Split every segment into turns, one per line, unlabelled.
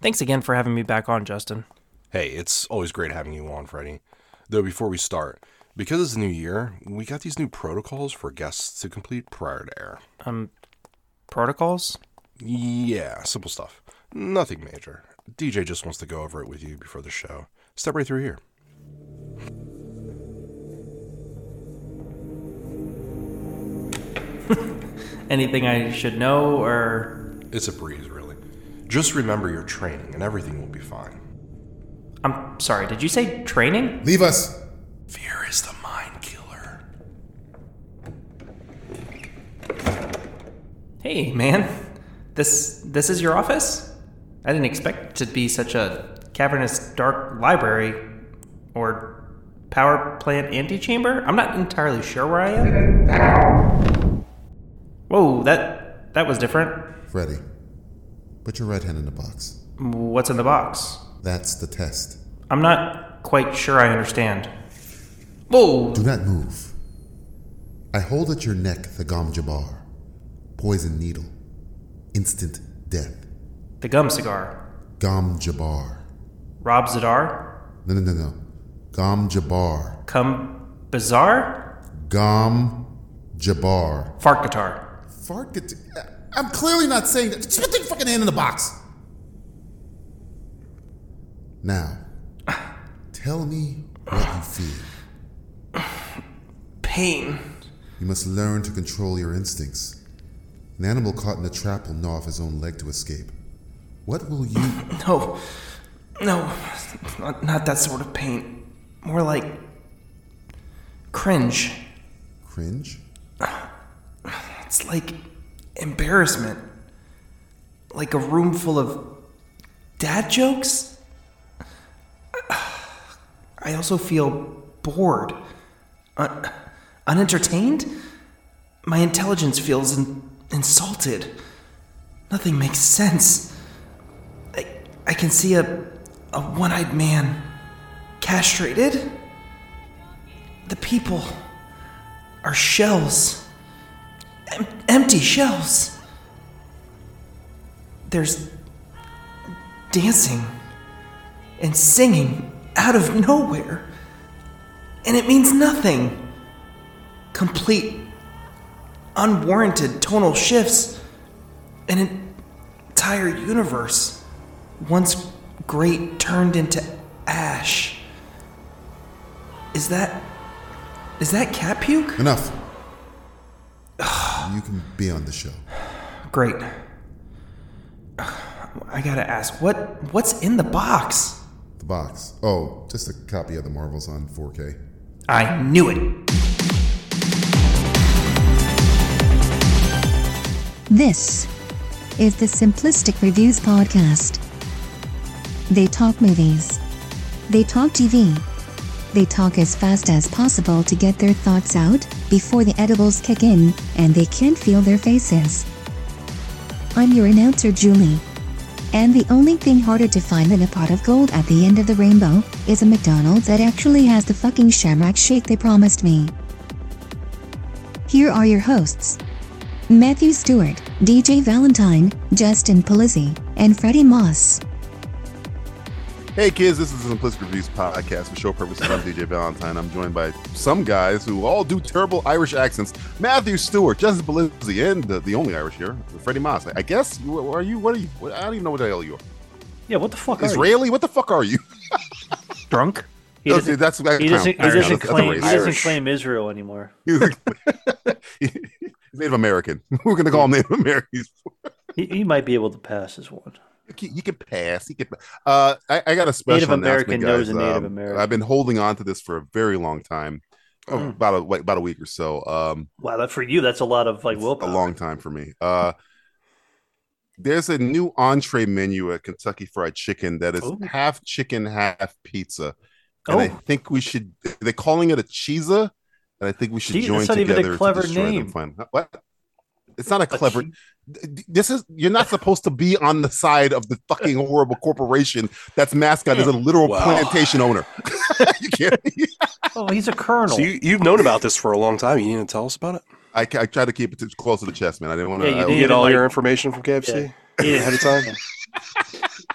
Thanks again for having me back on, Justin.
Hey, it's always great having you on, Freddie. Though before we start, because it's a new year, we got these new protocols for guests to complete prior to air.
Um, protocols?
Yeah, simple stuff. Nothing major. DJ just wants to go over it with you before the show. Step right through here.
Anything I should know or.
It's a breeze, really. Just remember your training and everything will be fine.
I'm sorry, did you say training?
Leave us.
Fear is the mind killer.
Hey, man. This this is your office? I didn't expect it to be such a cavernous dark library or power plant antechamber. I'm not entirely sure where I am. Whoa, that that was different.
Freddy, put your right hand in the box.
What's in the box?
That's the test.
I'm not quite sure I understand. Whoa!
Do not move. I hold at your neck the Gom Jabbar. Poison needle. Instant death.
The gum cigar.
Gom Jabbar.
Rob Zadar?
No, no, no, no. Gom Jabbar.
Come Bazaar?
Gom Jabbar.
Fart guitar.
Fart get. I'm clearly not saying that. Just put the fucking hand in the box. Now, tell me what you feel.
Pain.
You must learn to control your instincts. An animal caught in a trap will gnaw off his own leg to escape. What will you.
No. No. Not, not that sort of pain. More like. cringe.
Cringe?
It's like embarrassment. Like a room full of dad jokes? I also feel bored, un- unentertained. My intelligence feels in- insulted. Nothing makes sense. I, I can see a, a one eyed man castrated. The people are shells, em- empty shells. There's dancing and singing out of nowhere. And it means nothing. Complete, unwarranted tonal shifts. An entire universe, once great, turned into ash. Is that. Is that cat puke?
Enough. you can be on the show.
Great. I gotta ask, what what's in the box?
The box. Oh, just a copy of the Marvels on 4K.
I knew it.
This is the Simplistic Reviews Podcast. They talk movies. They talk TV. They talk as fast as possible to get their thoughts out before the edibles kick in and they can't feel their faces. I'm your announcer, Julie. And the only thing harder to find than a pot of gold at the end of the rainbow is a McDonald's that actually has the fucking shamrock shake they promised me. Here are your hosts Matthew Stewart, DJ Valentine, Justin Polizzi, and Freddie Moss.
Hey kids, this is the Simplistic Reviews podcast for show purposes. I'm DJ Valentine. I'm joined by some guys who all do terrible Irish accents. Matthew Stewart, Justin Belizzi, and the, the only Irish here, Freddie Moss. I guess you are you? What are you? What, I don't even know what the hell you are.
Yeah, what the fuck are you?
Israeli? What the fuck are you?
Drunk?
He
That's
doesn't,
that's that
he
count.
doesn't, he
That's-
doesn't
that's a
claim, he
race.
doesn't claim Israel anymore.
He's Native American. We're gonna call him Native American. He's-
He, he might be able to pass as one.
He, he can pass. He can. Uh, I, I got a special
Native American
announcement, guys.
knows a Native
Um,
American.
I've been holding on to this for a very long time, Oh,
Mm.
about a like, about a week or so. Um,
Wow, that for you, that's a lot of like
It's
willpower.
a long time for me. Uh, there's a new entree menu at Kentucky Fried Chicken that is
Oh.
half chicken, half pizza, and I
Oh.
think we should. They're calling it a cheesa, and I think we should
Gee,
join
that's not even a
together
clever
to destroy them.
name.
Fine. What? It's not a clever.
che-
D- This is you're not supposed to be on the side of the fucking horrible corporation that's mascot is a literal
Wow.
plantation owner. you can't.
oh, he's a colonel.
So you, you've known about this for a long time. You didn't tell us about it.
I, I tried to keep it t- close to the chest, man. I didn't want
Yeah, you
to.
did.
You get all
like-
your information from KFC
Yeah.
ahead of time.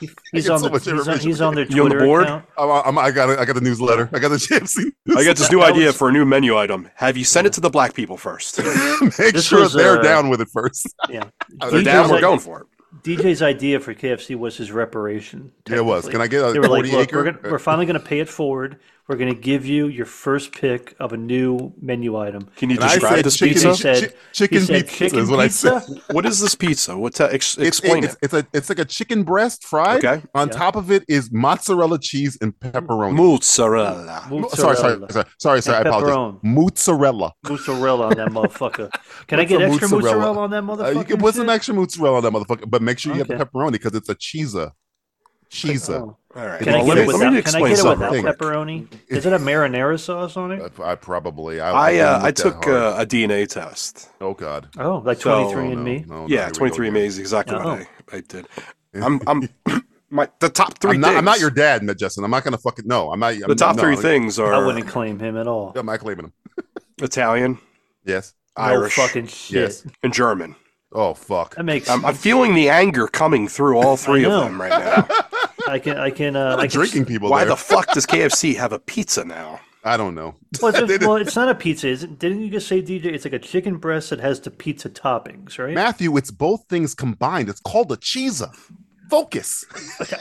He's
get
on
so
the
much
he's on,
information.
he's on their
You on the
Twitter
board?
account.
I'm, I'm, I got a, I got the newsletter. I got the gypsy.
I got this new
That
idea
was-
for a new menu item. Have you sent it to the black people first?
Make
This
sure
was,
they're
uh,
down with it first.
Yeah.
Oh, They're
He
down.
was
We're
like-
going for it.
DJ's idea for KFC was his reparation.
Yeah, it was.
technically.
Can I get a
Oh,
They were like,
40
look,
acre?
we're, gonna, we're finally going to pay it forward. We're going to give you your first pick of a new menu item.
Can you
And I
describe
said
this
chicken-
pizza?
He said,
chi- chicken
he said,
pizza
chicken
is what I said.
pizza?
What is this pizza? What? ta- ex-
It's,
explain
it's,
it.
it's a it's like a chicken breast fried.
Okay.
On
Yeah.
top of it is mozzarella cheese and pepperoni.
Mozzarella.
Mo- sorry, sorry,
Mozzarella.
sorry, sorry, sorry. I
And
apologize.
pepperoni.
Mozzarella.
mozzarella on that motherfucker. Can I
What's
get
a
extra
mozzarella?
mozzarella, on that
Uh,
motherfucker?
you can put some extra mozzarella on that motherfucker, but make sure you have
Okay.
the pepperoni because it's a cheesa. Cheesa.
Oh.
All right.
Can
Well,
I
let
get
me, let
it without,
me
can I
explain
get it
something.
without
Thing.
pepperoni? Is it a marinara sauce on it?
I, I probably.
I
I,
uh,
wouldn't
I
look that
took
hard.
uh, a DNA test.
oh God.
Oh, like
So-
23 and me?
Oh, No, no,
yeah,
here we go
twenty three
again.
andme is exactly
Oh.
what I, I did. I'm I'm my the top three.
I'm not, I'm not
things-
your dad, Matt Justin. I'm not gonna fucking no. I'm not. I'm,
The top
no,
three things
I
are
wouldn't claim him at all.
I'm not claiming him.
Italian,
Yes.
Irish,
No fucking shit.
Yes.
and German.
Oh fuck.
That makes
I'm, I'm feeling the anger coming through all three of
know.
them right now.
I can I can uh, I can
drinking people.
Why
there.
the fuck does KFC have a pizza now?
I don't know.
Well, it's, a- well, it's not a pizza, is it? Didn't you just say DJ? It's like a chicken breast that has the pizza toppings, right?
Matthew, it's both things combined. It's called a cheesa. Focus.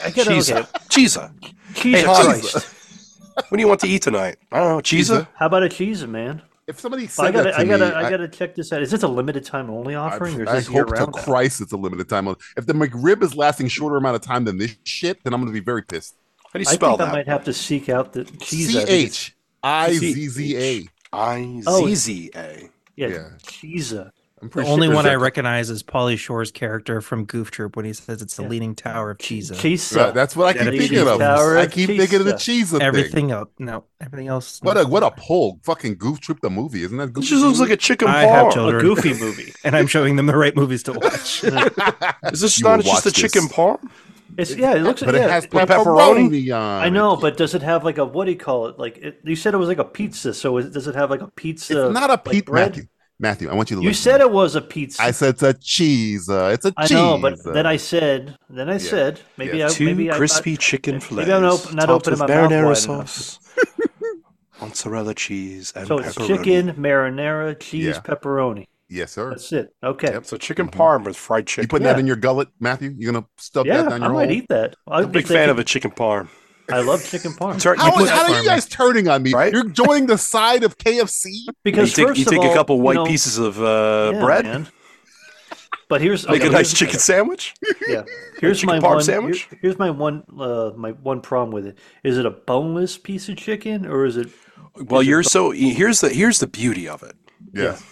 I get it.
Cheesa,
Okay.
cheesa.
Jesus
Hey, Hans.
Christ!
What do you want to eat tonight? I don't know. Cheesa.
How about a cheese, man?
If somebody
Well, I
said that
gotta,
to
I gotta,
me,
I gotta check this out. Is this a limited time only
I-
offering, or is
I
this year
hope to
round?
Christ it's a limited time. on- If the McRib is lasting shorter amount of time than this shit, then I'm going to be very pissed.
How do you
I think
spell
I
that?
might have to seek out the cheese.
C
I think it's-
H I Z Z A.
I Z
Oh, it's-
Z A.
Yeah,
yeah.
cheesa.
I'm
The
pretty
only
there's
one
a-
I recognize is Polly Shore's character from Goof Troop when he says it's the
Yeah.
leaning tower of cheese.
Cheesa.
Right, That's what I keep
Gotta be
thinking
the
of.
Tower
I
of
keep thinking of the cheese thing.
Everything else, no, everything else.
What
no.
a what a pull! Fucking Goof Troop the movie, isn't that?
It
Goof
just
Troop
looks like a chicken
I have
parm.
a
children.
goofy movie.
and I'm showing them the right movies to watch.
Is this
You
not
will
just a
watch this.
chicken parm?
It's yeah, it looks.
but
yeah,
it has
it-
pepperoni.
pepperoni on.
I
it.
know, but does it have like a what do you call it? Like it, you said, it was like a pizza. So is, does it have like a pizza?
It's not a
like,
pizza,
bread?
Matthew. Matthew, I want you to.
You
listen.
said it was a pizza.
I said it's a cheese. Uh, it's a
I
cheese.
know, but then I said, then I said, maybe
Yeah.
I
Two
maybe
crispy
I,
chicken
maybe
fillets,
I'm not op- not
topped
opening
with
my mouth
marinara
wide
sauce, mozzarella cheese,
I,
and
so
pepperoni.
it's chicken marinara cheese
Yeah.
pepperoni.
yes, sir.
That's it. Okay.
Yep.
So chicken parm with fried
You
chicken.
putting
Yeah.
that in your gullet, Matthew? You gonna stuff
Yeah,
that
I
down your
might
hole?
eat that. I'm
I'm a big fan of a chicken parm.
I love chicken parm
Tur-
How,
you put-
how are you guys turning on me?
Right?
You're joining the side of KFC.
you
because
take,
first
you
of
take
all,
a couple
you
white
know-
pieces of uh,
Yeah,
bread,
man. But here's
make
okay,
a nice
here's-
chicken sandwich.
Yeah. Here's
chicken
my
parm
one.
sandwich?
here- here's my one. Uh, my one problem with it is it a boneless piece of chicken or is it?
Well, you're so here's the here's the beauty of it.
Yes.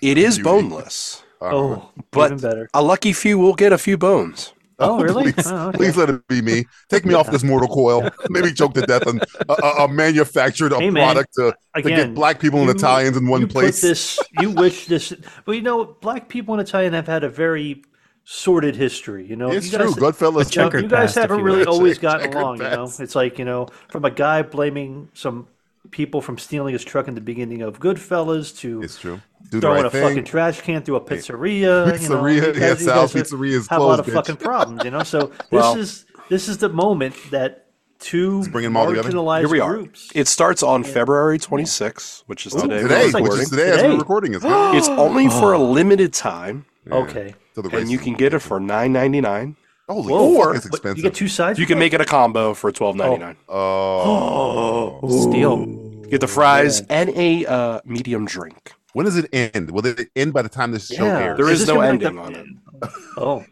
It is boneless,
Oh,
Uh, but
even better.
a lucky few will get a few bones.
Oh, really?
Please,
Oh, okay.
please let it be me. Take me off this mortal coil. Maybe choke to death on a, a, a manufactured a
Hey, man.
product to, to
Again,
get black people and
you-
Italians in one
you
place.
Put this, you wish this, but you know, black people in Italian have had a very sordid history. You know,
it's
you
true.
guys,
Goodfellas.
you know,
Checkered
you guys
past, if
haven't
you
really
will.
always
Check-
gotten
checkered
along. You know,
past.
it's like you know, from a guy blaming some people from stealing his truck in the beginning of Goodfellas to
It's true. Do the
throwing
right
a
thing.
fucking trash can through a pizzeria. you know,
Pizzeria,
you
yeah,
you
Sal's
have-
pizzeria is
have a lot
closed,
of
bitch.
fucking problems. You know, so this
Well-
is this is the moment that two
bringing them all together.
marginalized
Here we are.
groups.
It starts on February 26th, which is
Ooh,
today.
today,
we're
which is
recording.
today, as
Today.
we're recording is
It's only
Oh.
for a limited time,
okay.
to the
and you
races.
can get it for nine ninety nine.
Holy
Or
fuck, it's
but
expensive.
you get two sides.
You can make it a combo for twelve ninety nine.
oh.
Steal.
Get the fries and a uh, medium drink.
When does it end? Will it end by the time this show airs?
There is
this
no
gonna
ending on it.
Oh,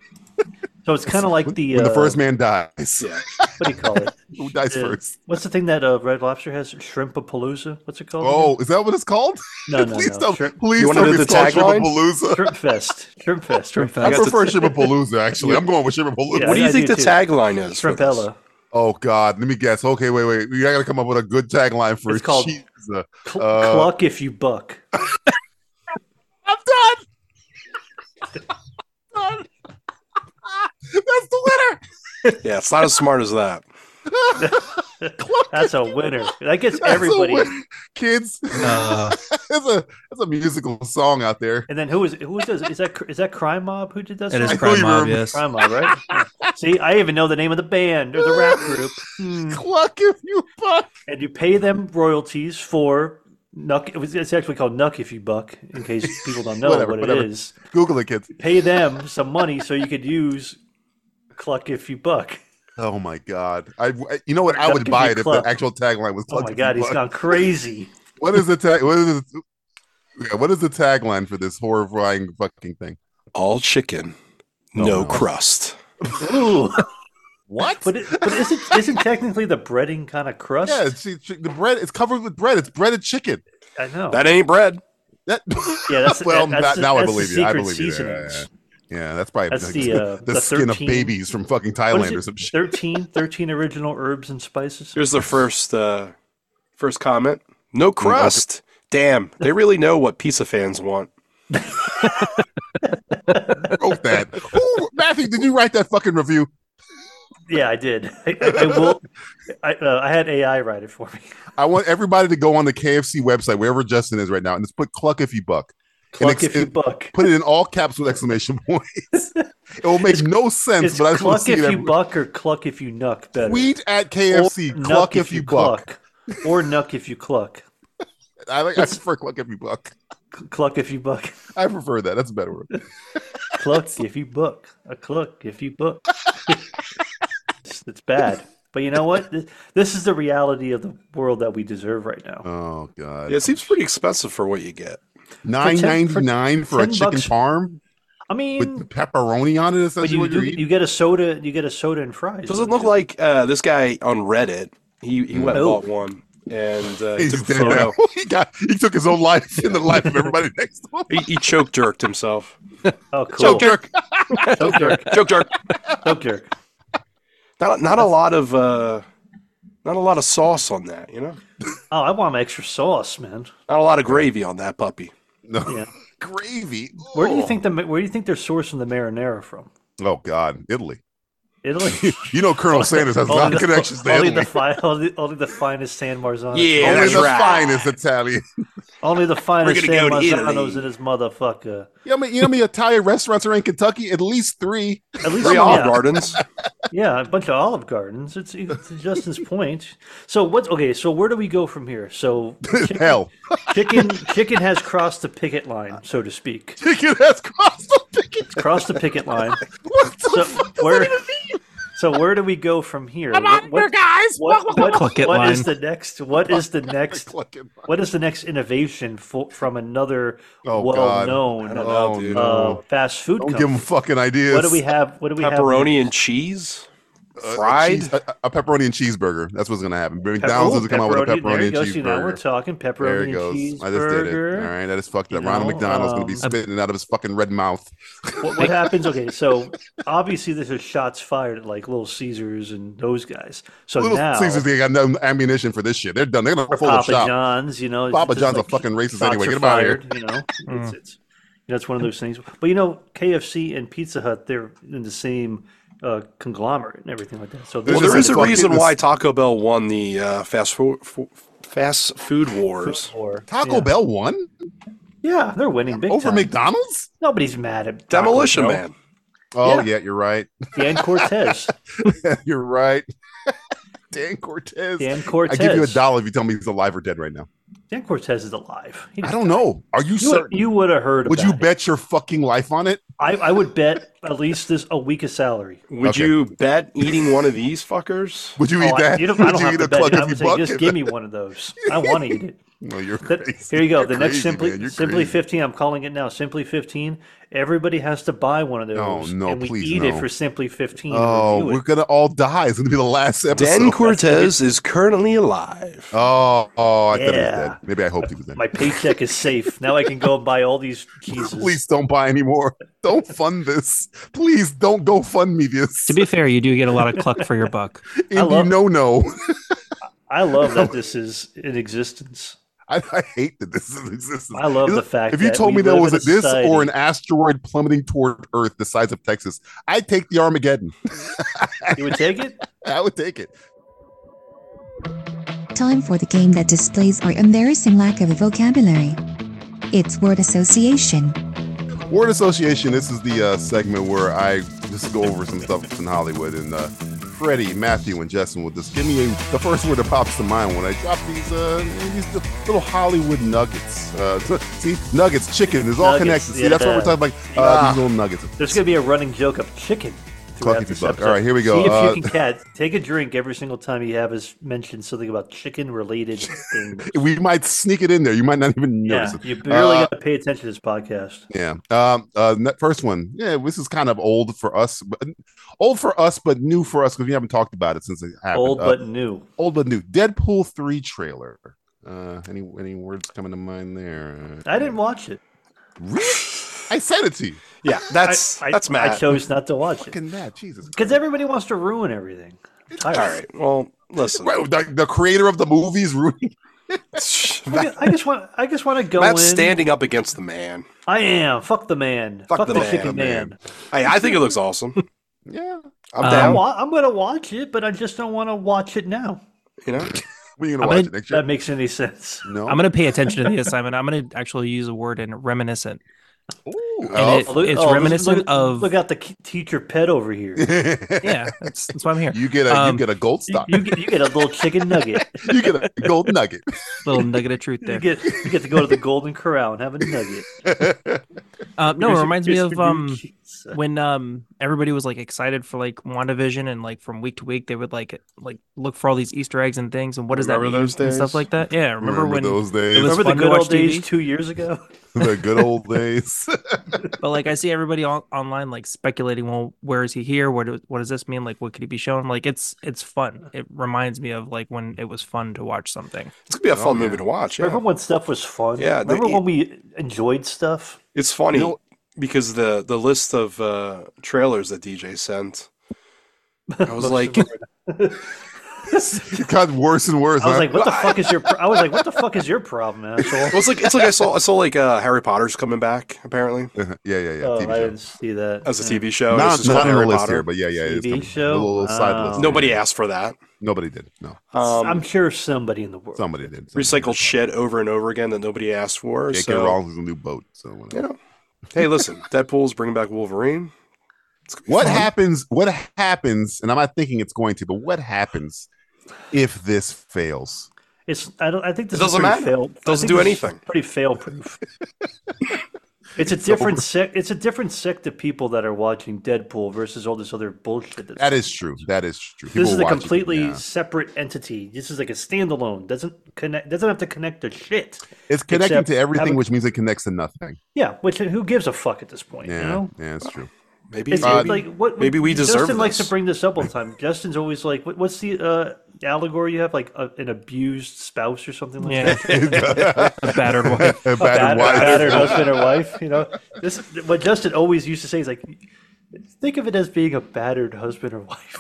so it's kind of like the, uh,
when the first man dies.
Yeah.
What do you call it?
Who dies
The-
first?
What's the thing that uh, Red Lobster has? Shrimpapalooza. What's it called?
Oh, is that what it's called?
No, no,
please
no.
don't.
Shrimp-
Please
You wanna
tell me
do
it's
the
called
taglines?
Shrimpapalooza.
Shrimp Fest. Shrimp Fest. Shrimp
I
Fest.
got the-
prefer Shrimpapalooza, actually. I'm going with Shrimpapalooza.
Yeah,
What do
I
you think
do
the
too.
tagline is? for this?
Shrimpella.
Oh God, let me guess. Okay, wait, wait. You gotta come up with a good tagline for
It's called-
cheese. Uh,
Cl-
Uh,
cluck if you buck.
I'm done. That's the
Yeah, it's not as smart as that.
winner. Cluck
That's a winner. That gets
That's a
everybody.
win. kids.
Uh,
That's a that's a musical song out there.
And then who is who does is that is that Crime Mob who did that?
it is
I
song?
thought you
crime
were-
obvious.
Crime Mob, right? Yeah. See, I even know the name of the band or the rap group. Hmm.
Cluck if you buck.
and you pay them royalties for Nuck. it was- It's actually called Nuck if you buck, in case people don't know
Whatever,
what
whatever.
it is.
Google it, kids.
Pay them some money so you could use Cluck if you buck.
Oh my god! I, I- you know what? I
Cluck
would
if
buy
you
it if the
cluck.
actual tagline was.
Oh
Cluck
my
if you
God, he's
buck.
gone crazy.
What is the tag? What is the, yeah, what is the tagline for this horrifying fucking thing?
All chicken,
Oh,
no, crust.
Ooh.
What?
But, it, but isn't, isn't technically the breading kind of crust?
yeah, she, she, the bread. It's covered with bread. It's breaded chicken.
I know.
That ain't bread.
That.
yeah, that's
well,
that's
that-
the-
now I
that's the
believe you. I
secret
believe you. Yeah, yeah,
seasonings.
yeah, that's probably
That's
like
the, uh,
the
the
skin of
13
babies from fucking
What is
Thailand
it?
or some shit.
13, 13 original herbs and spices.
Here's the first uh, first comment. No crust. Damn, they really know what pizza fans want.
Wrote that. Oh, Ooh, Matthew, did you write that fucking review?
Yeah, I did. I, I, I will. I, uh, I had AI write it for me.
I want everybody to go on the KFC website wherever Justin is right now and just put "cluck if you buck." And
Cluck
ex-
if you
it-
buck.
Put it in all caps with exclamation points. it will make no sense,
It's
but I just want to
cluck
see
if
it
you
every-
buck or cluck if you nuck better.
Tweet at
Or
KFC.
nuck
Cluck if you buck.
cluck. Or nuck if you cluck.
I like. I prefer cluck if you buck.
Cl- Cluck if you buck.
I prefer that. That's a better word.
Cluck if you buck. A cluck if you buck. it's, it's bad. But you know what? This, this is the reality of the world that we deserve right
Uh,
now.
Oh god,
Yeah, it seems pretty expensive for what you get.
nine ninety nine for a
10
chicken
bucks-
parm
I mean,
with pepperoni on it.
but
Essentially,
you,
what you're
do,
eating.
you get a soda. You get a soda and fries.
Doesn't look like uh, this guy on Reddit. He he went and
No.
bought one and uh, he
He's
took a
dead now.
photo.
he got. He took his own life and the life of everybody next to him.
He, he choke jerked himself.
Oh, cool.
jerk.
Choke jerk.
Choke jerk.
Choke jerk.
Not not a lot of uh, not a lot of sauce on that. You know,
Oh, I want extra sauce, man.
not a lot of gravy on that puppy.
No
Yeah.
gravy.
Where do you
Oh.
Ugh.
think the ma- where do you think they're sourcing the marinara from?
Oh God, Italy.
Italy.
You know Colonel Sanders has a lot
Only
of
the-
connections to
only
Italy.
the, fi- only, only the finest San Marzano.
Yeah,
Only
that's
the
right.
finest Italian.
Only the finest
gonna go
San
to
Marzanos
Italy.
in this motherfucker.
You know, how many- you know how many Italian restaurants are in Kentucky? At least three.
At least
Three Olive
yeah,
Gardens.
yeah, a bunch of Olive Gardens. It's, it's Justin's point. So what's okay? So where do we go from here? So
Hell,
chicken chicken has crossed the picket line, so to speak.
chicken has crossed the picket.
It's crossed the picket line.
What the
So
fuck does
where
that even
so where do we go from here? What- what-
guys.
what, what,
Cluck it
what is
line.
the next what is the next
Clucking.
what is the next innovation fo from another
Oh, God. Oh,
well-known
know, dude.
uh, fast food
Don't give
company?
them fucking ideas.
what do we have what do we have
Pepperoni and cheese. Fried.
Cheese- uh, a, a pepperoni and cheeseburger. That's what's gonna happen.
Pepper-
McDonald's is gonna
oh,
come out with a
pepperoni- there
pepperoni
you
and
go, see, now
cheeseburger.
we're talking pepperoni
There it
and
goes.
cheeseburger.
I just did it. All right, I just fucked it up.
You
Ronald
know,
McDonald's gonna be
um,
spitting it out of his fucking red mouth.
What, what happens? Okay, so obviously this is shots fired at like Little Caesars and those guys. So
Little
now
Caesars, they got no ammunition for this shit. They're done. They're gonna full
Papa
of shop.
John's, you know. it's
Papa
just
John's a fucking racist
shots
anyway.
are
Get him outta here.
fired, You know, it's, it's, you know, it's one of those things. But you know, KFC and Pizza Hut, they're in the same uh, conglomerate and everything like that. So
Well,
Well,
there's
there is a
fucking-
reason
this-
why Taco Bell won the uh, fast food fast food wars.
war.
Taco Bell won
Yeah, they're winning big
over
time.
McDonald's.
Nobody's mad at Taco
Demolition
Bell.
Man.
Oh yeah,
Yeah.
you're right.
Dan Cortez.
you're right. Dan Cortez.
Dan Cortez.
I give you a dollar if you tell me he's alive or dead right now.
Dan Cortez is alive. He
I
just-
don't know. Are you,
You would,
certain?
you would have heard.
Would
about
you
it.
bet your fucking life on it?
I, I would bet at least this a week of salary.
Would
Okay.
you bet eating one of these fuckers?
Would you eat
Oh, I,
that?
you don't, I
Would
don't
you
have
eat
to
a
bet.
cluck
it.
if
I
you
would say,
buck?
just give me one of those. I want to eat it.
No, you're
That-
crazy.
here you go. The
You're
next
crazy,
simply
man. You're
simply
crazy.
fifteen. I'm calling it now. Simply fifteen. Everybody has to buy one of those.
no,
and we
please,
eat
no.
it for simply fifteen. and
Oh,
review
we're
it.
gonna all die. It's gonna be the last episode.
Dan Cortez is currently alive.
Oh, oh, I thought he was
Yeah.
dead. Maybe I hoped he was dead.
my paycheck is safe now. I can go and buy all these cheeses.
Please don't buy anymore. Don't fund this. Please don't go fund me this.
To be fair, you do get a lot of cluck for your buck.
Indy
love-
no no.
I love that this is in existence.
I, I hate that this is existence.
I love
Is
the
it-
fact
If you
that
told
we
me there
live
was
in a
this
society-
or an asteroid plummeting toward Earth the size of Texas, I'd take the Armageddon.
You would take it.
I would take it.
Time for the game that displays our embarrassing lack of vocabulary. It's word association.
Word association. This is the uh, segment where I just go over some stuff in Hollywood. And uh, Freddie, Matthew, and Justin will just give me a, the first word that pops to mind when I drop these uh, these little Hollywood nuggets. Uh, see, nuggets, chicken is all
Nuggets,
connected. See, that's what we're
yeah. Ah.
talking about. Like, uh, these little nuggets.
There's going to be a running joke of chicken. throughout
Clucky
this
Buck.
episode.
All right, here we go.
See if
Uh,
you can cat take a drink every single time you have us mention something about chicken related things.
we might sneak it in there. You might not even
yeah,
notice it.
you really
Uh,
got to pay attention to this podcast.
Yeah. Um. Uh. ne- First one. Yeah. This is kind of old for us, but old for us, but new for us because we haven't talked about it since it happened.
Old
Uh,
but new.
old but new. Deadpool three trailer. Uh. Any any words coming to mind there?
I didn't watch it.
Really? I said it to you.
Yeah, that's
I,
that's
I,
Matt.
I chose not to watch it
Fucking that. Jesus.
because everybody wants to ruin everything. I'm tired.
All right. Well, listen.
Well, the, the creator of the movies ruining.
I ju- I just want. I just want to go
Matt's
in.
standing up against the man.
I am. Fuck the man.
Fuck the
the,
man,
chicken
man.
man.
Hey, I think it looks awesome.
Yeah.
Um,
I'm
I'm,
down.
wa- I'm gonna watch it, but I just don't want to watch it now.
You know,
We're gonna
I'm
watch
in-
it next year.
That makes any sense.
No.
I'm going to pay attention to the assignment. I'm going to actually use a word in reminiscent.
Oh.
And it, it's reminiscent
look,
of
Look at the k- teacher pet over here.
yeah. That's, that's why I'm here.
you get a
Um,
you get a gold
You,
stock.
you get, you get a little chicken nugget.
you get a gold nugget.
Little nugget of truth
You
there.
get you get to go to the Golden Corral and have a nugget.
Uh, no, it
Here's-
Oh, reminds me
here's
of
the
um,
new cheese.
when um everybody was like excited for like WandaVision and like from week to week they would like like look for all these Easter eggs and things and what does
Remember
that mean
those
and stuff
days?
like that. Yeah, remember, when
those days?
it was
Remember the
fun to
good
watch
old days
TV?
two years ago?
the good old days.
but like I see everybody on- online like speculating, well, where is he here? What do- what does this mean? Like what could he be shown? Like it's it's fun. It reminds me of like when it was fun to watch something.
it's gonna
oh,
be a fun movie to watch. Yeah.
Remember when stuff was fun?
Yeah, the-
Remember when we enjoyed stuff?
It's funny
You know-
because the the list of uh, trailers that DJ sent, I was like,
It got worse and worse.
I was
huh?
like, what the fuck is your? Pro-? I was like, what the fuck is your problem,
well,
asshole?
it's like it's like I saw I saw like uh, Harry Potter's coming back apparently
yeah, yeah, yeah.
Oh,
TV
I
show.
didn't see that.
as a
Yeah.
TV show.
not
This is
not
called
on the
Harry
list
Potter.
here, but yeah, yeah. it's
TV
coming.
show?
A little side
Oh.
list.
Nobody asked for that.
Nobody did. No,
Um,
I'm sure somebody in the world.
somebody did. Somebody
recycled shit over and over again that nobody asked for.
did. J.K.
so-
Rowling's a new boat. So whatever.
You know, hey, listen, Deadpool's bringing back Wolverine.
what
Uh-huh.
happens? What happens? And I'm not thinking it's going to, but what happens if this fails?
It's I don't I think this
It doesn't
is pretty
matter.
fail. I
Doesn't
think
do
this is
anything.
Pretty fail proof. it's a different sect. It's a different sect of people that are watching Deadpool versus all this other bullshit. That's,
That is true. That is true.
this is
People
a
watch it,
completely
yeah.
separate entity. This is like a standalone. Doesn't connect. Doesn't have to connect to shit.
It's connecting
except
to everything,
having-
which means it connects to nothing.
Yeah, which who gives a fuck at this point?
Yeah,
You know.
yeah, it's true.
Maybe,
It's,
maybe,
it's like what
maybe we deserve
Justin likes to
this.
bring this up all the time. Justin's always like, what, "What's the uh, allegory you have? Like a, an abused spouse or something like
Yeah,
that?
a battered wife.
Battered
Bad-
wife.
battered husband or wife. You know, this what Justin always used to say is like, think of it as being a battered husband or wife.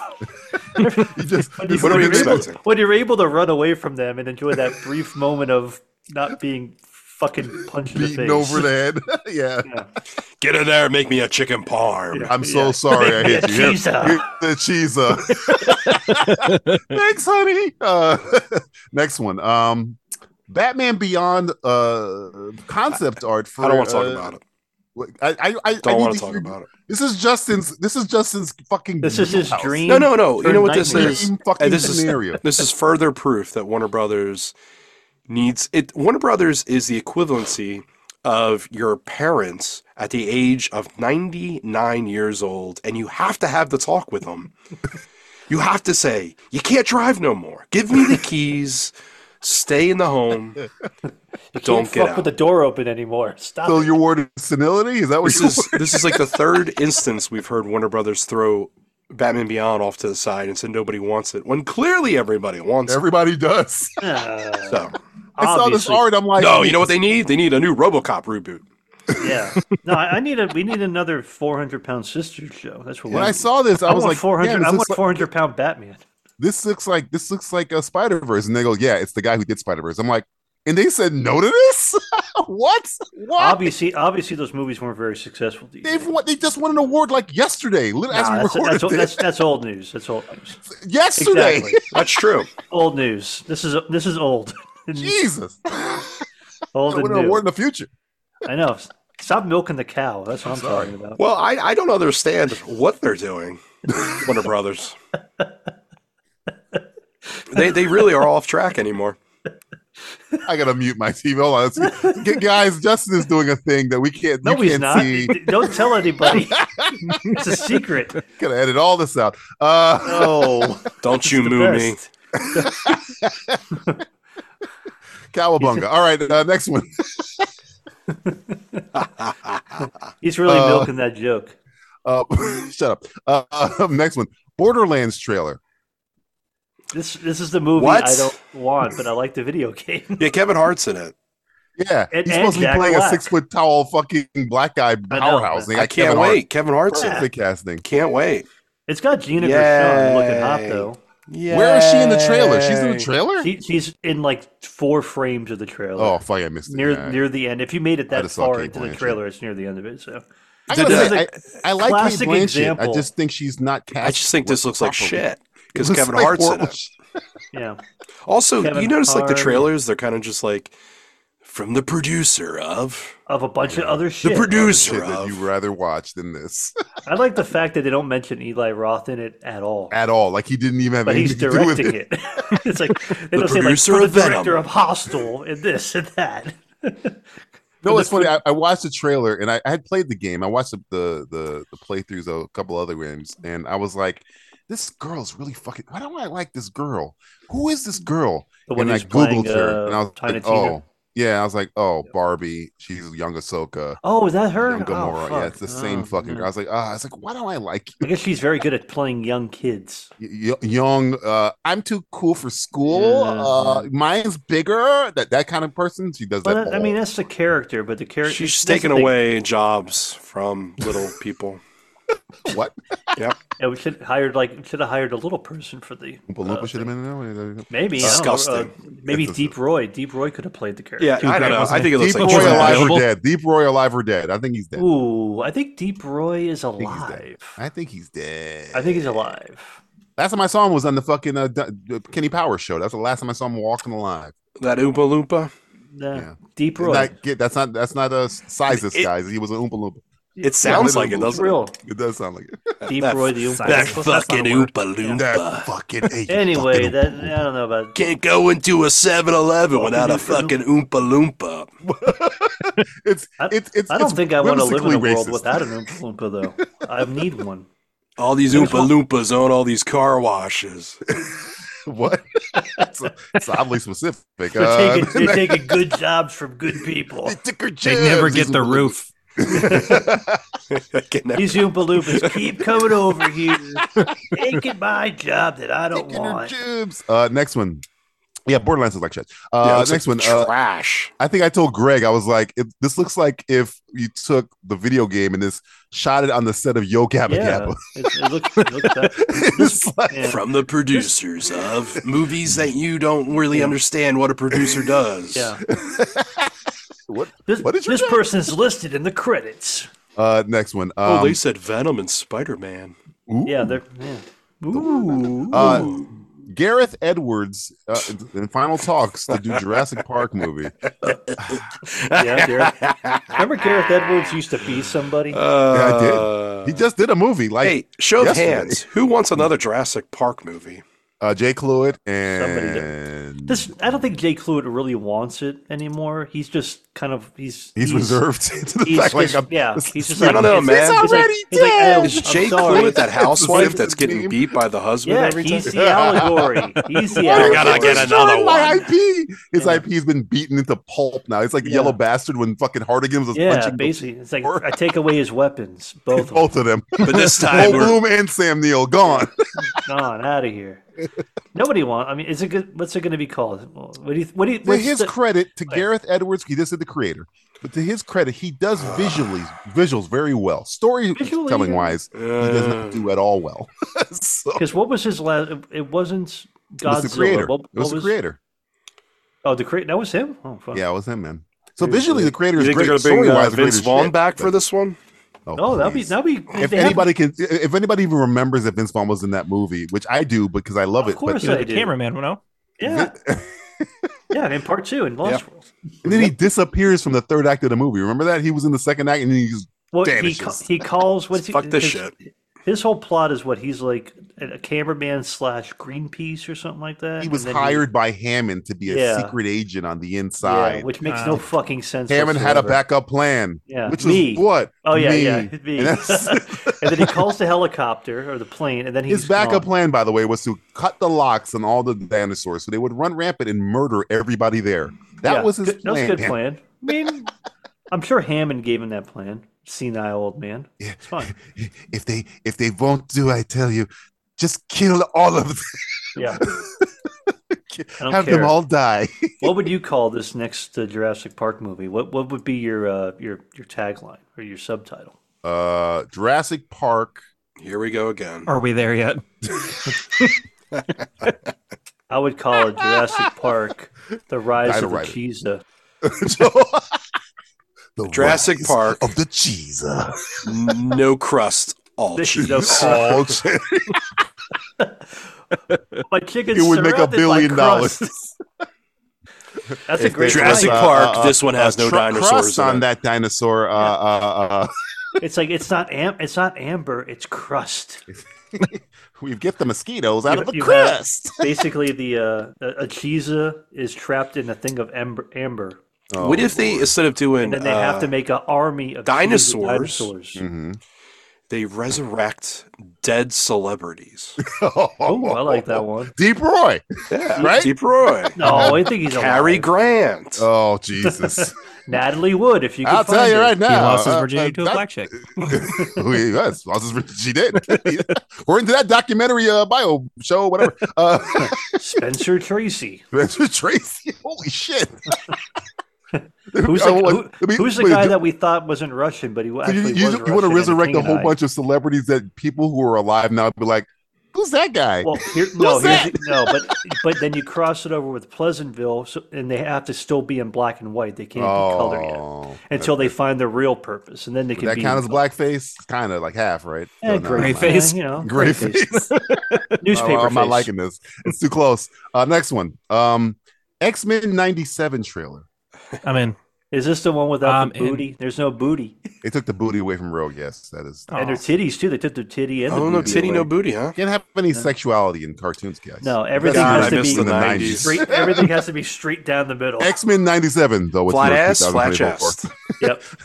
You just-
When
just
What are we
look at
you're able-
expecting?
when you're able to run away from them and enjoy that brief moment of not being fucking punched in the
Beaten
face.
over the head. yeah.
Get in there, and make me a chicken parm.
I'm so sorry I hit you. Here-
Cheese up.
here's the cheese up. Thanks, honey. Uh, next one. Um, Batman Beyond uh, concept art. For,
I don't want to talk
uh,
about it.
I, I, I I
Don't
need
want to
to
talk
hear-
about it.
This is Justin's. This is Justin's fucking.
This is his
wheelhouse.
dream.
No, no, no. You know what this
Nightmare.
is?
Dream fucking
And this is
scenario.
this is further proof that Warner Brothers needs it. Warner Brothers is the equivalency of your parents at the age of 99 years old, and you have to have the talk with them. you have to say, "You can't drive no more. Give me the keys. Stay in the home.
You
Don't
can't
get
fuck
out.
with the door open anymore. Stop.
So
it.
your word is senility? Is that what
This
you?
is this is like the third instance we've heard Warner Brothers throw Batman Beyond off to the side and said nobody wants it when clearly everybody wants it.
Everybody does.
So
Uh,
I saw this
obviously.
art. I'm like,
no, you know what they need? They need a new RoboCop reboot.
Yeah. No, I, I need a. We need another 400 pound sister show. That's what
When
we
I
need.
saw this, I,
I
was
want
like,
400.
damn, this
I want
looks like-
400 pound Batman.
this looks like this looks like a Spider Verse, and they go, yeah, it's the guy who did Spider Verse. I'm like, and they said no to this. what? What?
Obviously, obviously, those movies weren't very successful. These
They've
days.
won, they just won an award like yesterday, lit- as we
Nah, that's,
recorded
that's,
this.
that's, that's old news. That's old news.
yesterday.
Exactly.
That's true.
old news. This is this is old.
Jesus,
old
win
and
an award in
new.
the future.
I know. Stop milking the cow. That's what I'm talking about.
Well, I, I don't understand what they're doing, Warner Brothers. they they really are off track anymore.
I gotta mute my TV. Hold on, let's- G- guys. Justin is doing a thing that we can't.
No,
you
he's
can't
not.
see.
D- Don't tell anybody. it's a secret.
Gotta edit all this out. Uh,
Oh,
Don't you moo me.
Cowabunga. All right, uh, next one.
He's really
Uh,
milking that joke.
Uh, shut up. Uh, uh, next one. Borderlands trailer.
This this is the movie
What?
I don't want, but I like the video game.
Yeah, Kevin Hart's in it.
Yeah,
And-
he's supposed
and
to be
Jack
playing a
Black.
six foot tall fucking black guy powerhouse. They
I
got
can't
Kevin Hart.
wait. Kevin Hart's in it.
Perfect casting.
Can't wait.
It's got Gina Gershon looking hot
Yay.
though.
Where is she in the trailer? She's in
Yay.
the trailer.
She, she's in like four frames of the trailer.
Oh fuck, I missed it.
near
Yeah.
near the end. If you made it
I
that
just saw
far
Kate
into the
Blanchett.
trailer, it's near the end of it. So
I, gotta
This
say, I, I like Kate
classic
Blanchett. I
example.
just think she's not cast.
I just think this looks like
properly.
shit because
Looks
Kevin
like
Hart's in
horrible
it.
shit.
yeah,
Also,
Kevin
you notice like the
Hart.
trailers, they're kind of just like from the producer of
of a bunch of other
the
shit.
producer
Shit that
of.
you rather watch than this
I like the fact that they don't mention Eli Roth in it at all.
at all. Like he didn't even have
But he's
anything to do with
directing
it.
it. it's like they don't say like
producer
for the
of Venom.
director of Hostel and this and that.
No, it's funny. I, I watched the trailer and I, I had played the game. I watched the, the the the playthroughs of a couple other games, and I was like, "This girl is really fucking. Why don't I like this girl? Who is this girl?"
The one
and I
who's playing,
googled her, and I
uh,
was
Tina
like,
Turner.
"Oh, yeah." I was like, "Oh, Barbie. She's young Ahsoka,
Oh, is that her?
young Gamora.
Oh,
yeah,
fuck.
it's the same
Oh,
fucking
man.
girl." I was like, "Ah, I was like, why don't I like
I guess she's very good at playing young kids.
y- y- young uh i'm too cool for school
Yeah.
uh mine's bigger that that kind of person she does
Well,
that
that, I
all.
mean, that's the character, but the character
She's taking away jobs from little people.
what
Yep.
Yeah, we should hired like should have hired a little person for the uh,
Oompa Loompa should have been in there.
maybe I don't know,
Disgusting.
uh, maybe
It's a-
Deep Roy. Deep Roy could have played the character.
Yeah, I don't know. I think it looks
deep
like
roy
Kevin Hart.
alive or dead deep roy alive or dead i think he's dead
Ooh, I think Deep Roy is
think he's dead.
alive.
i think he's dead
I think he's alive.
last time i saw him was on the fucking uh, D- kenny powers show that's the last time i saw him walking alive
That Oompa Loompa.
Nah,
Yeah.
Deep Roy.
Not get- that's not that's not a size this
It-
guys he was an oompa loompa
It sounds like it
Oompa
doesn't.
Real.
it does sound like it
Deep
That-
Roy the Oompa
That
Loompa.
fucking Oompa Loompa.
fucking
Anyway, that I don't know about.
Can't go into a 7 Eleven without a fucking Oompa Loompa.
it's
I-
it's it's
I don't
it's
think I want to live in a
whimsically
world
racist.
without an Oompa Loompa, though. I need one.
All these Oompa Loompas own all these car washes.
What? it's, it's oddly specific.
They're
Uh,
taking, they're taking good jobs from good people.
They never get the roof.
I can never-
These Oompa Loompas keep coming over here, taking my job that I don't want.
Jibs. Uh, next one. Yeah, Borderlands is like shit.
Yeah, it
Uh,
looks
next
like
one. Uh,
Trash.
I think I told Greg I was like, if, "This looks like if you took the video game and just shot it on the set of Yo Gabba
Yeah,
Gabba."
it, it looks. It looks bad.
it's like,
Yeah.
From the producers of movies that you don't really understand what a producer does.
Yeah.
What-
This,
what did you
this
do?
person's listed in the credits.
uh, next one.
Oh,
Um,
they said Venom and Spider Man.
ooh.
Yeah, they're. Yeah. Ooh.
Uh, Gareth Edwards uh, in final talks to do Jurassic Park movie.
Uh,
yeah, Gareth. Remember Gareth Edwards used to be somebody?
I did.
Uh,
He just did a movie like
Hey, show of
yesterday.
hands. Who wants another Jurassic Park movie?
uh, Jay Cluid
Somebody did.
and
This I don't think Jay Cluett really wants it anymore. He's just kind of he's
he's, reserved to the
he's
fact like
just-
I'm-
yeah,
this-
he's just
I don't
like,
know,
it's-
man.
He's like- he's like, oh,
Is
I'm
Jay
sorry.
Cluett that housewife that's getting
Name.
beat by the husband
Yeah,
every time?
he's the allegory. He's the
I
allegory.
gotta get another
Destroying My
one.
IP. His
Yeah.
IP has been beaten into pulp now. It's like
Yeah.
Yellow Bastard when fucking Hardigan was
Yeah,
punching
basically, it's like
door.
I take away his weapons, both of them
both of them.
But this time,
Bo
we're,
Bloom and Sam Neill gone.
gone out of here. Nobody wants. I mean, is it good? What's it going to be called? What do you? What do you?
to
what's
his
the-
credit, to Gareth Edwards, he just said the creator, but to his credit, he does visually visuals very well.
Visually,
Storytelling
yeah.
wise, he does
Uh.
not do at all well. so
Because what was his last? It wasn't
it was
Godzilla.
the creator.
What,
it was,
what
the creator.
Oh, the creator. That was him. Oh, fuck.
Yeah, it was him, man. So visually, the creator
you
is
think they're
great.
gonna bring
Story-wise,
uh,
the creator
Vince
is
Vaughn
shit,
back
but-
for this one?
No, Oh, that'd be
please.
that'd be.
if
they have-
anybody can, if anybody even remembers that Vince Vaughn was in that movie, which I do because I love
Of
it.
course
but
You know,
I
the
do.
cameraman will know.
yeah. Yeah, in part two in Lost World.
And then he disappears from the third act of the movie. Remember that? He was in the second act and then he just
Well, he,
Vanishes.
ca- he calls what's he-
Fuck this
his,
shit.
His whole plot is what he's like a a cameraman slash Greenpeace or something like that.
he
and
was
then
hired by Hammond to be a
Yeah.
secret agent on the
yeah,
inside.
which makes
Uh,
no fucking sense.
Hammond had a
whatsoever.
backup plan.
Yeah,
Which
me.
is what?
Oh yeah,
Me.
yeah, me.
And
and
that's-
then he calls the helicopter or the plane, and then he's
His backup
gone.
plan, by the way, was to cut the locks on all the dinosaurs so they would run rampant and murder everybody there. That
Yeah,
was his
good-
plan.
That was a good plan. I mean, I'm sure Hammond gave him that plan. Senile old man. It's fine.
If they if they won't do, I tell you, just kill all of them.
Yeah. I don't
Have
care.
them all die.
what would you call this next uh, Jurassic Park movie? What what would be your uh, your your tagline or your subtitle?
Uh Jurassic Park.
Here we go again.
Are we there yet?
I would call it Jurassic Park: The Rise of the
Dino-Rider.
Cheetah.
the
Jurassic
rise
Park.
of the cheese.
no crust, all
This
cheese.
is no
All cheese.
My chicken's
it would make a
surrounded by
billion
crust.
dollars.
That's a
If
great
they-
Jurassic
line.
Uh,
Park.
uh,
this one has no
Tr-
dinosaurs
crust
in
on
it.
that dinosaur. Uh, uh, uh,
It's like it's not am- it's not amber, it's crust.
we get the mosquitoes out
You-
of the
you have-
crust.
Basically, the uh, a, a cheesa is trapped in a thing of amber. amber.
what if they instead of doing
And then they have
uh,
to make an army of cheetahs with
dinosaurs.
Mm.
dinosaurs.
they resurrect dead celebrities?
Oh, I like that one.
Deep Roy.
Yeah,
Right?
Deep Roy,
No, I think he's a
Cary Grant.
Oh Jesus!
Natalie Wood, if you can
I'll
find
tell you
her.
right now.
he lost his
uh,
virginity
uh,
to a
that-
black chick.
Who he was lost his virginity. She did. According to that documentary, uh, bio show, whatever. Uh,
Spencer Tracy.
Tracy. Holy shit!
Who's the,
Oh, what-
who-
I mean,
who's the
wait,
guy
do-
that we thought wasn't Russian, but he
So you,
actually
you, you
was
want to
Russian and
resurrect a whole
King-eyed?
bunch of celebrities that people who are alive now be like, who's that guy?
Well, here, no,
Who's
here's
that?
the- no, but but then you cross it over with Pleasantville, so, and they have to still be in black and white. They can't be color yet
Oh.
until they find their real purpose, and then they can
Would that
be
count as blackface? Kind of like half, right?
Eh,
No, no,
gray
I'm not.
face, you know,
Gray face. Oh,
newspaper
I'm not
face.
liking this. It's too close. Uh, next one. Um, X Men '97 trailer.
I'm in.
Is this the one without
Um,
the
and-
booty? There's no booty,
They took the booty away from Rogue. Yes, that is.
and
Oh.
their titties too. They took their titty and the
Oh no,
booty
titty,
away.
no booty, huh?
Can't have any sexuality in cartoons, guys.
No, everything
God,
has
I
to
miss
be
the
in the
90s.
straight. Everything has to be straight down the middle.
X Men '97 though. with
Flat
year
ass, flat
2024.
chest.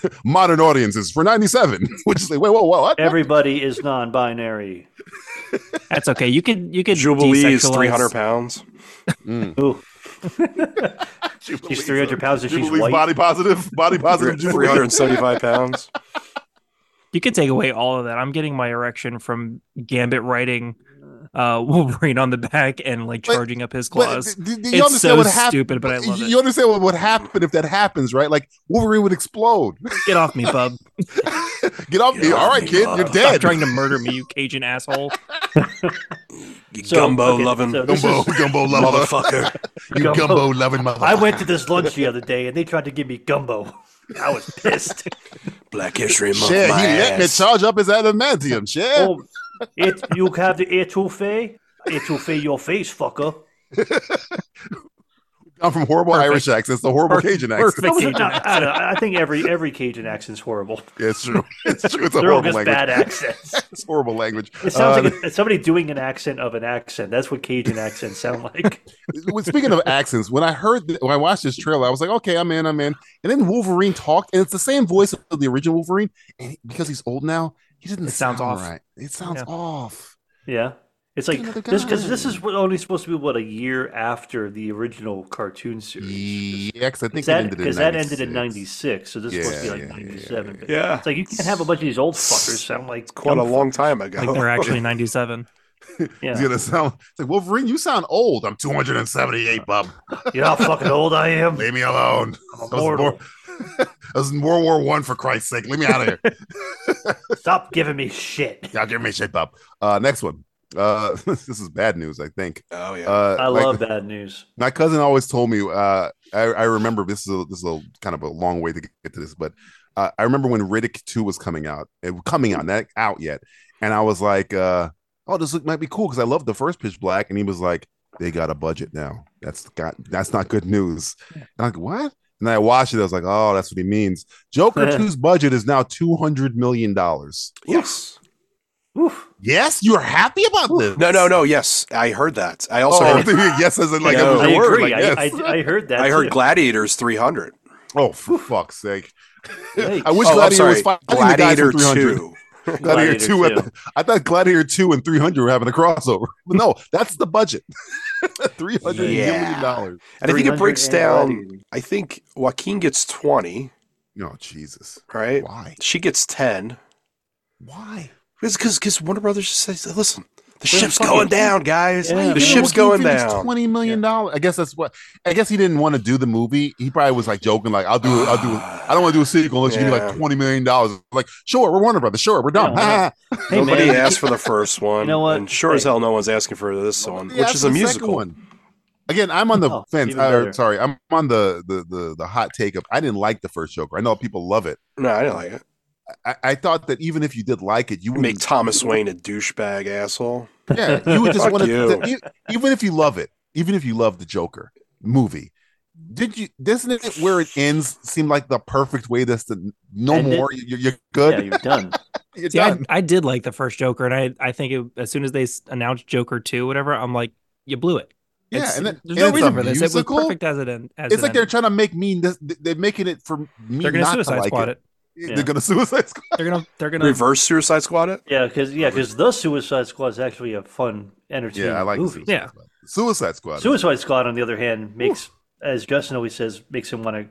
Yep.
Modern audiences for '97, which is like, wait, whoa, whoa, what?
Everybody is non-binary.
That's okay. You could you could
Jubilee is
desexualize-
three hundred pounds.
Ooh. she's 300 pounds and she's
Jubilee's
white.
body positive, body positive.
Three
Jubilee.
hundred and seventy-five pounds.
You could take away all of that. I'm getting my erection from Gambit writing uh, Wolverine on the back and like
But-
charging up his
But
claws.
do- do you
It's
understand
so
what hap-
stupid, but I love
you
it.
You understand what would happen if that happens, right? Like Wolverine would explode.
Get off me, bub.
Get off me!
off
All right,
me,
kid,
Bob.
you're
Stop
dead.
trying to murder me, you Cajun asshole.
You
So,
gumbo
okay,
loving
so this
gumbo,
is-
gumbo lover,
motherfucker.
you
Gumbo.
gumbo, loving mother.
I went to this lunch the other day and they tried to give me gumbo. I was pissed.
Black History Month.
Shit, he
my
let me
ass.
charge up his adamantium. Shit.
oh, it, you have the etouffee? Etouffee your face, fucker.
I'm from horrible Irish accents to horrible Cajun accents.
Perfect.
I, was,
Cajun
no, I, don't know, I think every every Cajun accent's horrible.
Yeah, it's true. It's true. It's a
They're all
horrible
just
language.
bad accents.
It's horrible language.
It sounds
Uh,
like it's somebody doing an accent of an accent. That's what Cajun accents sound like.
well, speaking of accents, when I heard th- when I watched this trailer, I was like, okay, I'm in, I'm in. And then Wolverine talked, and it's the same voice of the original Wolverine. And he- because he's old now, he didn't.
It sounds
sound
off.
Right. It sounds
Yeah.
off.
Yeah. It's like
Another
this because
guy.
this is what- only supposed to be what a year after the original cartoon series.
Yeah, because I think it
Because that,
ended in
'cause that ended in
96.
'96, so this is supposed to be
Yeah,
like
yeah, yeah, yeah,
'97. but
yeah.
it's like you can't have a bunch of these old fuckers sound like
Quite a
dumb
long time ago.
Like they're actually 97.
fuck- Yeah.
He's gonna sound it's like Wolverine. You sound old. I'm 278, Bob.
You know how fucking old I am.
Leave me alone. I was,
immortal.
more- I was in World War One for Christ's sake. Leave me out of here.
Stop giving me shit.
Y'all give me shit, Bob. Uh, next one. Uh, this is bad news, I think.
oh yeah.
Uh,
I
like-
love bad news.
my cousin always told me uh i, I remember this is a, this is a kind of a long way to get to this but uh, i remember when riddick 2 was coming out it was coming out not out yet and i was like uh oh this look might be cool because i loved the first pitch black and he was like they got a budget now. That's got that's not good news. And I'm like, what? And I watched it. I was like, oh, that's what he means. Joker 2's budget is now two hundred million dollars.
Yes.
Oof.
Yes, you're happy about this?
No, no, no. Yes, I heard that. I also
Oh,
heard,
yes, as in like
No.
it was
I
a word.
agree.
like, yes.
I, I, I heard that.
I heard
too.
Gladiators 300.
oh, for fuck's sake!
Yikes.
I wish
Oh, I'm
Gladiator
sorry.
was fighting
Gladiator
the guys from 300.
2.
Gladiator,
Gladiator
2. at
two.
the- I thought Gladiator 2 and 300 were having a crossover. But no, that's the budget. Three hundred million
Yeah.
dollars.
And I think it
300
breaks
and
down.
Gladiator.
I think Joaquin gets 20,
No, Jesus.
right?
Why?
She gets 10.
Why?
Because because Warner Brothers just says, listen, the ship's
fucking-
going down, guys.
Yeah.
The
Dude,
ship's going down.
Twenty million dollars. I guess that's what. I guess he didn't want to do the movie. He probably was like joking, like I'll do, I'll do. I don't want to do a sequel unless you give me
Yeah.
like twenty million dollars. Like sure, we're Warner Brothers. Sure, we're done.
Yeah, why not? Hey,
Nobody
man,
asked for the first one.
know what?
And sure as hell, no one's asking for this one,
Yeah,
which is
that's
a
the second
musical.
one. Again, I'm on the
Oh,
fence.
even
Uh,
better.
sorry, I'm on the, the the the hot take of I didn't like the first Joker. I know people love it.
No, I didn't like it.
I, I thought that even if you did like it, you would
Make Thomas Wayne a douchebag asshole.
Yeah, you would just
Fuck
want
you.
to. Even if you love it, even if you love the Joker movie, did you? Doesn't it where it ends seem like the perfect way? That's the no
End it?
more. You're, you're
Yeah,
good.
you're done.
you're
See, I,
done.
I did like the first Joker, and I I think it, as soon as they s- announced Joker two, whatever, I'm like, you blew it.
Yeah,
It's-
and then-
there's
and
no
it's
reason
a
for this. It was
musical?
perfect as it en- as
It's
it
like they're
ended.
trying to make me. this- They're making it for me.
they're gonna
not
suicide
to like
squad
it.
it.
Yeah.
They're gonna suicide squad.
They're gonna they're gonna
Reverse Suicide Squad it?
Yeah, because yeah, because the Suicide Squad is actually a fun, entertaining
Yeah, I like
movie.
Suicide
Yeah.
Squad. Suicide Squad.
Suicide Squad, on the other hand, makes as Justin always says, makes him want to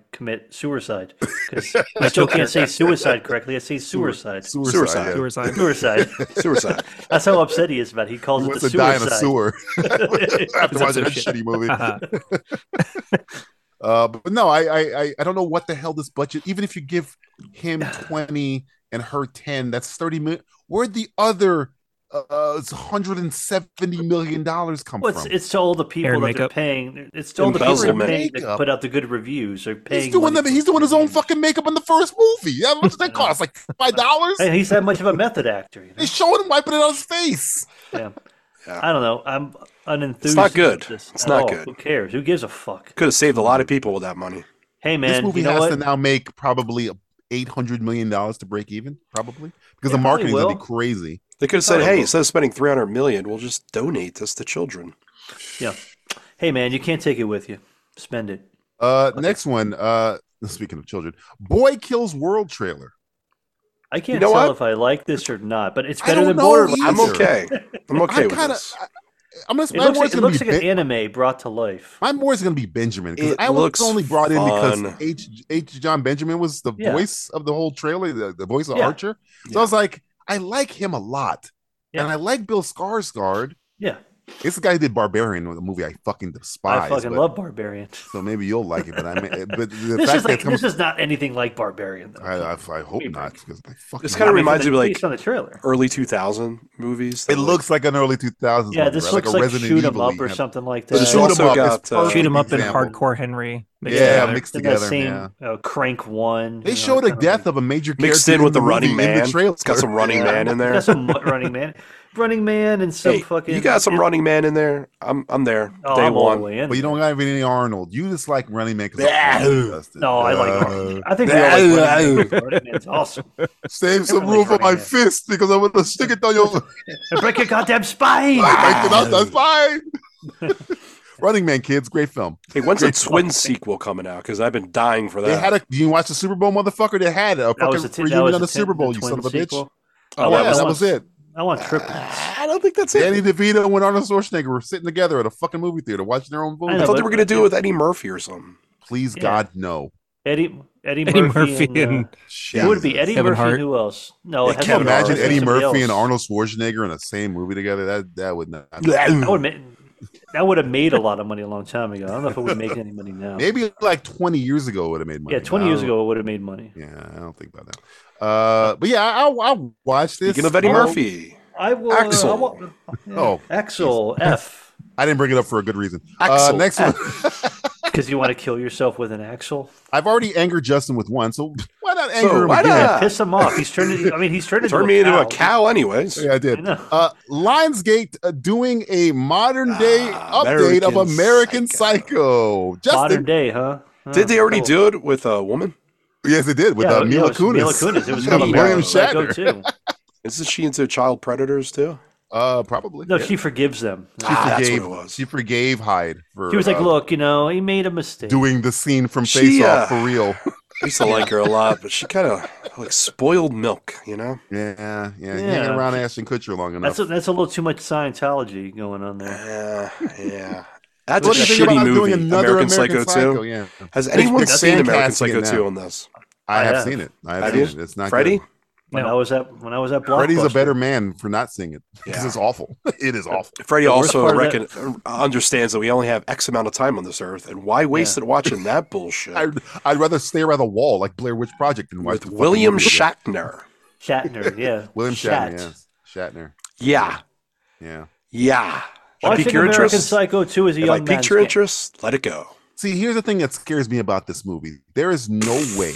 commit suicide because I still can't say suicide correctly. I say suicide,
Suicide.
Suicide.
yeah.
suicide.
suicide.
Suicide.
That's how upset he is about. It. He calls
He
it
wants
the
to die in a
suicide.
sewer after
That's
watching
some
that
shit.
shitty movie.
Haha.
Uh-huh.
Uh, but no, I, I I I don't know what the hell this budget. Even if you give him twenty and her ten, that's thirty million. Where'd the other uh hundred and seventy million dollars come
Well, it's,
from?
it's to all the people
Hair and
that they're
makeup.
paying. It's to all the people they're
Embezzlement.
paying that
Makeup.
put out the good reviews. They're paying.
he's doing
money
that. He's
for-
doing his own fucking makeup in the first movie. Yeah, how much did that cost? Like five dollars.
Hey, he's that much of a method actor. You know?
They showing him wiping it on his face.
yeah.
Yeah.
I don't know. I'm unenthused.
It's not good.
about this
It's
at
not
all.
good.
Who cares? Who gives a fuck?
Could have saved a lot of people with that money.
Hey man,
this movie
you know
has
what?
to now make probably eight hundred million dollars to break even, probably because
It
the
probably
marketing is gonna be
will.
crazy.
They could have said,
Oh.
hey, instead of spending 300 million, we'll just donate this to children.
Yeah. Hey man, you can't take it with you. Spend it.
Uh, next one. Uh, speaking of children, Boy Kills World trailer.
I can't
know
tell
what?
if I like this or not, but it's
I
better
don't
than
know
Borderlands.
I'm
Either.
okay. I'm okay
I
with
kinda-
this.
I, I'm gonna.
It
my word's
looks like, it
gonna be
looks like an
Ben-
anime brought to life.
my word's gonna be Benjamin because
It
I was
looks
only brought in
fun.
because H H John Benjamin was the
Yeah.
voice of the whole trailer, the, the voice of
Yeah.
Archer. So
Yeah.
I was like, I like him a lot,
Yeah.
and I like Bill Skarsgård.
Yeah,
It's the guy who did Barbarian, the movie I fucking despise.
I fucking
but-
love Barbarian.
So maybe you'll like it, but I mean, but the
This
fact
is
that
like
it comes,
this is not anything like Barbarian though.
I, I, I hope
Give me a
not
break.
because I fucking.
This kinda
hate it.
reminds
from
me
the-
of, like-
based on the trailer.
Early 2000 movies. that
It looks like an early 2000s.
Yeah,
movie,
this
right?
looks
a
like,
Resident
shoot 'em
Evil
up or
yeah.
something like
But
that.
it's
Shoot 'em
also
up,
got,
it's
uh,
perfect
Shoot him up in
example.
hardcore Henry. mixed
Yeah,
together.
mixed
in that
together,
same
yeah.
uh, crank one.
They
you know,
showed
kind
a
of
death
thing.
of a major character
mixed in with the
movie
running man.
In the trailer.
it's got some running man in there.
Got some mu- running man, running man, and some
Hey,
fucking.
you got some
it-
running man in there. I'm I'm there.
Oh,
Day
I'm all the
one.
way in.
But you don't have any Arnold. You just like Running Man. 'cause
Yeah.
of Arnold, Justin.
No, I like. Running
Uh,
Man. I think we all like running, man. running Man's awesome.
Save some
Everyone
room for
likes
my
Running Man.
fist because I'm gonna stick it down your. like,
And break your goddamn spine.
that's, that's fine. running Man, kids, great film.
Hey, when's the twin sequel coming out? Because I've been dying for that.
They had a. You watch the Super Bowl, motherfucker? They had a
That
fucking
was the t- that
reunion
was
on the
t-
Super Bowl. you
the
son of
twin
a bitch. Ah.
sequel.
oh,
yeah,
that was
that was it.
I want triplets. I
I don't think that's it.
Danny DeVito and Arnold Schwarzenegger were sitting together at a fucking movie theater watching their own
I
I
movie.
know.
thought they were gonna do it with Eddie Murphy or something.
Please,
Yeah.
God, no.
Eddie Eddie
Eddie
Murphy,
Murphy
and,
and-
uh, it would be Eddie
Kevin
Murphy.
Hart.
and Who else? No,
Yeah,
it has
Can you
Kevin
to be
imagine
Hart.
Eddie
somebody
Murphy and
else.
Arnold Schwarzenegger in the same movie together? That that would not.
That would ma- that would have made a lot of money a long time ago. I don't know if it would make any money now.
Maybe like 20 years ago would have made money.
yeah, twenty
I
years
don't-
ago it would have made money.
Yeah, I don't think about that. Uh, but yeah, I, I, I watched this.
Speaking of Eddie
Oh.
Murphy,
I will.
Axel.
I will
Oh,
Axel F.
I didn't bring it up for a good reason. Uh,
Axel.
next one.
because you want to kill yourself with an axle.
I've already angered Justin with one, so why not anger
So
him
why
again?
not?
Piss him off. He's turned. I mean, he's turned into
Turn
a
me
cow.
into a cow, anyways.
Yeah, I did.
know.
Uh, Lionsgate uh, doing a modern day update
American
of Ah, American Psycho. Justin,
Modern day, huh? Huh.
Did they already do it with a woman?
yes, it did with
Yeah,
uh,
yeah,
Mila
it was
Kunis.
Mila Kunis. It was called
William
American Psycho
Shatner.
too.
Isn't she into child predators too?
Uh, probably.
No,
Yeah.
she forgives them.
She
Ah, that's what
forgave.
it was.
She forgave Hyde for.
She was like,
uh,
"Look, you know, he made a mistake."
doing the scene from
She,
Face
uh,
Off for real."
I used to like her a lot, but she kind of like spoiled milk, you know.
Yeah, yeah.
Yeah.
Hanging around Ashton Kutcher long enough.
That's a, that's a little too much Scientology going on
Uh,
there.
Yeah, yeah. That's
what
a
do you think
shitty
about
movie.
doing another
American, Psycho,
Psycho?
2.
Yeah,
Has anyone
That's
seen American
fantastic
Psycho
now.
2 on this?
I
I
have
have.
seen it. I
Have
have
you?
seen it. It's not
Freddy?
Good.
When I was at when I was at Blockbuster,
Freddy's a better man for not seeing it because
Yeah.
it's awful. It is awful.
Freddy
The worst
also
part of
reckon, understands that we only have X amount of time on this earth, and why waste it watching that bullshit
I'd, I'd rather stare at the wall like Blair Witch Project than watch
with
the fucking
William
movie again.
Shatner?
Shatner, yeah,
William
Shat.
Shatner.
Yeah,
Yeah. Shatner. Yeah.
yeah. Should I
Watching
pique your
American
interest?
Psycho 2 is a
If
young
I piqued
man's
your
game.
interest, let it go.
See, here's the thing that scares me about this movie. There is no way.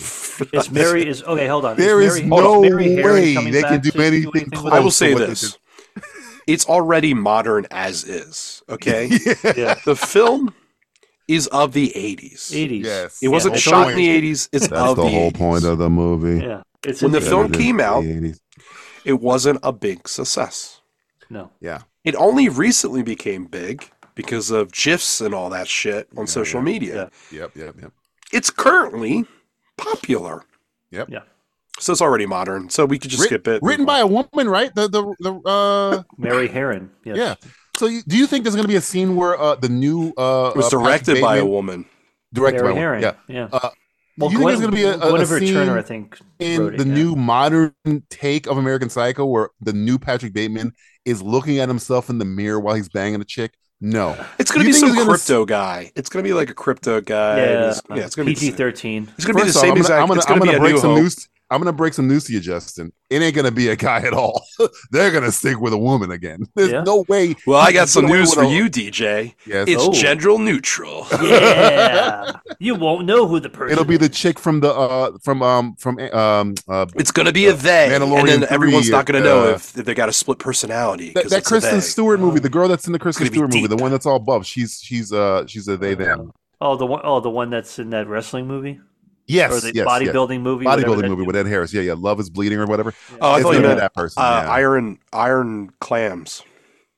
Is Mary is okay? Hold on.
There is
Mary,
no
Mary Harron
way
coming
they can
back
do
to
anything
with
close.
I
Oh,
will
so
say
what they
this. It's already modern as is. Okay.
it? Yeah,
The film is of the 80s.
eighties.
Yes.
It wasn't
Yeah,
shot
point.
in the 80s. It's of the, 80s.
of the movie.
Yeah, it's
When
in
the
the
film came out,
The 80s.
it wasn't a big success.
No,
Yeah.
It only recently became big because of GIFs and all that shit
Oh,
on social media.
Yeah.
Yep, yep, yep.
It's currently popular.
Yep.
Yeah.
So it's already modern. So we could just
Writ-
skip it.
Written by a woman, right? The the the uh
Mary Herron. Yes.
yeah. So you, do you think there's going to be a scene where uh the new uh
It was
uh, Patrick
directed by a
Bateman-
woman.
directed by a
Mary
woman.
Herron.
Yeah.
yeah.
Uh, you think there's going to be a, a, a
Guinevere
scene
Turner, I think,
in
wrote it,
the
yeah.
new modern take of American Psycho where the new Patrick Bateman is looking at himself in the mirror while he's banging a chick? No.
It's going to be
You think
some
it's gonna s-
crypto guy. It's going to be like a crypto guy. and
Yeah,
it's- yeah, it's going to be
PG thirteen.
It's going to be the
First off,
same
I'm gonna,
exact.
I'm gonna,
it's going
I'm
to be
gonna
a
break
new
some
hope.
news. I'm gonna break some news to you, Justin. It ain't gonna be a guy at all. They're gonna stick with a woman again. There's
Yeah.
no way.
Well, I
he
got
gets
some
away
news
with
for
a-
you, DJ.
Yes.
It's
Oh.
general neutral.
Yeah, you won't know who the person.
It'll be the chick from the uh from um from um uh
It's going to be a they, and
Mandalorian
then everyone's
3,
not going to know
uh,
if, if they got a split personality.
that,
'cause
that
it's a
Kristen
they.
Stewart movie, the girl that's in the Kristen
It's gonna
Stewart
be
movie, the
deep.
one that's all buff. She's she's uh she's a they them.
Oh, the one oh the one that's in that wrestling movie
Yes,
or the
yes, yes.
bodybuilding movie. whatever
bodybuilding
that-
movie with Ed Harris. Yeah, yeah. Love is bleeding or whatever.
Oh, I
It's
thought you
gonna be
meant
that person.
uh,
yeah.
iron iron clams.
Oh,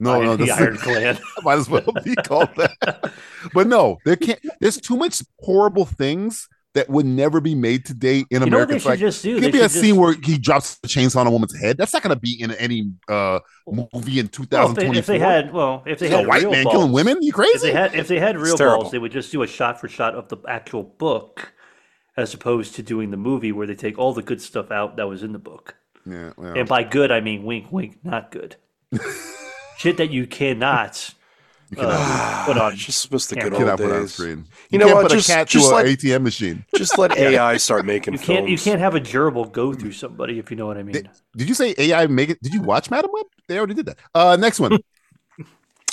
no, no,
the
this-
Iron Clan.
might as well be called that. But no, there can't. There's too much horrible things that would never be made today in
You know
America.
what they
It's
should
like,
just do?
Give me
They
a
should just-
scene where he drops a chainsaw on a woman's head. That's not going to be in any uh, movie in
Well, if,
2024.
they, if they had, well, if they
Is a
had
white
real
man
balls,
killing women, you
if
crazy?
they had if they had real
terrible.
balls, they would just do a shot for shot of the actual book, as opposed to doing the movie where they take all the good stuff out that was in the book.
yeah, well,
And by good, I mean wink, wink, not good. Shit that you cannot, uh, put on.
It's just was the
Yeah,
good
Get
old
out put on
days.
screen. You,
know
can't
what?
Put
Just-
a cat
just
to
like-
an ATM machine.
Just let AI start making
You can't you
films.
can't have a gerbil go through somebody if you know what I mean.
Did you say AI make it? Did you watch Madam Web? They already did that. Uh, next one.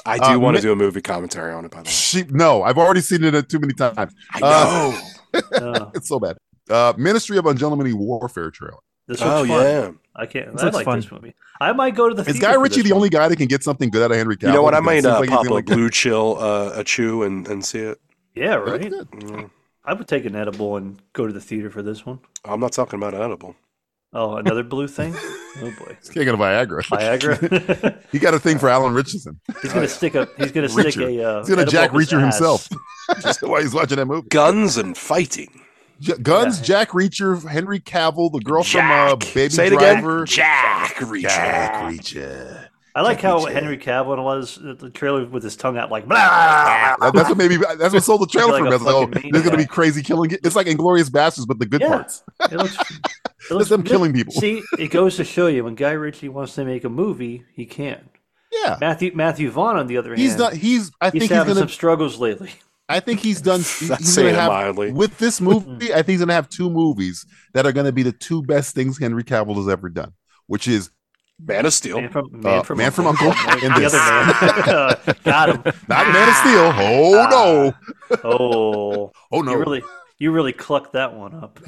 I do
uh,
want
ma-
to do a movie commentary on it. By the way,
she, no, I've already seen it uh, too many times.
I
Uh,
know.
No,
It's so bad. Uh, Ministry of Ungentlemanly Warfare trailer.
this one's
oh
fun.
yeah.
I can't.
This
I
looks
like
fun.
this movie. I might go to the.
Is
theater
Guy
for
Ritchie
this
the
one.
only guy that can get something good out of Henry Cavill?
You know what? I might uh,
Because it seems like he's
pop
gonna
a blue chill uh, a chew and, and see it.
Yeah,
get-
right. Mm.
That's good.
I would take an edible and go to the theater for this one.
I'm not talking about edible.
Oh, another blue thing. Oh boy,
He's taking a Viagra.
uh,
Oh,
Viagra.
he got a thing for Alan Richardson.
he's gonna stick a. He's gonna stick
Reacher.
a. Uh,
He's gonna
edible
Jack
up his
Reacher
ass.
himself. That's why he's watching that movie.
Guns and fighting.
J- Guns, Jack Reacher, Henry Cavill, the girl from uh, Baby
Say it
Driver.
again. Jack Reacher.
Reacher.
I like how Henry Cavill was uh, the trailer with his tongue out like.
Ah,
"Blah!"
That- that's what maybe that's what sold the trailer
Like
for
a
me. I was like, oh,
fucking
there's gonna be
maniac.
crazy killing. It's like Inglorious Bastards, but the good
Yeah.
parts.
It looks. It looks
them killing people.
See, it goes to show you when Guy Ritchie wants to make a movie, he can.
Yeah,
Matthew Matthew Vaughn, on the other
he's
hand,
not. He's. I
he's
think he's
having
gonna.
some struggles lately.
I think he's done. he's gonna
saying it
have-
mildly. Hmm.
With this movie, I think he's going to have two movies that are going to be the two best things Henry Cavill has ever done, which is
Man of Steel.
Man from Man,
Uh,
from,
Man from Uncle. in
the
this.
other man. Got him.
Not Man
Ah.
of Steel. Oh no.
Oh,
Oh no.
you really you really clucked that one up.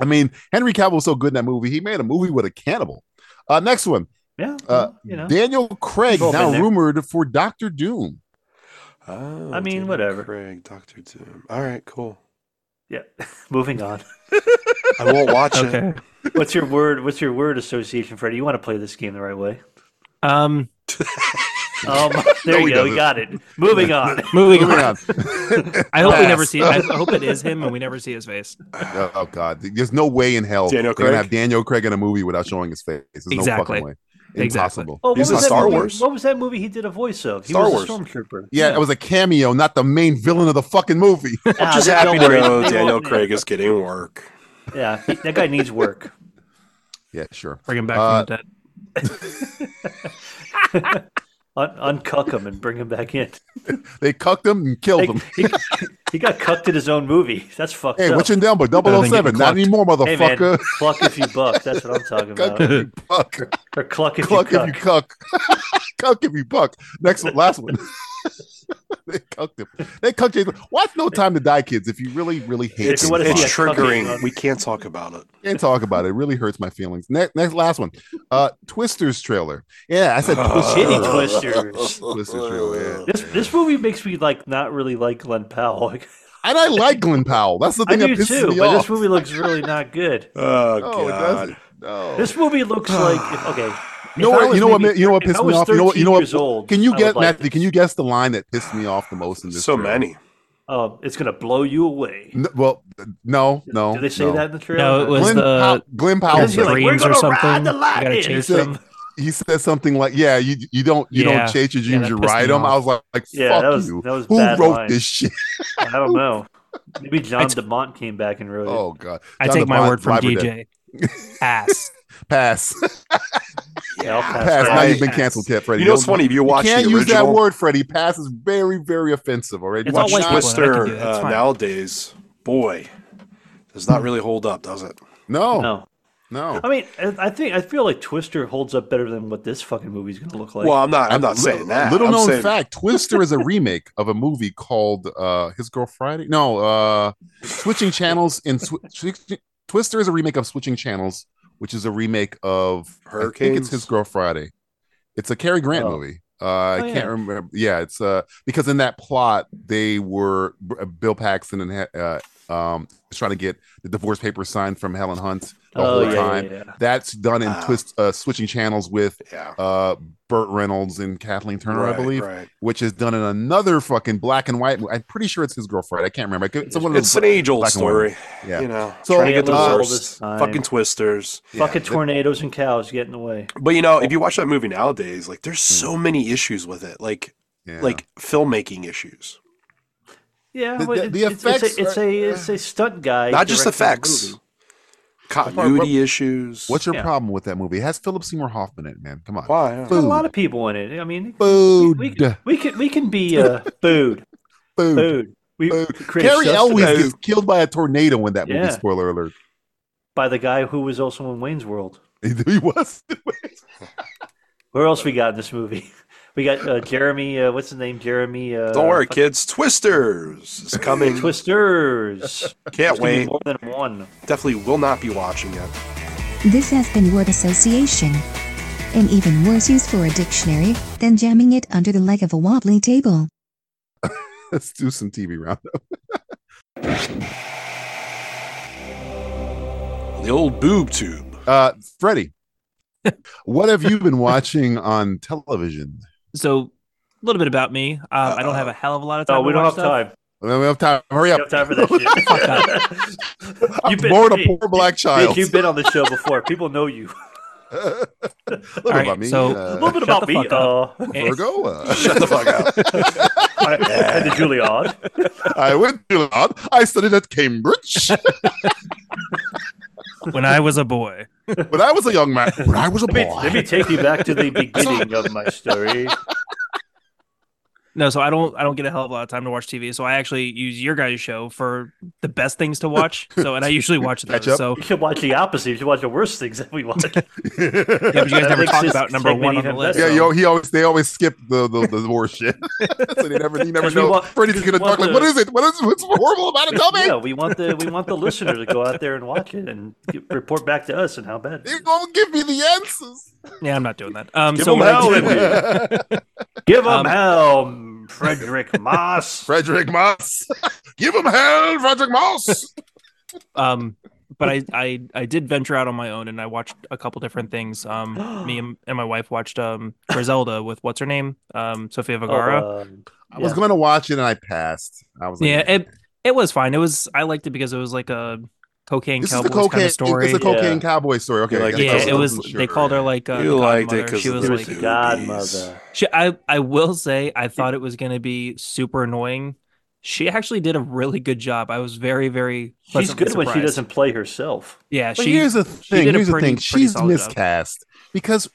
I mean, Henry Cavill was so good in that movie. He made a movie with a cannibal. Uh, next one.
Yeah,
Uh,
you know.
Daniel Craig
We've all
now
been there.
rumored for Doctor Doom.
Oh,
I mean,
Daniel
whatever.
Craig, Doctor Doom. All right, cool.
Yeah. Moving on.
I won't
uh,
watch it.
Okay.
What's your word? What's your word association, Freddie? You want to play this game the right way?
Um,
Um, there you go. We got it. Moving on.
moving
Moving
on.
on.
I hope we never
Pass.
see. I hope it is him, and we never see his face.
Oh, oh, God, there's no way in hell
Daniel
they're gonna
Craig?
have Daniel Craig in a movie without showing his face. There's no
Exactly.
fucking way.
Exactly.
Impossible.
Oh, what
He's
was
in
that
Star
movie?
Wars.
What was that movie he did a voice of? He
Star
was
Wars.
a stormtrooper.
Yeah, it was a cameo, not the main villain of the fucking movie.
Ah,
Just
that-
happy
don't
to
worry.
know
They
Daniel
won't-
Craig is getting work.
Yeah, he- that guy needs work.
yeah, sure.
Bring him back
Uh,
from the dead.
Un- uncuck him and bring him back in.
They cucked him and killed
Like,
him.
he, he got cucked in his own movie. That's fucked
Hey,
up.
what's your number?
than
007.
getting
Not
clucked.
anymore,
hey, man,
motherfucker.
cluck if you buck. That's what I'm talking
Cuck
about.
if you buck.
Or cluck if
Cuck
you
if you
cuck.
cuck. Cuck if you buck. Next one, last one. they cucked him. They cucked Jason. Watch No Time to Die, kids. If you really, really hate
If
it,
you wanna
it's
see a
triggering.
cucking-
We can't talk about it.
can't talk about it. It really hurts my feelings. Next, next last one. Uh, Twister's trailer. Yeah, I said
Oh.
Twister.
Titty twisters.
Twister trailer. yeah.
This this movie makes me like not really like Glenn Powell.
And I like Glenn Powell. That's the
I
thing
do
that pisses
too,
me
but
off.
this movie looks really not good.
Oh,
no, it
God.
doesn't. No.
This movie looks like if, okay.
You know
if I
what?
was
You know what?
maybe
ma- You know what
thir- if I
pissed me
was
off. You know what? You
13
know
years
what?
old,
Can you
I
get
would like
Matthew? Can you guess the line that pissed me off the most in this?
so
trailer?
many.
Oh, it's gonna blow you away.
N- well, no, no.
Do they say
no.
that in the trailer?
No, it was
Glenn,
the
Pow- Glenn Powell.
the
Because you're
said-
like,
dreams
"We're
or
gonna
something.
ride the
You gotta
lightning."
chase
He said-
them.
He said something like, "Yeah, you you don't you
Yeah.
don't chase your
Yeah,
dreams,
that
you
pissed
ride
me
them." I
off.
was like, like,
Yeah,
"Fuck
that was-
you."
that was
Who
bad
wrote
line.
this shit?
I don't know. Maybe John
t-
DeMont came back and wrote it.
Oh god.
I
John
take my
DeBont-
word from
Live or Dead.
DJ. Ass.
Pass.
Yeah, I'll pass
Pass.
that.
Now
I-
you've been canceled, Ted. Freddie.
You know what's funny? If you watch
can't
the
use that
original,
word, Freddie. Pass is very, very offensive. All right.
It's all
Watch
white
out.
people. Well, I
Twister
can do that. It's
uh,
fine.
nowadays, boy, does not really hold up, does it?
No, no,
No, I mean, I I think I feel like Twister holds up better than what this fucking movie's gonna look like.
well, I'm not. I'm not saying that.
Little
I'm
known
saying-
fact: Twister is a remake of a movie called uh, His Girl Friday. No, uh, Switching Channels in Swi- Swi- Twister is a remake of Switching Channels, which is a remake of I think
Hurricanes?
it's His Girl Friday. It's a Cary Grant
Oh.
movie. Uh, I
Oh,
can't
yeah.
remember. Yeah, it's uh because in that plot they were B- uh, Bill Paxton and he- uh, um was trying to get the divorce papers signed from Helen Hunt the
oh
whole
yeah,
time.
yeah, yeah.
That's done in
Ah.
twist uh, switching channels with
Yeah.
uh Burt Reynolds and Kathleen Turner,
right,
I believe,
Right.
which is done in another fucking black and white. mo- I'm pretty sure it's his girlfriend. I can't remember. It's one of
It's
those.
an age-old
black and white
story.
Yeah.
You know,
So,
trying to get the
uh,
worst
all this time.
fucking twisters.
Fucking tornadoes and cows get in the way.
But you know, if you watch that movie nowadays, like there's so many issues with it, like
Hmm. yeah.
like filmmaking issues,
Yeah,
The-
well,
the-
it-
the
it's, it's,
effects
a, it's
are-
a it's a stunt guy.
not just
directing the
effects,
movie.
continuity issues.
what's your
yeah.
problem with that movie? It has Philip Seymour Hoffman in it, man. Come on.
why? I
There's
don't-
a lot of people in it. I mean,
Food.
We, we, we can we can be uh, food
Food.
food. We
Food.
create
Carrie Elwes
substitute
gets killed by a tornado in that movie.
Yeah.
Spoiler alert.
by the guy who was also in Wayne's World.
he was.
Where else we got in this movie? We got uh, Jeremy. Uh, what's his name? Jeremy. Uh,
Don't worry, kids. Twisters is coming.
Twisters.
Can't
There's gonna be
wait.
More than one.
Definitely will not be watching it.
This has been word association. An even worse use for a dictionary than jamming it under the leg of a wobbly table.
Let's do some TV roundup.
The old boob tube.
Uh, Freddie, what have you been watching on television?
So, a little bit about me.
Uh,
Um, I don't have a hell of a lot of time. to
No, Oh, we don't
watch stuff.
have time.
We don't have time. Hurry
We
up.
don't have time for that shit.
I'm
You've been-
bored a
hey,
poor black
Nick,
child.
you've been on the show before. People know you.
a little
All right,
about me.
so-
A
uh,
little
Shut
bit about
the
me.
fuck up.
Uh,
Eh,
Virgo. Uh,
Shut the fuck up.
I, I did Juilliard.
I went to Lod. I studied at Cambridge
when I was a boy.
when I was a young man. When I was a
Let me, let
boy.
me take you back to the beginning of my story.
No, so I don't. I don't get a hell of a lot of time to watch TV. So I actually use your guys' show for the best things to watch. So and I usually watch
Catch
those.
up.
So
You should watch the opposite. You should watch the worst things that we watch.
yeah, but you guys
That
never
makes
talk
this
about number
segment
one on the
even
list.
Yeah,
better.
so-
yo, he always they always skip the the, the war shit. so they never you never
'Cause we
know.
want-
Freddie's gonna
'cause we
talk like,
want
what
the-
is it? What is what's horrible about it? Tell me.
yeah, we want the we want the listener to go out there and watch it and get- report back to us and how bad. it
You
is.
won't give me the answers.
Yeah, I'm not doing that. Um,
Give
so
them
what I
hell,
do-
Indy. Give them
Um,
hell, Frederick Moss.
Frederick Moss. give him hell, Frederick Moss.
um but I, I i did venture out on my own and i watched a couple different things um me and, and my wife watched um griselda with what's her name um sofia vergara
Oh, um,
I was
yeah.
gonna watch it and I passed. I was like,
yeah it it was fine it was i liked it because it was like a cocaine
This is the
cowboys
cocaine.
kind of story
It's a cocaine
Yeah.
cowboy story. Okay,
like
I
yeah
guess I
it was
wasn't
they
sure.
called her like uh,
you liked it
godmother.
because
she was
It
like
was the godmother.
she, i i will say i thought it was going to be super annoying she actually did a really good job i was very very
She's
pleasantly
good when she
surprised.
doesn't play herself.
yeah
But
she
here's the thing.
did a
Here's the
pretty-
thing.
pretty
She's
solid job.
miscast because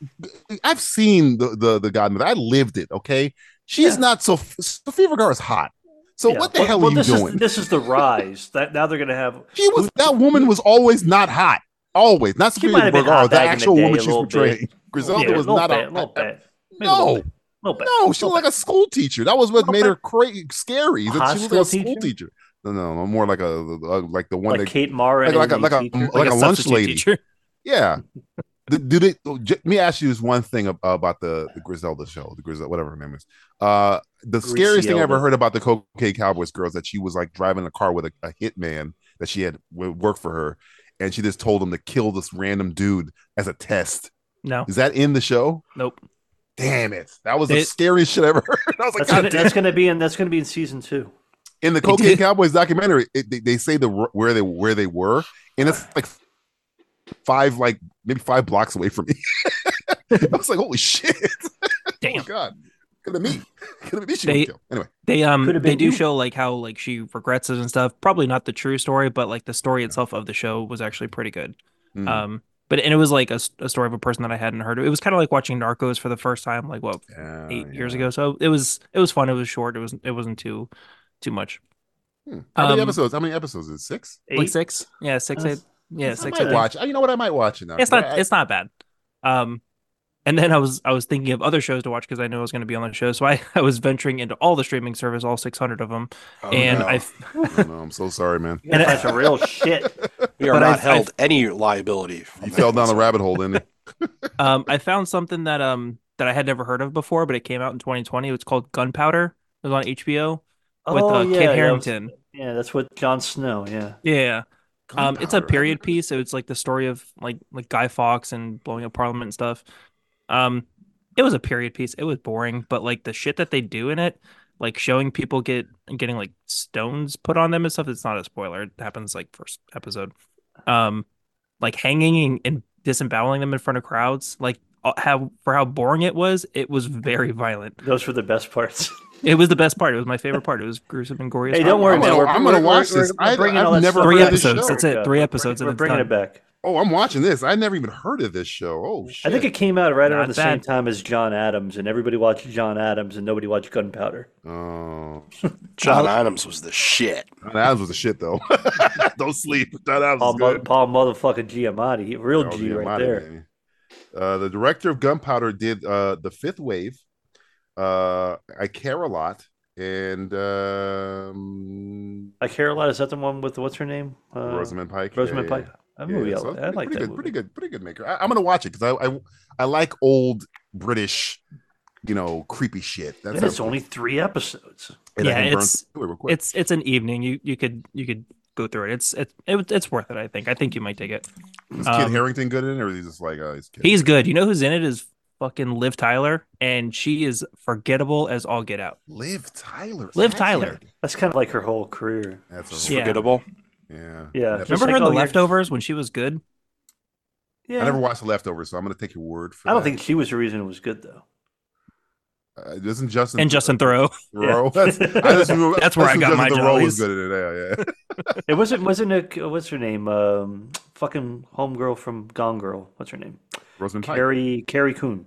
I've seen the the, the Godmother. I lived it. Okay, she's
Yeah.
not so. Sophia Vergara's hot. So
Yeah.
what the
Well-
hell
well,
are you
this
doing?
Is, this is the rise. That now they're going to have.
she was that woman was always not hot. Always not
She
Sophia
might have been
Vergara.
hot
The
back in the
actual
day
woman
a
she's
little bit.
portraying. Griselda
Yeah,
was
little
not
bit,
a
little bit. Maybe a little
No,
bit, little bit.
no, she was like a school teacher. That was what
Little
made her
bit.
crazy, scary. is That she was like
Hostile
a school
teacher?
teacher. No, no, no, more like a, a- like the one
like
that
Kate Mara
like-
and
like a-
the
like a-
teacher.
like a lunch
substitute
lady.
teacher.
Yeah. Do, do they? oh, j- Let me ask you this one thing ab- about the, the Griselda show, the Griselda, whatever her name is. Uh, the scariest thing I ever
Griselda.
heard about the Cocaine Cowboys girls that she was like driving a car with a, a hitman that she had w- worked for her, and she just told him to kill this random dude as a test.
no
Is that in the show?
nope
Damn it! That was the
It-
scariest shit I ever heard. I was like,
That's
God
gonna,
damn.
that's gonna be in that's gonna be in season two.
in the
They
Cocaine
did.
Cowboys documentary, it, they, they say the r- where they where they were, and it's like five, like maybe five blocks away from me. I was like, holy shit! Oh my
damn
god, could have me, could have me. She
They-
would kill. Anyway,
They um
Could have
they
been
do
you.
show like how like she regrets it and stuff. Probably not the true story, but like the story itself of the show was actually pretty good.
Mm.
Um, but and it was like a, s- a story of a person that I hadn't heard of. It was kind of like watching Narcos for the first time, like what
Yeah,
eight years
Oh, yeah.
ago. So it was it was fun. It was short. It was it wasn't too too much.
Hmm. How many
Um,
episodes? How many episodes? Is it six?
Like
Eight?
six, yeah, six, eight,
That's-
yeah,
I
six. I
might
think.
watch. You know what? I might watch it now.
It's
I-
not
I-
it's not bad. Um, and then I was I was thinking of other shows to watch because I knew I was going to be on the show. So I I was venturing into all the streaming service, all six hundred of them,
Oh,
and
no.
I
I don't know. I'm so sorry, man.
Yeah, that's a real shit.
uh,
we are
but
not
I-
held any liability. from
You
that
fell down the
whatsoever.
rabbit hole, didn't you?
um, I found something that um that I had never heard of before, but it came out in 2020. It was called Gunpowder. It was on HBO with
oh, yeah,
uh, Kit
that was-
Harrington.
yeah, that's what Jon Snow. Yeah,
Yeah, um, it's a
Gunpowder.
period piece. So it's like the story of like like Guy Fawkes and blowing up Parliament and stuff. Um, it was a period piece. It was boring, but like the shit that they do in it, like showing people get getting like stones put on them and stuff. It's not a spoiler. It happens like first episode. Um, like hanging and, and disemboweling them in front of crowds. Like uh, how for how boring it was, it was very violent.
those were the best parts.
It was the best part. It was my favorite part. It was gruesome and gory. as
Hey,
fuck.
don't worry,
I'm
man.
gonna-
we're,
I'm
we're-
gonna watch
we're-
this.
We're,
I-
bringing
I've
all that
never
stuff
Three
back.
episodes. That's it.
Yeah,
Three
we're-
episodes.
We're
and it's
bringing
done.
it back.
Oh, I'm watching this. I never even heard of this show. Oh shit!
I think it came out right
Not
around the same
bad.
time as John Adams, and everybody watched John Adams, and nobody watched Gunpowder.
Oh.
John Adams was the shit.
John Adams was a shit though. Don't sleep. John Adams
Paul,
is
mo-
good.
Paul motherfucking Giamatti, he- real
Oh,
G
yeah,
right
mighty,
there.
baby. Uh, the director of Gunpowder did uh, the Fifth Wave. Uh, I care a lot, and um,
I care a lot. Is that the one with what's her name? Uh,
Rosamund Pike.
Rosamund
Yeah, yeah,
Pike. That
yeah,
movie,
yeah.
I-
So it's
I like
pretty good,
that. movie.
pretty good, pretty good maker. I, am gonna watch it because I, I I like old British, you know, creepy shit. That's
And it's only three episodes.
and I
Yeah,
can burn
it's-
through it real quick.
it's it's an evening. You you could you could go through it. It's it, it it's worth it. I think. I think you might dig it.
Is Kid
um,
Harrington good in it, or is he just like oh, he's Kid?
He's good. You know who's in it is fucking Liv Tyler, and she is forgettable as all get out.
Liv Tyler.
Liv Tyler.
That's kind of like her whole career.
That's
It's
a,
Yeah.
forgettable.
yeah.
Yeah.
Never-
Just
Remember her
like,
in
oh,
The
you're-
Leftovers when she was good?
Yeah.
I never watched The Leftovers, so I'm gonna take your word for.
I don't
that.
think she was the reason it was good though.
Uh, isn't Justin
And Justin Thoreau.
Thoreau?
Mm-hmm. Yeah.
That's, I just remember,
That's where I
when
got my
Justin Thoreau was
jollies.
good at it.
It wasn't wasn't a what's her name? Um, fucking homegirl from Gone Girl. What's her name?
Yeah, yeah. Rosamund Pike.
Carrie Carrie Coon.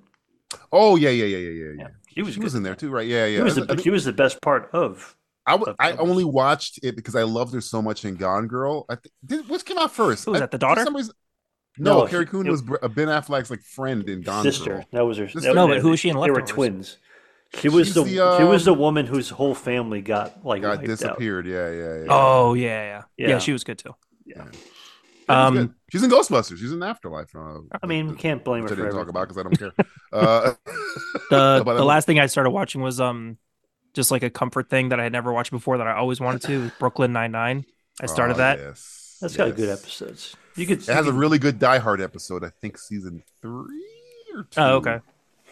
Oh yeah, yeah, yeah, yeah, yeah, yeah.
She was
She was
good.
in there too, right? Yeah, yeah.
She was
I- I
the,
think-
she was the best part of.
I, w-
of
I
Troubles.
only watched it because I loved her so much in Gone Girl. I th- did, what came out first?
Who was
I-
that, the
for
daughter?
some reason- no,
No,
Carrie
she-
Coon
it-
was Br- uh, Ben Affleck's like friend in Gone
sister.
Girl.
That was her.
Sister.
That,
No,
that-
but who was she in
They were
Leftovers?
twins. She was
She's
the,
the,
she was the
um,
woman whose whole family got like
Got
wiped out.
disappeared. Yeah, yeah, yeah.
Oh yeah, yeah, yeah.
Yeah.
she was good too.
Yeah.
Yeah.
She's
Um,
good. she's in Ghostbusters. She's in Afterlife. Uh,
I mean, can't blame her
which I
for
didn't
everything.
talk about because I don't care. uh,
the
but
the
I love-
last thing I started watching was um, just like a comfort thing that I had never watched before that I always wanted to. was Brooklyn Nine Nine. I started
Oh,
that.
Yes,
That's got good
yes.
episodes. You could.
It has a really good Die Hard episode. I think season three or two.
Oh, okay.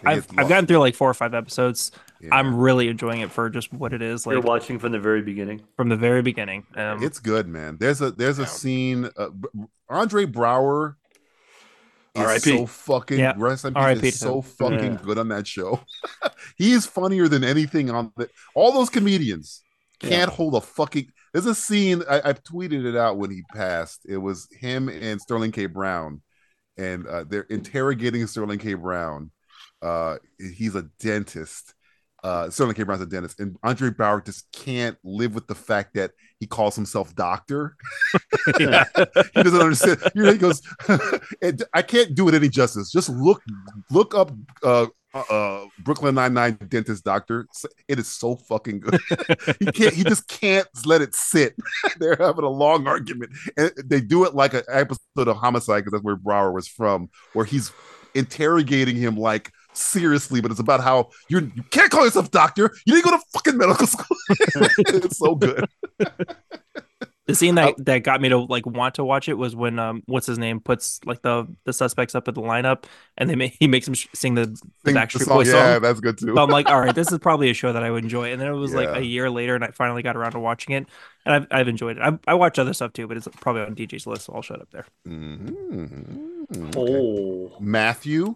They
I've
get
I've
lost.
gotten through like four or five episodes.
Yeah.
I'm really enjoying it for just what it is,
You're
like
watching from the very beginning.
from the very beginning. Um,
It's good, man. There's a there's a scene. Uh, B- Andre Brower is
R.I.P..
so fucking
Yeah.
rest in peace,
R.I.P.
is
to
so
him.
fucking
Yeah.
good on that show. he is funnier than anything on the. All those comedians can't hold a fucking. There's a scene I, I tweeted it out when he passed. It was him and Sterling K. Brown, and uh, they're interrogating Sterling K. Brown. Uh, he's a dentist. Uh, Sterling K. Brown's a dentist, and Andre Bauer just can't live with the fact that he calls himself doctor. he doesn't understand. You know, he goes, "It- I can't do it any justice. Just look, look up uh, uh, Brooklyn Nine Nine dentist doctor. It is so fucking good. he can't. He just can't let it sit. They're having a long argument, and they do it like an episode of Homicide because that's where Brower was from, where he's interrogating him like. Seriously, but it's about how you're, you can't call yourself doctor. You didn't go to fucking medical school. it's so good.
the scene that,
Oh.
that got me to like want to watch it was when um, what's his name puts like the the suspects up at the lineup, and they ma- he makes him sh- sing the, the
Sing the
Backstreet
song.
Boys
Yeah,
song.
that's good too.
So I'm like, all right, this is probably a show that I would enjoy. And then it was like
Yeah.
a year later, and I finally got around to watching it, and I've, I've enjoyed it. I, I watch other stuff too, but it's probably on DJ's list, so I'll shut up there.
Mhm. Okay.
Oh,
Matthew,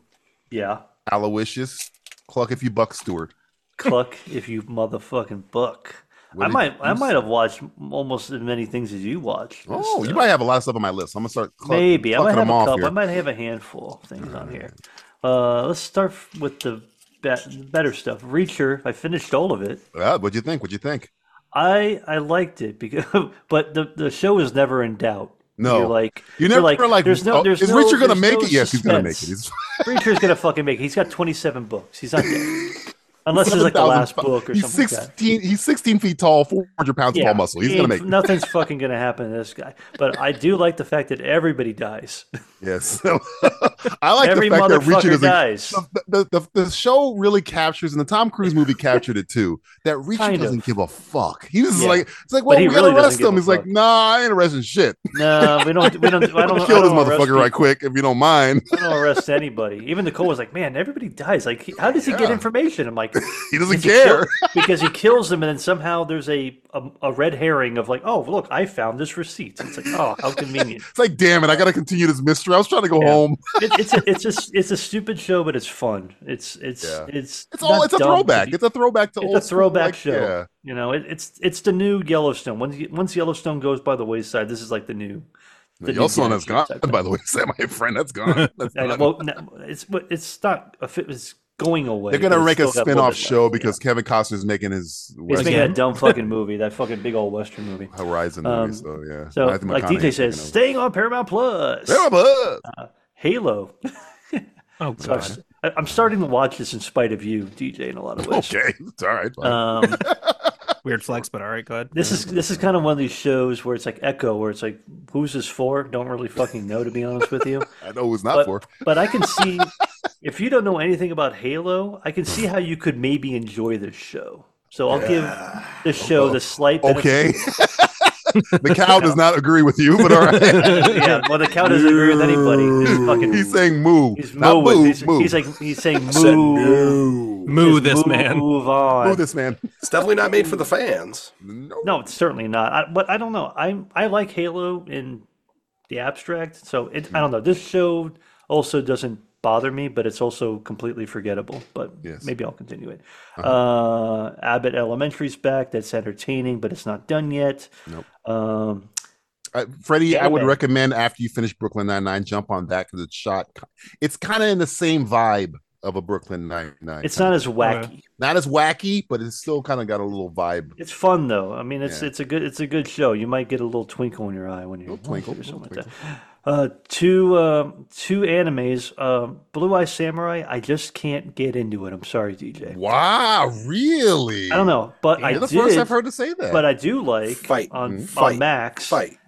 yeah.
Aloysius, Cluck if you buck Stewart.
Cluck if you motherfucking buck.
What
I
did
might.
you
I might
say?
have watched almost as many things as you watched.
Oh,
Just,
you
uh,
might have a lot of stuff on my list. I'm gonna start. Cluck,
Maybe I
clucking
might have
them
a
off
couple.
here.
I might have a handful of things on here. Uh, let's start f- with the be- better stuff. Reacher. I finished all of it.
Yeah, Uh, what'd you think? What'd you think?
I I liked it because, but the the show is never in doubt.
No.
you're like
You
you're
never like,
there's no
oh,
there's
is
no,
Richard gonna
there's
make
no
it? Yes, he's gonna make it.
suspense.
He's
Reacher's gonna fucking make it. He's got 27 books. He's not dead. Unless it's like the
7,000
last book or
he's
something like that.
16. He's 16 feet tall, 400 pounds of all muscle. He's gonna
ain't-
make it.
nothing's fucking gonna happen to this guy. But I do like the fact that everybody dies.
Yes, I like
Every
the fact that Richard
motherfucker
is a,
dies.
the, the, the, the show really captures, and the Tom Cruise movie captured it too. That Richard
Kind of.
doesn't give a fuck. He's just
Yeah.
like, it's like,
But
well,
he
we
really
gotta
doesn't
arrest
give
him.
a
He's like,
fuck.
nah, I ain't arresting shit.
no, we don't. We don't. I
I'm
don't. I
gonna kill this
don't arrest
motherfucker right
people.
quick if you don't mind.
I don't arrest anybody. Even Nicole was like, "Man, everybody dies. Like, he- how does he get
Yeah.
information?" I'm like,
He doesn't
Because he
care.
kill- because he kills them, and then somehow there's a, a a red herring of like, oh look, I found this receipt. It's like, oh, how convenient.
It's like, damn it, I gotta continue this mystery. I was trying to go home.
It, it's a, it's a, it's a stupid show, but it's fun. It's it's
Yeah.
it's
It's all
not
it's a
dumb, but
throwback.
you-
It's a throwback to old
it's a
school,
throwback
like,
show.
Yeah.
You know, it, it's it's the new Yellowstone. Once you- once Yellowstone goes by the wayside, this is like the new. The new
Yellowstone
Game
has
of
gone,
Thrones type
by
thing.
the way. Sam, my friend, that's gone. That's
I know,
done.
well, no, it's but it's not. a fi- It's going away.
They're gonna
but
make
it's
a
still got little
spin-off
bit
show
left.
because Kevin Costner's making his
He's
West
making that dumb fucking movie, that fucking big old western movie.
Horizon
Um,
movie. So yeah.
So,
Matthew
like
McConaughey's
DJ says, Uh,
taking over.
staying on Paramount Plus,
Yeah, but-
Halo.
Oh
So I'm
god,
s- I- I'm starting to watch this in spite of you, DJ, in a lot of ways.
Okay, it's all right. fine.
Um,
weird flex, but all right, go ahead.
this is this is kind of one of these shows where it's like Echo, where it's like, who's this for? Don't really fucking know, to be honest with you.
I know who's not
But
for.
but I can see if you don't know anything about Halo, I can see how you could maybe enjoy this show. So I'll give this show the slight benefit-
Okay. the cow does not agree with you, but all right.
yeah, well, the cow doesn't agree with anybody. He's fucking.
He's saying moo.
he's
not
mooing.
moo,
he's,
moo.
he's like he's saying
Said
move.
no.
Moo
Just
this
move,
man.
Move on.
moo this man.
It's definitely not made for the fans.
No.
No, it's certainly not. I, but I don't know. I I like Halo in the abstract, so it, I don't know. This show also doesn't bother me, but it's also completely forgettable. But
Yes. Uh-huh.
maybe I'll continue it. Uh, Abbott Elementary's back. That's entertaining, but it's not done yet.
Nope.
Um,
Uh, Freddie, I would
Damn it.
recommend after you finish Brooklyn Nine Nine, jump on that because it's shot. ki- It's kind of in the same vibe of a Brooklyn Nine Nine.
It's not as wacky.
not as wacky, but it's still kind of got a little vibe.
It's fun though. I mean, it's
Yeah.
it's a good it's a good show. You might get a little twinkle in your eye when you watch
twinkle,
it or something
little
like that. Uh, two um, two animes. Um, Blue Eye Samurai. I just can't get into it. I'm sorry, DJ.
Wow, really?
I don't know, but I
You're the
did.
first I've heard to say that.
But I do like
Fight.
mm,
on,
Fight.
on Max
Fight.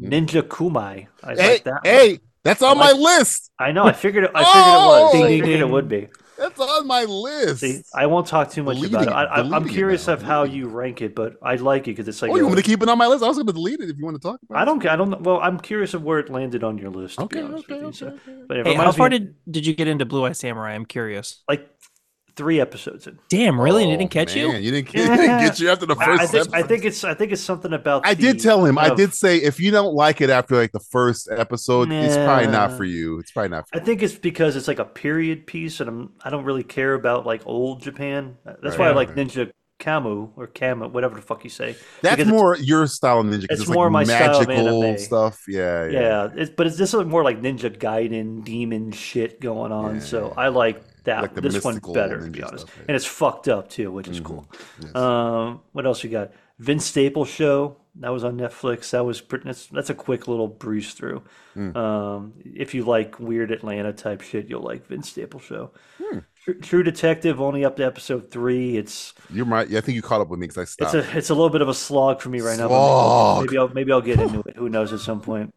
Ninja Kumai. I
hey,
like that. one.
hey, that's on my
I
list.
I know. I figured. It, I
Oh!
figured it was. I
Ding,
figured it
ding.
would be.
That's on my list.
See, I won't talk too much
Deleting
about it.
it,
I, I, I'm
deleting it
curious
now,
of how
deleting
you rank it, but I like it because it's like
oh, you
a-
want me to keep it on my list? I was going to delete it if you want to talk about
I don't. I don't. know- Well, I'm curious of where it landed on your list. To
Okay,
be honest
okay,
with you.
okay,
so-
okay.
But it
Hey, how
reminds
far
me of,
did did you get into Blue Eye Samurai? I'm curious.
like three episodes in?
Damn, really? They didn't
Oh,
catch
man,
you?
You didn't, it didn't get you after the
I,
first
I think, I
episode.
think it's. I think it's something about.
I did
the-
tell him. I
of-
did say if you don't like it after like the first episode, it's probably not
Nah.
for you. It's probably not for
I think it's because it's like a period piece, and I'm. I don't really care about like old Japan. That's why I
Right.
like Ninja Kamu or Kama, whatever the fuck you say.
That's
because it's-
more your style of ninja. 'cause
it's more my style of anime.
stuff. Yeah, yeah.
Yeah, it's, but it's, this is more like Ninja Gaiden, demon shit going on. so I like that.
Like the
this one
mystical
better, to be
ninja
honest.
stuff, Mm-hmm. yeah.
And it's fucked up too, which is cool. Um, what else we got? Vince Staples show that was on Netflix. That was pretty. That's, that's a quick little breeze through.
Hmm.
Um, if you like weird Atlanta type shit, you'll like Vince Staples show.
Hmm.
Tr- True Detective only up to episode three. It's
You're right. Yeah, I think you caught up with me because I
it's
stopped.
a it's a little bit of a slog for me right now. but
Slog.
Maybe I'll, maybe I'll get into it. Who knows at some point.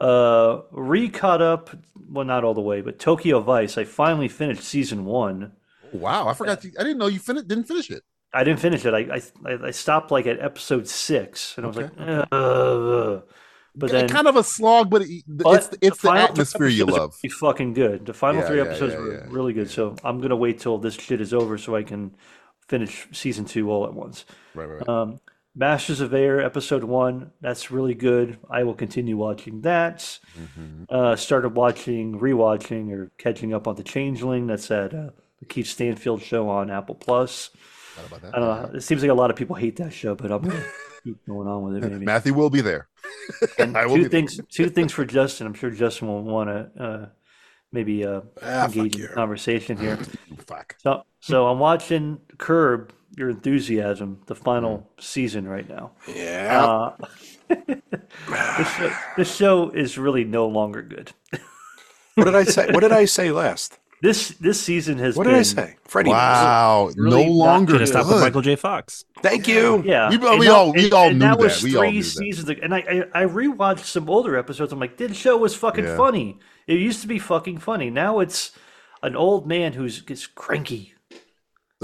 Uh, re caught up. Well, not all the way, but Tokyo Vice. I finally finished season one.
wow, I forgot. You, I didn't know you fin- didn't finish it.
I didn't finish it. I I, I stopped like at episode six, and I was
Okay,
like, "Ugh." but then
kind of a slog, but it,
but
it's it's the,
final three
atmosphere you
episodes are
love.
pretty fucking good. The final
Yeah,
three
yeah,
episodes
yeah,
were
yeah,
really good. So I'm gonna wait till this shit is over so I can finish season two all at once.
Right, right.
Um, Masters of Air, episode one. That's really good. I will continue watching that.
Mm-hmm.
Uh, started watching, rewatching, or catching up on The Changeling. That's at uh, the Keith Stanfield show on Apple Plus. I don't know. It seems like a lot of people hate that show, but I'm gonna keep going on with it. Maybe
Matthew will be there.
And
I will
two
be-
things. Two things for Justin. I'm sure Justin will want to uh, maybe uh, engage in conversation here.
Ah, Fuck.
So, so I'm watching Curb Your Enthusiasm, the final
Mm.
season right now.
Yeah.
Uh, this, show, this show is really no longer good.
what did I say? What did I say last?
This this season has
What
been
did I say? Freddie.
Wow,
Really
no
not
longer
Should have stopped with
good.
Michael J. Fox.
Thank you.
Yeah,
We- we
and
all- we
and-
all
and
knew
that was
that. We all
three
knew that.
seasons ago, and I, I I rewatched some older episodes. I'm like, this show was fucking
Yeah.
funny. It used to be fucking funny. Now it's an old man who's gets cranky.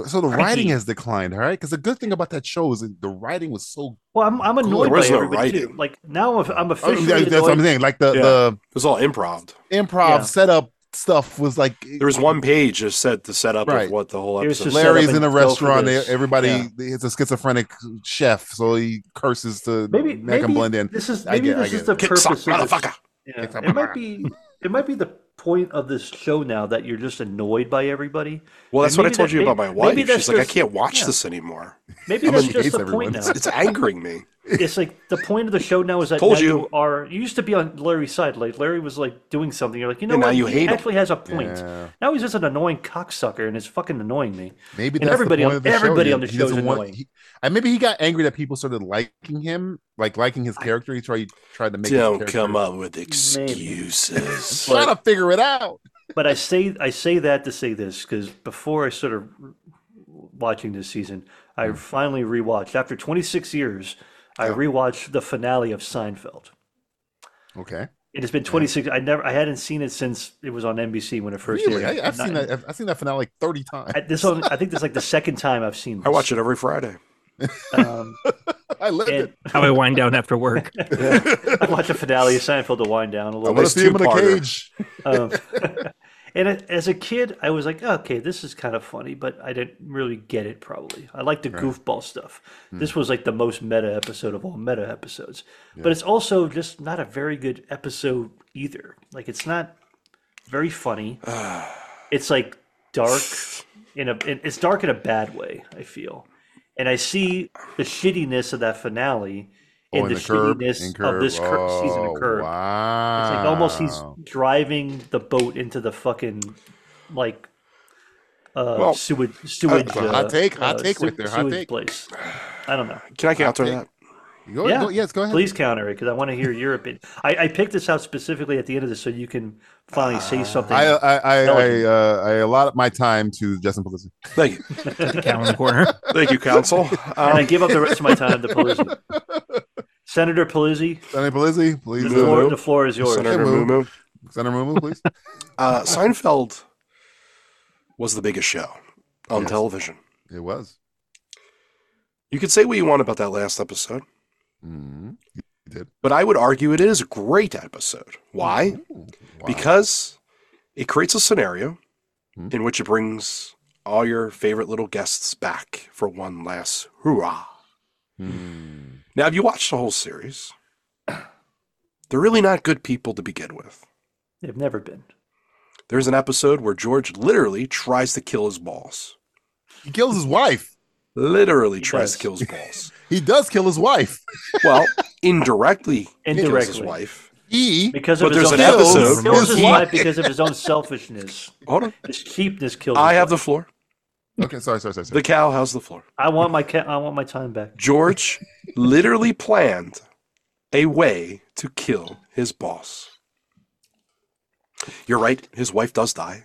So the writing
Cranky.
has declined, all right? Because the good thing about that show is that the writing was so.
Well, I'm I'm annoyed by
was no
everybody too.
writing.
Like now I'm, I'm
Oh,
officially
that- that's what I'm
annoyed.
saying. Like the
Yeah.
the
It was all improv.
improv
Yeah.
setup stuff was like
There was one page that said the setup
Right.
of what the whole
Here's
episode.
just-
was.
Larry's
setup
in a
and go for
restaurant. They,
this.
everybody
Yeah.
it's a schizophrenic chef, so he curses to
Maybe
make him
maybe
blend in.
This is
I
maybe
get- I
this is
get
the
it.
Kick
purpose.
sock,
of this-
motherfucker.
Yeah,
Kick sock,
it might
motherfucker.
be it might be the point of this show now that you're just annoyed by everybody.
Well,
And
that's what I
maybe
told
that-
you about
may-
my wife.
maybe
She's
that's
like, I
just-
can't watch
yeah.
this anymore.
Maybe that's
much
just
hates
the
everyone?
point now.
It's angering me.
it's like the point of the show now is that
Told
now
you.
are you used to be on Larry's side. Like Larry was like doing something. You're like, you know
And now
what?
you
he
hate him.
actually has a point. Now he's just an annoying cocksucker, and it's fucking annoying me.
Maybe
And
that's
everybody
the
on-
point of the
everybody
show.
on the
He
show is
doesn't want-
annoying.
he- and maybe he got angry that people started liking him, like liking his character. He tried tried to make. his
Don't
character-
come up with excuses.
Try to figure it out.
But I say I say that to say this because before I started watching this season, I
Mm.
finally rewatched after 26 years. I rewatched the finale of Seinfeld.
Okay,
It has been 26. I never I hadn't seen it since it was on NBC when it first
really,
aired.
I, I've seen
Not-
that. I've, I've seen that finale like thirty times.
I, this one, I think this is like the second time I've seen. This.
I watch it every Friday.
Um,
I lived
and-
it.
How I wind down after work.
I watch the finale of Seinfeld to wind down
I
a little
want
bit.
to see him in a
two-parter.
cage.
Um, and I- as a kid, I was like, okay, this is kind of funny, but I didn't really get it. Probably, I like the goofball stuff.
Hmm.
This was like the most meta episode of all meta episodes, but it's also just not a very good episode either. Like, it's not very funny. it's like dark in a. in- It's dark in a bad way. I feel, and I see the shittiness of that finale.
Oh,
and
in
the,
curb,
shittiness
in
of this cur- season
Oh,
of Curb.
Wow, Oh.
It's like almost he's driving the boat into the fucking like uh,
Well,
sewage sewage.
uh, hot take, hot take right there, hot
sewage
take.
place. I don't know.
Can I counter
take.
that?
Go,
yeah.
go- yes, go ahead.
Please counter it because I want to hear your opinion. I, I picked this out specifically at the end of this so you can finally say something.
Uh, I I I,
Now I
I, uh, I allot my time to Justin Pelosi.
Thank you.
Cow in the corner.
Thank you, counsel.
and I
Um,
give up the rest of my time to Pelosi. Senator Pelosi,
Senator Pelosi, please.
the
Moo
Uh,
floor,
moo.
the floor is yours.
Senator Moo
Moo.
Moo.
Senator Moomoo, please.
Uh, Seinfeld was the biggest show on television.
It was.
You could say what you want about that last episode,
Mhm. You did.
but I would argue it is a great episode. Why?
Ooh, wow.
Because it creates a scenario
Hmm.
in which it brings all your favorite little guests back for one last hoorah.
Hmm.
Now, if you watch the whole series, they're really not good people to begin with.
They've never been.
There's an episode where George literally tries to kill his boss.
He kills his wife.
Literally
He
tries
does.
to kill his boss.
He does kill his wife.
well, indirectly, kills his
Indirectly.
wife.
He
Because
But
of his
there's
own
an episode
He kills
where
his
he-
wife because of his own selfishness.
Hold on.
His cheapness kills.
I
his
have the
wife.
floor.
okay. Sorry, sorry, sorry. sorry.
The cow has the floor.
I want my ca- I want my time back.
George literally planned a way to kill his boss. You're right, his wife does die.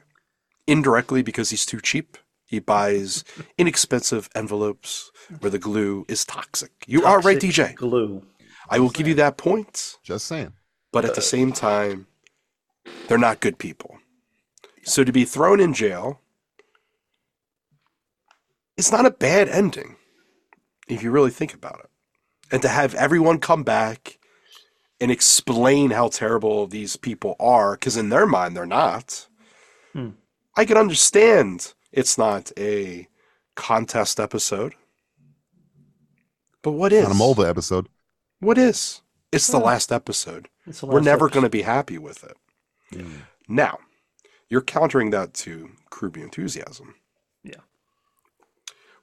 Indirectly, because he's too cheap, he buys inexpensive envelopes where the glue is toxic. You are right,
Toxic
DJ.
Glue.
I will give you that point,
Just saying.
but at the same time, they're not good people. So to be thrown in jail, it's not a bad ending if you really think about it. And to have everyone come back and explain how terrible these people are, because in their mind, they're not.
Hmm.
I can understand it's not a contest episode. But what is?
On a MOBA episode.
What is? It's the last episode
It's the
we're
last
never
episode.
going to be happy with it. Now, you're countering that to Kruby Enthusiasm.
Yeah.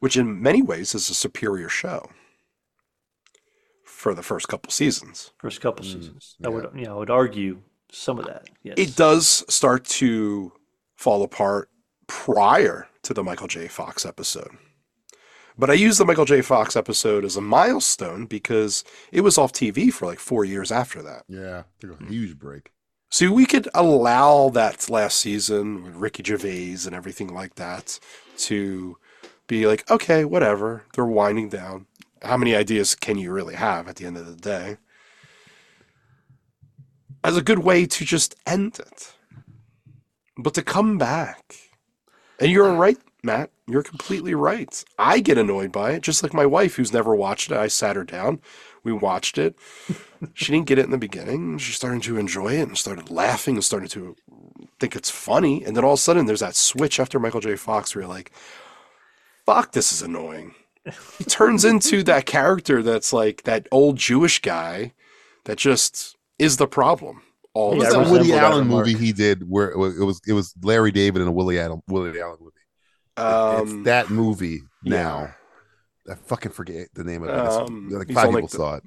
Which in many ways is a superior show for the first couple seasons.
first couple
Mm,
seasons. I would you know I would argue some of that. Yes.
It does start to fall apart prior to the Michael J. Fox episode. But I use the Michael J. Fox episode as a milestone because it was off TV for like four years after that.
Yeah. Took a huge break.
See, we could allow that last season with Ricky Gervais and everything like that to be like, okay, whatever. They're winding down. How many ideas can you really have at the end of the day? As a good way to just end it. But to come back. And you're right, Matt. You're completely right. I get annoyed by it, just like my wife, who's never watched it. I sat her down. We watched it she didn't get it in the beginning. She started to enjoy it and started laughing and started to think it's funny. And then all of a sudden, there's that switch after Michael J. Fox where you're like, fuck, this is annoying. He turns into that character that's like that old Jewish guy that just is the problem. All
What
Yeah,
the time.
was that
I
Woody
resemble that
Allen
remark.
movie he did where it was it was, it was Larry David and a Willie Allen Willie Allen movie? It-
Um,
it's that movie
yeah.
now. I fucking forget the name of it. It's-
Um,
like
he's
five
on, like,
people
the-
saw it.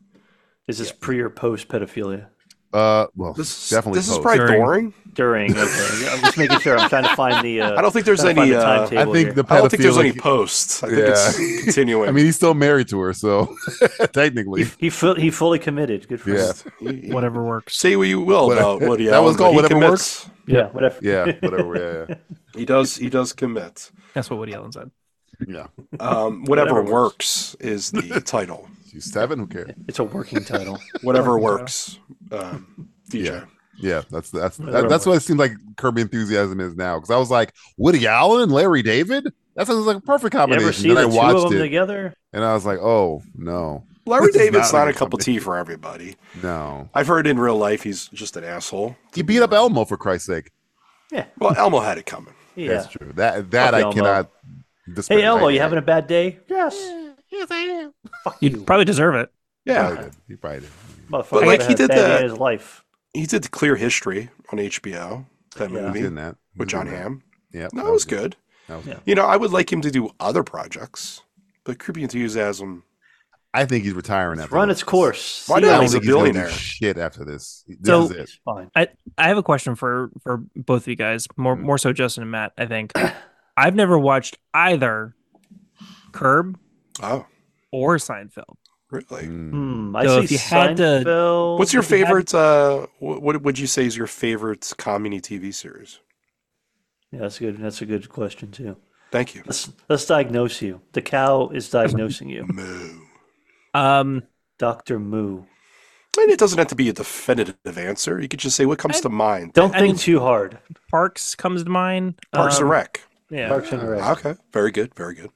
Is this pre or post pedophilia?
Uh, well,
This, is-
definitely.
this is
post.
probably
During.
boring.
During. Okay. I'm just making sure. I'm trying to find the. Uh,
I don't think there's
trying to find
any.
the
Uh,
I
timetable
think
here.
the
I don't think there's
pedophilic-
any posts. I think
Yeah.
it's continuing.
I mean, he's still married to her, so technically,
He fu- he fully committed. Good for
yeah,
him.
Whatever works.
say what you will
What-
about Woody
that
Allen,
was
but
called
he
Whatever
commits.
Yeah. Whatever.
yeah, whatever. Yeah,
He does. He does commit.
That's what Woody Allen said.
yeah. yeah.
Um, whatever,
Whatever
works. is the title.
She's seven. Who cares?
It's a working title.
Whatever works, um, DJ.
Yeah. Yeah, that's that's
Whatever
that, that's what it seemed like Kirby enthusiasm is now. Because I was like Woody Allen, and Larry David. That sounds like a perfect
you
combination.
ever see
then I
the two of
watched
them
it,
together?
and I was like, oh no,
Larry
This is
David's
not
not,
a
a cup of tea for everybody.
no.
I've heard in real life he's just an asshole.
He beat up Elmo for Christ's sake.
Well, Elmo had it coming.
Yeah.
That's true. That that
Fuck
I
Elmo.
cannot. Dispense.
Hey Elmo,
I-
you
I-
having a bad day? Yes. Fuck
You'd
you,
probably deserve it.
Yeah,
probably did. He probably did.
motherfucker.
But, like, he
had a
did
bad day
that-
in his life.
he did the Clear History on HBO. That
Yeah.
movie
He's in that
with
He's in
John
that.
Hamm.
Yeah,
No, that was good.
That was
Yeah.
good.
You know, I would like him to do other projects, but Creepy Enthusiasm.
I think he's retiring after
Run
this.
its course.
Why not?
See how
I
Yeah,
don't
he's
it
think
a
he's gonna do
billionaire.
shit after this. This
So-
is it.
goes. Fine.
I have a question for for both of you guys, more more so Justin and Matt. I think
I've never watched either Curb
Oh,
or Seinfeld.
really?
Mm.
Hmm, I
So
see
if you had to-
Seinfeld.
What's your
If you had-
favorite? Uh, wh- what would you say is your favorite comedy TV series?
Yeah, that's good. That's a good question too.
Thank you.
Let's let's diagnose you. The cow is diagnosing you,
Moo.
Um,
Doctor Moo.
And it doesn't have to be a definitive answer. You could just say what comes to mind.
Don't
I
think
mean-
too hard.
Parks comes to mind.
Parks
um,
and Rec.
Yeah.
Parks and Rec.
Okay, very good, very good.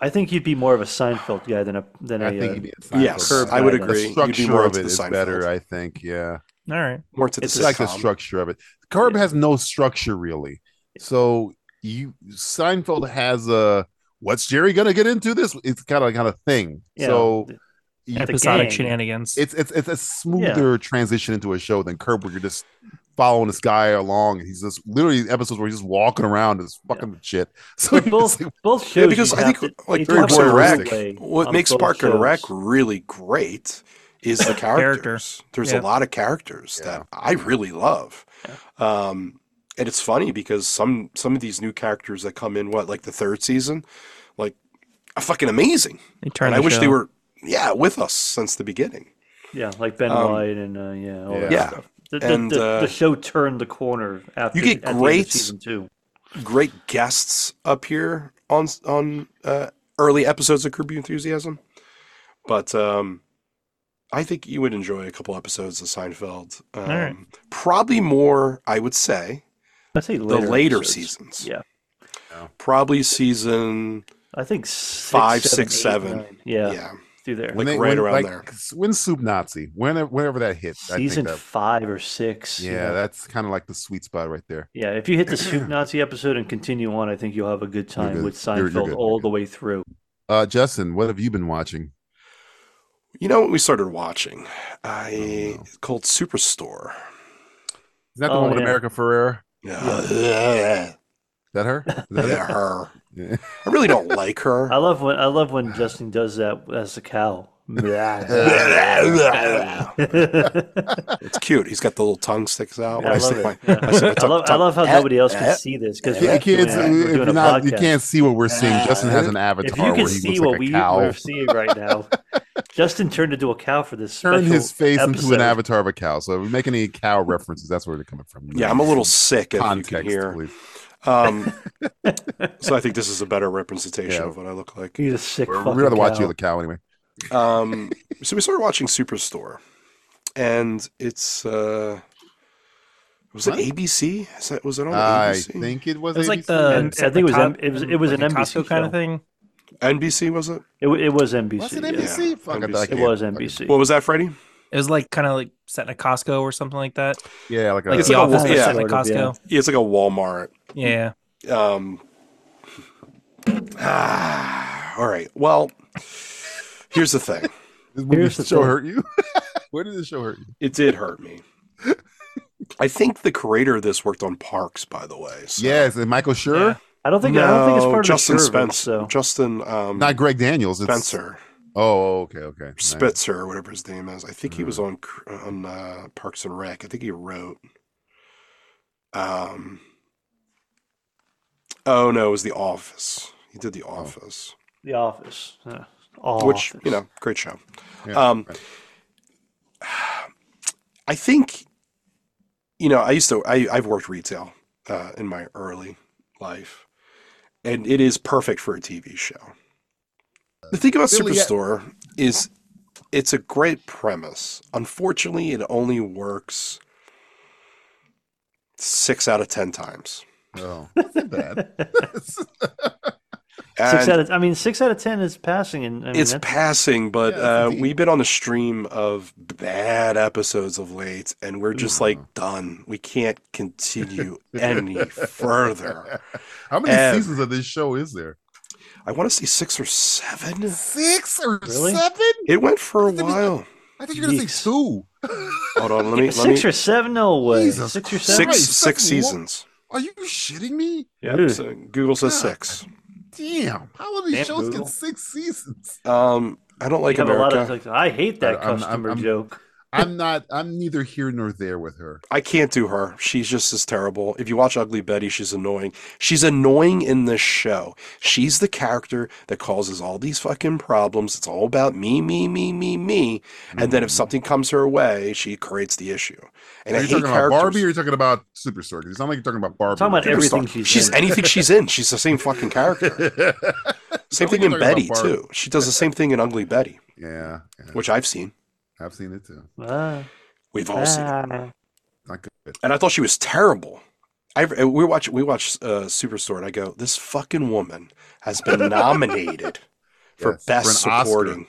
I think you'd be more of a Seinfeld guy than a than a.
I think
uh,
you'd be
Yes,
Curb
I would
Guy, the
agree.
The
You'd be
structure
more
of
into
it
the
is
Seinfeld.
better, I think. Yeah,
All right.
More to the
It's
it's like the
sitcom.
structure of it. Curb has no structure really, so you Seinfeld has a what's Jerry gonna get into this? It's kind of kind of thing.
yeah,
So
th-
you,
The
Episodic
gang.
shenanigans.
it's it's it's a smoother transition into a show than Curb, where you're just following this guy along, and he's just literally episodes where he's just walking around, and just fucking with shit. So
But
you're
both
just like,
both shows.
Yeah, because
you
I
have
think
to-
like
you
very
have to
Parks and
go
Rec,
realistic.
away
what
on
makes
both
Park and Rec
shows.
really great is the characters. There's
Yeah.
a lot of characters
Yeah.
that I really love, um, and it's funny because some some of these new characters that come in, what like the third season, like are fucking amazing.
they turn
And I
the
wish they
show.
were yeah with us since the beginning.
Yeah, like Ben
Um,
White and uh, yeah, all
Yeah.
that
yeah.
stuff. The, the,
And,
the,
uh,
the show turned the corner after
You get
at the end of
great-
season two.
great guests up here on on uh, early episodes of Curb Your Enthusiasm, but um, I think you would enjoy a couple episodes of Seinfeld. Um,
right.
Probably more, I would say,
I say
the
later
later
episodes.
seasons.
Yeah,
Probably season
I think six,
Five,
seven,
six,
eight,
seven.
nine.
yeah.
Yeah, through there.
Like right around there.
When Soup Nazi, whenever whenever that hit,
season
I think
five or six.
that,
you
yeah,
know.
that's kind of like the sweet spot right there.
yeah. If you hit the Soup Nazi episode and continue on, I think you'll have a good time
good.
with
You're- you're
Seinfeld
good.
all the way through.
Uh, Justin, what have you been watching?
You know what we started watching? I
Oh, no.
it's called Superstore.
Is that the
Oh,
one with
yeah.
America Ferrera?
Yeah, yeah,
Is that her? Is that
yeah, her.
Yeah.
I really don't like her.
I love when I love when Justin does that as a cow.
It's cute. He's got the little tongue sticks out.
Yeah, I
I,
love
stick
it.
my,
Yeah.
I, stick
I
my
love, I
tongue-
love how
Eh,
nobody else can
eh.
see this because
Yeah, kids,
doing,
if
we're doing
you're
a
not, you
podcast.
can't see what we're seeing. Justin has an
If
avatar
you
where
can
he
see
looks
what
like
we,
a cow.
we're seeing right now, Justin turned into a cow for this special
Turn his face into
episode.
an avatar of a cow. So if we make any cow references, that's where they're coming from.
Yeah, I'm a little sick. If you can
context,
hear.
please.
Um, so I think this is a better representation
Yeah.
of what I look like.
He's a sick
We're,
fucking
we'd rather watch
cow.
you the cow anyway.
Um, so we started watching Superstore, and it's uh, was it
What?
ABC? Is that was it on
I
ABC?
think it was.
It was like
ABC.
the.
And I think it was
Cos-
M- it was- it was
like
an
a
NBC
Costco kind
show.
of thing.
NBC was it?
It, wa- it was NBC.
Was it
yeah.
NBC? Fuck, I
NBC.
thought I
It
It
can't-
was
fucking-
NBC.
What was that, Freddie?
It was like kind of like set in a Costco or something like that.
Yeah, like,
Like
a,
It's
the
like a-
office was
yeah.
set in a
Sort of, yeah.
Costco.
Yeah, it's like a Walmart.
Yeah.
Um, ah, all right. Well, here's the thing.
Did
Here's
the
the
show
thing.
hurt you? Where did the show hurt you?
It did hurt me. I think the creator of this worked on Parks, by the way. So.
Yes, and Michael Schur,
Yeah.
I don't think I don't think it's
No,
part
Justin
of the service,
Spence.
so.
Justin um,
not Greg Daniels. It's,
Spencer
Oh, okay, okay. Nice.
Spitzer, or whatever his name is. I think
Hmm.
he was on cr- on uh, Parks and Rec. I think he wrote. Um. Oh no, it was The Office. He did The
Oh.
Office,
The Office. Yeah.
which
Office.
you know, great show.
Yeah,
um,
right.
I think, you know, I used to, I, I've worked retail uh, in my early life, and it is perfect for a TV show. The thing about
Billy, yeah.
Superstore is it's a great premise. Unfortunately, it only works six out of 10 times.
Oh, that's not bad.
six
And-
out of I mean six out of ten is passing, and I mean,
it's
that's-
passing, but
Yeah, that's
uh,
deep.
we've been on a stream of bad episodes of late, and we're just like
Mm-hmm.
done. We can't continue any further.
How many
Ev.
seasons of this show is there?
I want to say six or seven.
Six or
Really?
seven?
It went for a while.
I think you're gonna
Yeeks.
say two.
Hold on, let me let
six
me
or seven. No way.
Jesus
six or
Christ.
seven.
six
Christ,
six
that's a lot.
seasons.
Are you shitting me?
Yep.
Dude.
So Google says
God.
six.
Damn! How are these
Damn,
shows
Google.
get six seasons?
Um, I don't
You
like
have a lot of
America.
like. I hate that
I'm- I'm-
customer
I'm-
joke.
I'm not. I'm neither here nor there with her.
I can't do her. She's just as terrible. If you watch Ugly Betty, she's annoying. She's annoying in this show. She's the character that causes all these fucking problems. It's all about me, me, me, me, me. And then if something comes her way, she creates the issue. And
Mm-hmm.
I
Are you
hate
talking about
characters.
Barbie or are you talking about Superstore? 'Cause It's not like you're talking about Barbie.
Talking about
You're
everything
Superstar.
she's in.
anything she's in. She's the same fucking character. Same
Sounds
thing
like
in
you're talking about
Betty
Barbie.
too. She does the same thing in Ugly Betty,
yeah, yeah,
which I've seen.
I've seen it too.
Ah,
We've all seen. it.
ah.
Not good.
and I thought she was terrible. I we watch we watch uh, Superstore, and I go, this fucking woman has been nominated for
Yes,
best
for an Oscar.
supporting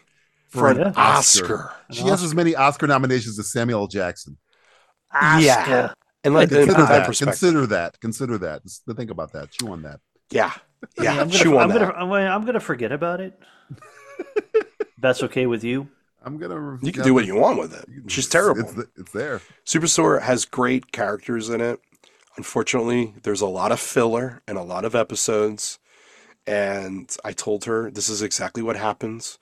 for,
For
an
an
Oscar.
She has as many Oscar nominations as Samuel L. Jackson.
Yeah, and let and
Consider
put that in
that.
perspective.
Consider that. Consider that. Just Think about that. Chew on that.
yeah, yeah,
I'm
she
gonna,
won
I'm,
that.
gonna, I'm, gonna, I'm gonna forget about it. That's okay with you.
I'm gonna. re-
you can do what you want with it.
It's-
She's terrible.
It's, it's there.
Superstore has great characters in it. Unfortunately, there's a lot of filler and a lot of episodes. And I told her this is exactly what happens.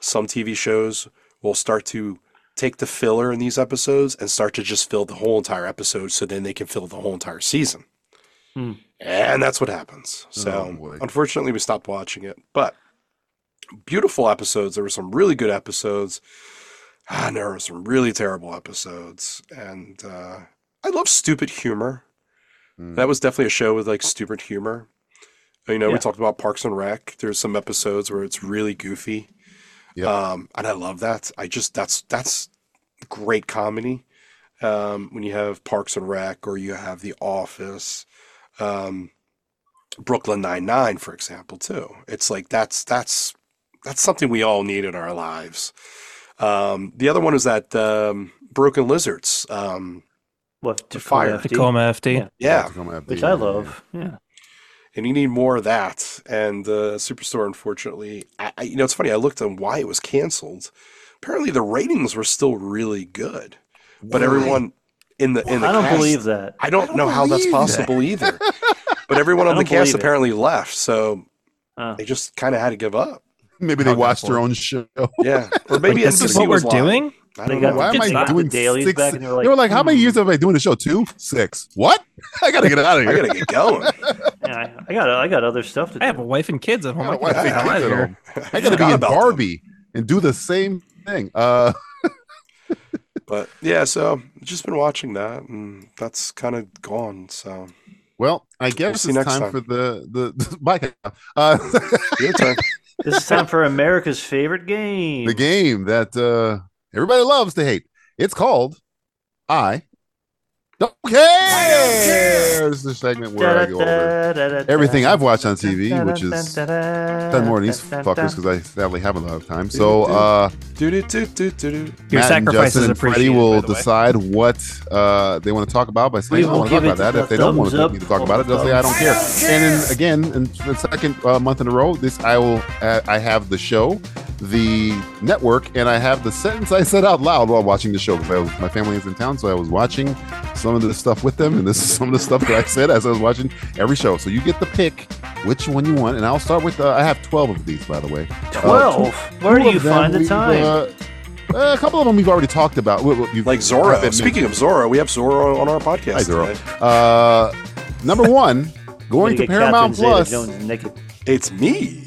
Some TV shows will start to take the filler in these episodes and start to just fill the whole entire episode so then they can fill the whole entire season.
Hmm.
And that's what happens.
Oh,
So,
boy.
unfortunately, we stopped watching it. But beautiful episodes. There were some really good episodes. Ah, and there were some really terrible episodes. And uh, I love stupid humor.
Mm.
That was definitely a show with like stupid humor. You know,
Yeah.
we talked about Parks and Rec. There's some episodes where it's really goofy.
Yeah.
Um, and I love that. I just that's that's great comedy. Um, when you have Parks and Rec or you have The Office, um, Brooklyn Nine Nine, for example, too. It's like that's that's that's something we all need in our lives. Um, the other one is that um, Broken Lizards. Um,
What
The fire.
FD?
Tacoma FD.
Yeah.
yeah,
Come at
which
the-
I love. Yeah.
and you need more of that. And uh, Superstore, unfortunately, I, I, you know, it's funny. I looked on why it was canceled. Apparently, the ratings were still really good, but
Why?
everyone in the in the
I don't
cast,
believe that.
I don't know how that's
believe that.
possible either. But everyone
I
on the
don't
cast
believe it.
apparently left, so
Uh,
they just kind of had to give up.
Maybe they
Not
watched
gonna
their own show.
Yeah, or maybe
this is
NBC
what we're
was lying.
doing.
I
They
don't
got
know.
Why am
They
I
got the
doing
dailies
six?
back and
they
they're
were like,
like,
how many
hmm.
years have I been doing the show? Two, six. What? I gotta get out of
I
here.
gotta get going.
yeah, I, I got I got other stuff to
I have
do.
a wife and kids at home.
I got
I
a wife
can't
and
get out
kids
of
at
here.
home. I gotta
forgot
be in
about them.
Barbie and do the same thing. Uh,
But yeah, so just been watching that, and that's kind of gone. So
well, I guess
see
it's
next
time,
time.
for the the, the bye, Cal. uh,
your turn.
This is time for America's favorite game.
the game that uh, everybody loves to hate. It's called I don't care. This is the segment where I go over everything I've watched on TV, which is done more than these fuckers because I sadly haven't a lot of time. So. uh
Do do do do do.
Your
Matt and
sacrifice
Justin
is
and Freddie
appreciated.
will
by the way.
decide what uh, they want to talk about by saying,
We
I
will
want to talk
give
about that.
it the
If they don't want
thumbs
to, me
up
to talk
or
about it,
the
they'll say, I don't
thumbs
care. And then again, in the second uh, month in a row, this I will uh, I have the show, the network, and I have the sentence I said out loud while watching the show. 'Cause I was- My family is in town, so I was watching some of the stuff with them, and this is some of the stuff that I said as I was watching every show. So you get to pick which one you want, and I'll start with uh, I have 12 of these, by the way. Uh,
Twelve. Where do
couple
you
of them
find the
we've,
time?
uh, uh, a couple of them we've already talked about. We- we- you've-
Like
I've been-
Zorro. Speaking of Zorro, we have Zorro on our podcast.
Hi, Zorro.
today.
Uh, number one, going to
Gotta get Catherine
Paramount Plus
Zeta-Jones naked.
It's me.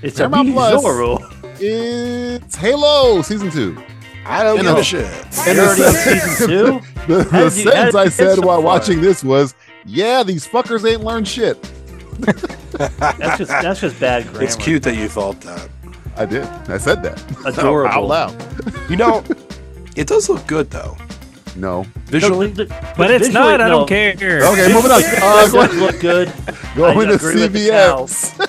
It's
Paramount
a
Plus.
Plus. Zorro.
it's Halo season two.
I don't
And
give
I'll-
a shit.
And
You're already on
the,
season two.
the,
How
the
did you- how
sentence
did
I
you get
said
so
while
far?
watching this was, "Yeah, these fuckers ain't learned shit."
That's just that's just bad grammar.
It's cute that you thought that.
I did. I said that
Adorable.
out loud.
You know, it does look good though.
No.
Visually,
But it's
Visually,
not. I
no.
don't care.
Okay, moving on. Uh,
That
going,
does look good.
going
I
to
agree with the cow.
CBS.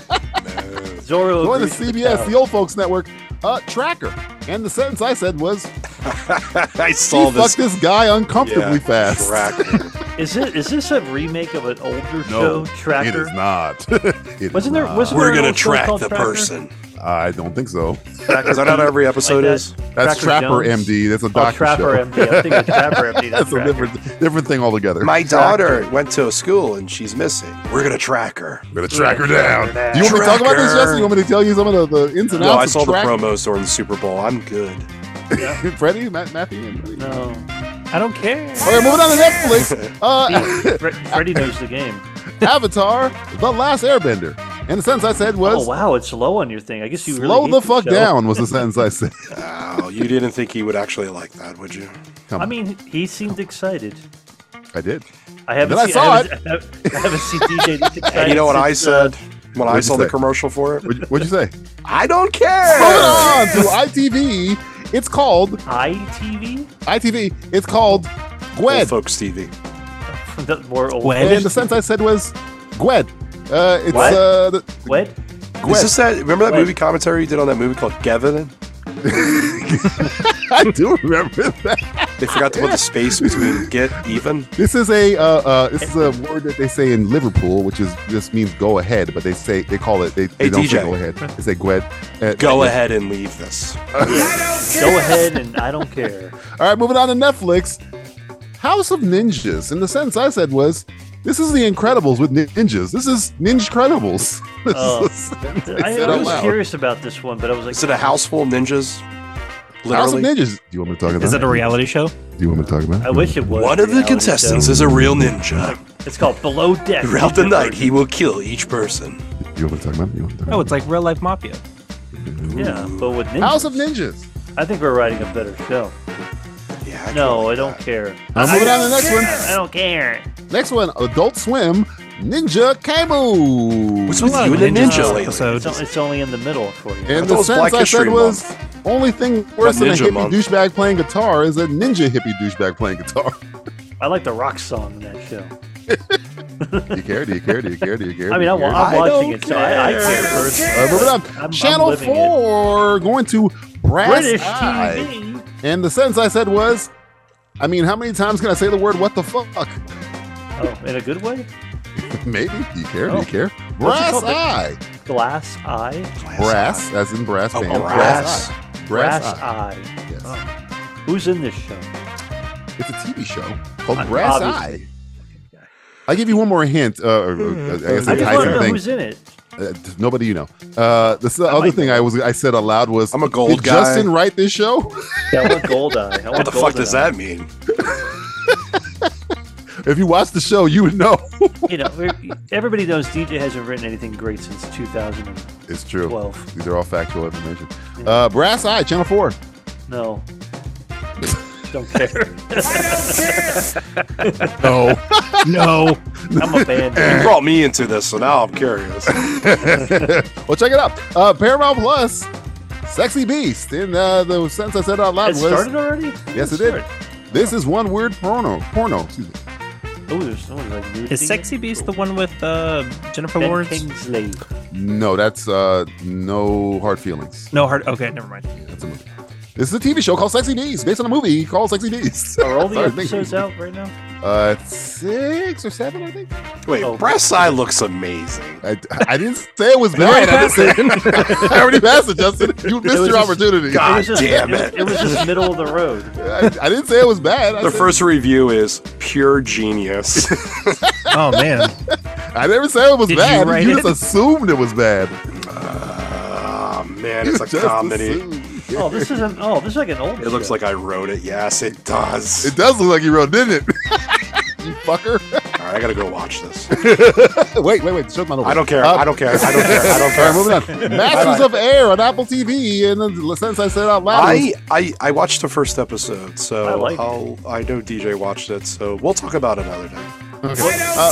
Zorro.
Going to
agrees with
CBS,
cow.
the old folks network. Uh, tracker. And the sentence I said was,
I
"He
saw this.
fucked this guy uncomfortably
Yeah,
fast."
tracker.
Is it is this a remake of an older show, Tracker?
It is not. It
Wasn't
is
there-
not.
wasn't
We're
Zorro
gonna
was
track
called
the
Tracker?
person.
I don't think so.
Is that not every episode
that.
is?
That's
Tracker
Trapper
Jones?
MD. That's a
Oh,
doctor
Trapper
show.
MD. I'm thinking Trapper MD. That's
That's a
Tracker.
different different thing altogether.
My daughter went to a school and she's missing. We're gonna track her.
I'm gonna track her down.
down.
Do you want me to talk about this,
Tracker.
Justin? You want me to tell you some of the, the ins and outs
No, I
of
saw the
track?
promos during the Super Bowl. I'm good.
Freddie, Matt, Matthew, and Freddie.
No.
I don't care.
All right, moving on to Netflix. Uh,
Fre- Freddy knows the game.
Avatar: The Last Airbender. And the sentence I said was,
Oh wow, it's low on your thing. I guess you
"Slow
really
the
hate
fuck
show.
down." Was the sentence I said.
Wow, you didn't think he would actually like that, would you?
Come
I
on.
mean, he seemed excited.
I did.
I haven't.
Then I
seen,
saw
haven't, it. I haven't seen DJ. excited
And you know what I
since, uh,
said when I
what'd
saw
you
the
say?
commercial for it?
What'd you, what'd you say?
I don't care.
Moving on to ITV. It's called
Uh, ITV.
ITV. It's called
Old
Gwed.
folks TV.
The more old.
Gwed?
And the sentence I said was Gwed. Uh, it's
What?
uh, the,
Gwed?
Gwed.
Is this that? Remember that
Gwed.
movie commentary you did on that movie called Gavin?
I do remember that.
They forgot to put the space between get even.
This is a uh, uh, this is a word that they say in Liverpool, which is just means go ahead, but they say they call it they, they
Hey,
don't say
DJ.
go ahead. They say Gwed. Uh,
Go ahead and leave this.
Go ahead, and I don't care.
All right, moving on to Netflix. House of Ninjas. And the sentence I said was, "This is the Incredibles with nin- ninjas. This is Ninja Credibles." This
Oh.
is the sentence I
I,
said
I
out
was
loud.
curious about this one, but I was like,
Is it a house full of ninjas?
House of
Literally.
Ninjas. Do you want me to talk about?
Is it a reality show?
Do you want me to talk about? it?
I wish it was.
One of the
reality
contestants
show.
is a real ninja.
It's called Below Deck.
Throughout the night, he will kill each person.
Do you want me to talk about? it? You want me to talk
Oh,
about?
it's like real life mafia.
Yeah, but with
it?
ninjas,
House of Ninjas.
I think we're writing a better show.
Yeah. I
No,
can't
I don't care.
I'm moving on to the next one.
I don't care.
Next one, Adult Swim, Ninja Camo.
What's with
There's a lot
you
of
and the
ninjas
ninja
this
lately?
episode.
It's, o- it's only in the middle for you.
and
thought it
the
was
sentence
Black
I said
History
was, only thing worse than a
Ninja
hippie
Month.
douchebag playing guitar is a ninja hippie douchebag playing guitar.
I like the rock song in that show.
Do you care? Do you care? Do you care? Do you care?
I mean,
Do you
I'm,
care?
I
I'm watching
don't
it, so I, I care
All right,
personally.
moving on.
I'm
Channel
living it.
4, going to Brass
British
Eye.
TV.
And the sentence I said was, I mean, how many times can I say the word what the fuck?
Oh, in a good way?
Maybe. Do you care? Do
Oh.
you care?
What's it
Brass
called?
Eye.
Glass Eye?
Brass, as in brass
Oh,
band.
brass.
Brass Eye.
Brass,
Brass Eye.
Eye.
Yes.
Who's in this show?
It's a TV show called
Uh,
Brass
obviously.
Eye. I'll give you one more hint. Uh, or, or, I guess
I
it
just want
ties
to know
in
who's
thing.
in it.
Uh, t- nobody you know. Uh, this is the other
might
thing I was I said aloud was
I'm a gold
Did
guy.
Justin write this show?
Yeah, I want Gold Eye. I want
What the fuck does
Goldeneye.
that mean?
if you watch the show, you would know.
you know, we're- everybody knows DJ hasn't written anything great since 2012.
it's true. These are all factual information. Uh, Brass Eye, Channel Four.
No. Don't care.
No.
No.
I'm a band.
You brought me into this, so now I'm curious.
well, check it out. Uh, Paramount Plus, Sexy Beast. And uh, the sentence I said out loud
It
was,
started already?
yes, it
It's
did.
started.
This is one weird porno. Porno. Excuse me.
Oh, there's someone like nude.
Is Sexy Beast the one with uh, Jennifer
Ben
Lawrence?
Kingsley.
No, that's uh, no hard feelings.
No hard. Okay, never mind.
That's a movie. This is a TV show called Sexy Beast, based on a movie called Sexy Beast.
Are all the
Sorry, thank you.
episodes out right now?
Uh, six or seven, I think.
Wait,
Oh.
Brass Eye looks amazing.
I, I didn't say it was bad. I, just said, I already passed it, Justin. You missed
was
your
just-
opportunity.
God
was just,
damn
was-
it.
It was just middle of the road.
I, I didn't say it was bad. I,
The
said-
first review is pure genius.
Oh man.
I never said it was
Did you
bad.
write
You,
it?
just assumed it was bad.
oh man,
You
it's a
just
comedy.
assumed.
Oh, this isn't. Oh, this is like an old.
It looks like I wrote it. Yes, it does.
It does look like you wrote, didn't it? you fucker.
All right, I gotta go watch this.
wait, wait, wait. Show's not over.
I don't care.
Uh,
I don't care. I don't care. I don't
All right,
care.
moving on. Masters of Air on Apple TV, and then the sentence I said out loud.
I,
was-
I I watched the first episode, so
I like it.
I'll, I know DJ watched it, so we'll talk about it another day.
Uh,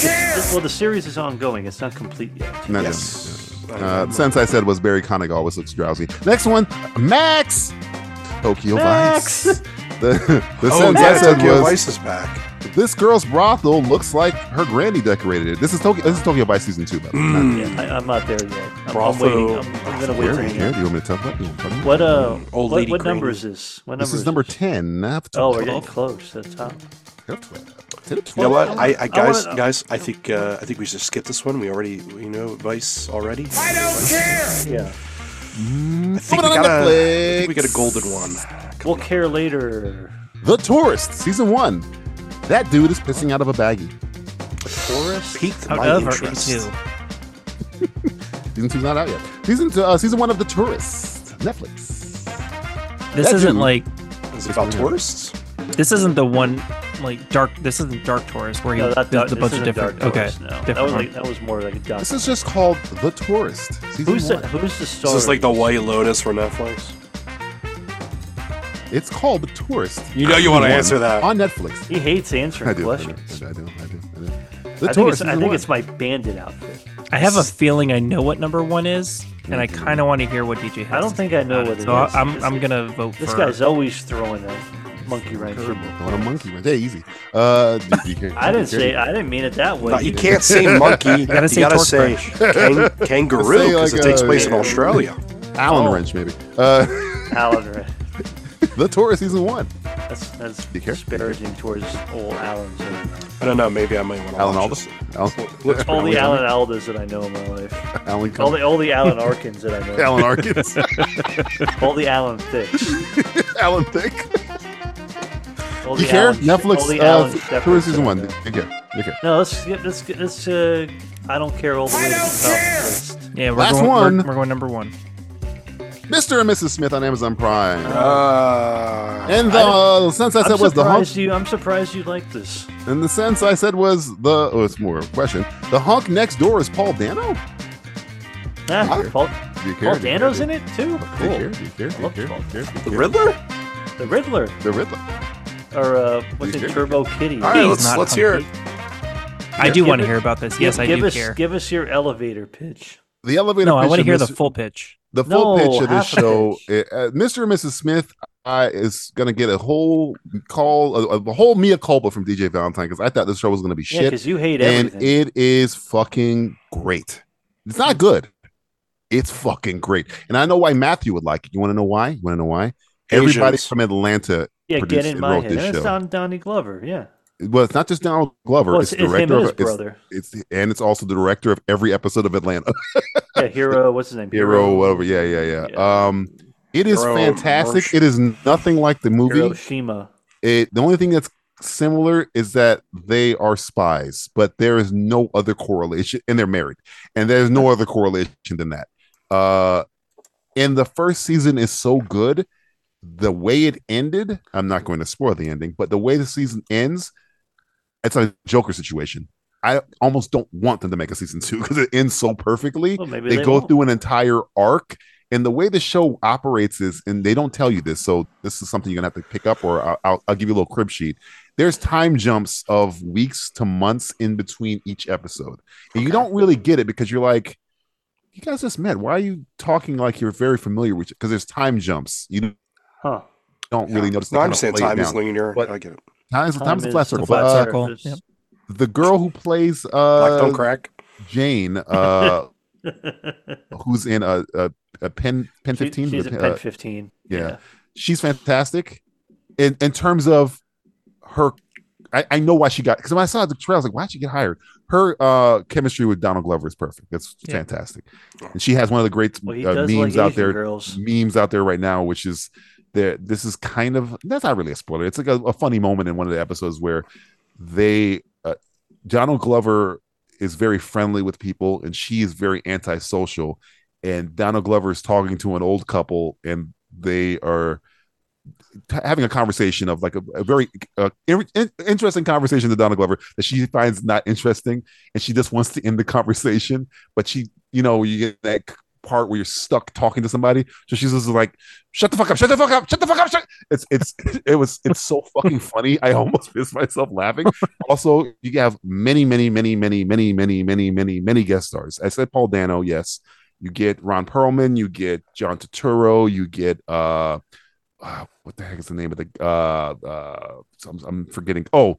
Well, the series is ongoing. It's not complete yet.
Hmm.
No, no.
Yes.
Uh, the sense I said was Barry Connick always looks drowsy. Next one, Max. Tokyo
Max.
Vice. The, the
oh,
sentence I
yeah,
said
Tokyo
was,
Vice is back.
"This girl's brothel looks like her granny decorated it." This is Tokyo. This is Tokyo Vice season two. By the way.
Mm.
Not-
Yeah, I, I'm not there yet. I'm, I'm
Bravo. Hmm.
waiting. I'm, I'm gonna wait
Here,
till you
here, do you want me to talk about? You want me to talk about-
What uh?
Old
what,
lady
what
green.
number is this? What number
This is number
This?
ten. Uh,
Oh, we're getting close to the top.
You know what? I, I guys
wanna-
guys I think uh, I think we should skip this one. We already you know Vice already. I
Yeah,
think we
Coming on
got a, I
Netflix.
think we got a golden one.
we'll care later.
The Tourist season one. That dude is pissing out of a baggie.
Forest.
Piqued
Out
my
of or
interest.
into.
Season two's not out yet. Season two, uh, season one of The Tourist. Netflix.
This
That
isn't
dude-
like
Is it about tourists?
This isn't the one like dark. This isn't Dark Taurus where he
No, that,
does
that,
a bunch of different.
Dark Horse,
okay,
no.
different
that was
one.
like that was more like a doc.
This is just called The Tourist. Season
Who's the
one.
who's the star?
This is like the
of this?
White Lotus for Netflix.
It's called The Tourist.
You know you want to answer that.
On Netflix.
He hates answering
I do. I do.
questions.
I do. I do. I do.
I
The
think, it's,
Tourist.
I
season
think
one.
it's my bandit outfit.
I have a feeling I know what number one is, and I
Mm-hmm.
kind of want to hear what DJ has.
I don't
to
think I know
say.
what it
So I-
is.
I'm
This-
I'm gonna vote
This
for.
guy's always throwing a monkey wrench.
Going on monkey wrench. Hey, easy. Uh, do you care-
I didn't
do you
say
care-
I didn't mean it that way.
No, you can't say monkey. You gotta say,
say torque
kang- kangaroo
Say
because
like uh,
it takes
a-
place in Australia.
Allen wrench maybe. Uh,
Alan Red.
the Tourist season one.
That's that's
You care?
disparaging towards old Alan's.
I don't know. Maybe I might want to.
Alan
watch
Alda.
this.
Alan,
All the Alan Aldas that I know in my life.
Alan,
All the all the Alan Arkins that I know.
Alan Arkins.
All the Alan Thicks.
Alan Thick.
All the
You care?
Alan, all
Netflix.
the
Uh,
Alan Shepherds
Tourist
that
season
I
one.
know.
You care. You care.
No, let's get let's get let's uh I don't care all the way to the top.
yeah, we're
Last
going,
one.
We're, we're going number one.
Mr. and Mrs. Smith on Amazon Prime.
Uh,
and the sense I
I'm
said was the honk.
surprised you I'm surprised you like this.
And the sense I said was the. Oh, it's more of a question. The honk next door is Paul Dano.
Ah,
care?
Paul,
Do you care?
Paul
Do you care?
Dano's
Do
in it too?
Do you
Cool.
care? Do you care? Do
I
you
love
care?
Paul
Do you care?
the Riddler.
The Riddler.
The Riddler.
Or uh what's
Do you
it,
care?
Turbo Kitty.
All right,
He's
let's
not
let's hear it.
I do
Give
want to
it-
hear about this.
Give-
Yes, I
give
do
us,
care.
Give us your elevator pitch.
The elevator.
No, I
pitch
want to
of
hear the
Mr.
full pitch.
the full
No,
pitch of this
half a
show.
pitch.
uh, uh, Mr. and Mrs. Smith uh, is going to get a whole call, a, a whole mea culpa from DJ Valentine because I thought this show was going to be
Yeah,
shit,
because you hate
and
everything.
it is fucking great. It's not good. It's fucking great, and I know why Matthew would like it. You want to know why? You want to know why? Everybody
Asians.
from Atlanta.
yeah, get
produced
in
and
my
wrote
head.
this
And it's
show.
on Donnie Glover. Yeah.
Well, it's not just Donald Glover.
Well,
it's,
it's,
the
it's him
director
and his
of it's,
brother.
it's the- and it's also the director of every episode of Atlanta.
Yeah, hero. What's his name?
Hero, whatever. Yeah, yeah, yeah. Um, it is
Hero
fantastic.
Marsh.
It is nothing like the movie.
Hiroshima.
it the only thing that's similar is that they are spies but there is no other correlation and they're married and there's no other correlation than that uh and the first season is so good the way it ended i'm not going to spoil the ending but the way the season ends it's a joker situation i almost don't want them to make a season two because it ends so perfectly
Well, maybe
they,
they
go
won't.
through an entire arc and the way the show operates is and they don't tell you this so this is something you're gonna have to pick up or I'll- I'll, I'll give you a little crib sheet there's time jumps of weeks to months in between each episode and you don't really get it because you're like you guys just met why are you talking like you're very familiar with because there's time jumps you
Huh.
don't really notice
No,
They
I
kinda
understand
play it
time is
down.
linear.
But-
I get it.
Time is- time's a
Time
flat
is the
circle
flat
but uh,
circle.
surface.
Yep.
the girl who plays
Black don't
uh
crack.
jane uh who's in a, a, a pen pen
She-
15
she's
the
at
pen-
Pen
uh,
15.
yeah. she's fantastic in in terms of her I, I know why she got because when I saw the trailer, I was like, why'd she get hired? Her uh chemistry with Donald Glover is perfect. That's
Yeah.
fantastic. And she has one of the great
Well, he
uh,
does
memes
like
out
Asian
there
girls.
memes out there right now, which is that this is kind of that's not really a spoiler. It's like a, a funny moment in one of the episodes where they uh, Donald Glover is very friendly with people and she is very antisocial. And Donald Glover is talking to an old couple and they are t- having a conversation of like a, a very uh, in- in- interesting conversation to Donald Glover that she finds not interesting and she just wants to end the conversation. But she, you know, you get that part where you're stuck talking to somebody. So she's just like, "Shut the fuck up! Shut the fuck up! Shut the fuck up!" Shut. It's it's it was it's so fucking funny. I almost pissed myself laughing. Also, you have many many many many many many many many many guest stars. I said Paul Dano, yes. You get Ron Perlman, you get John Turturro, you get uh, uh what the heck is the name of the uh uh I'm, I'm forgetting. Oh,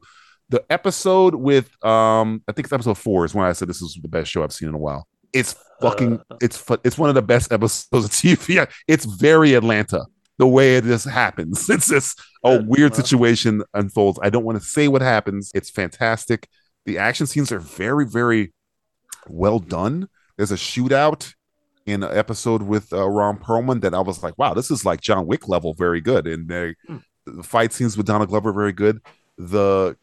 the episode with um I think it's episode 4 is when I said this is the best show I've seen in a while. It's fucking
Uh.
it's fu- it's one of the best episodes of TV. It's very Atlanta the way it just happens. It's just a
Uh,
weird
wow.
situation unfolds. I don't want to say what happens. It's fantastic. The action scenes are very very well done. There's a shootout in an episode with uh, Ron Perlman that I was like, wow, this is like John Wick level, very good. And they, the fight scenes with Donald Glover, very good. The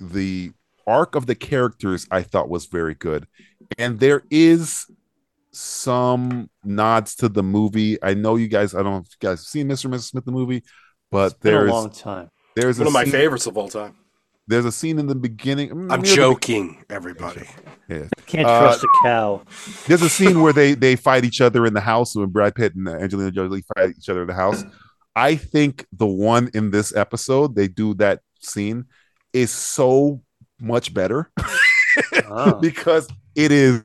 the arc of the characters I thought was very good, and there is some nods to the movie. I know you guys. I don't know if you guys have seen Mr. and Mrs. Smith the movie, But
Been a
there's
long time.
there's
One
a
of my
scene,
favorites of all time.
there's a scene in the beginning. mm,
I'm
near the
joking, everybody.
Yeah.
Can't
Uh,
trust a cow.
There's a scene where they they fight each other in the house when Brad Pitt and uh, Angelina Jolie fight each other in the house. I think the one in this episode they do that scene is so much better
Ah.
because it is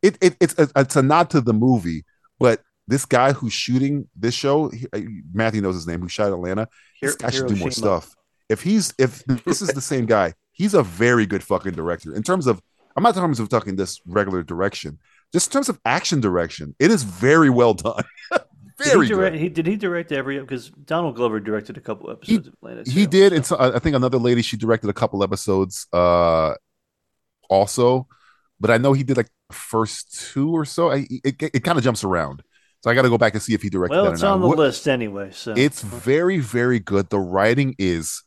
it, it it's a, it's a nod to the movie, but this guy who's shooting this show, he- uh, Matthew knows his name, who shot Atlanta.
Hir-
this guy should do more
Hiroshima.
stuff. If he's if this is the same guy, he's a very good fucking director in terms of. I'm not talking of talking this regular direction, just in terms of action direction. It is very well done. very
did he direct,
good.
He, did he direct every because Donald Glover directed a couple episodes of Atlanta.
He
too.
did, and so uh, I I think another lady she directed a couple episodes, uh, also, but I know he did like the first two or so. I, it it kind of jumps around, so I got to go back and see if he directed.
Well,
that
it's
or not.
on the
What-
list anyway. So
It's very, very good. The writing is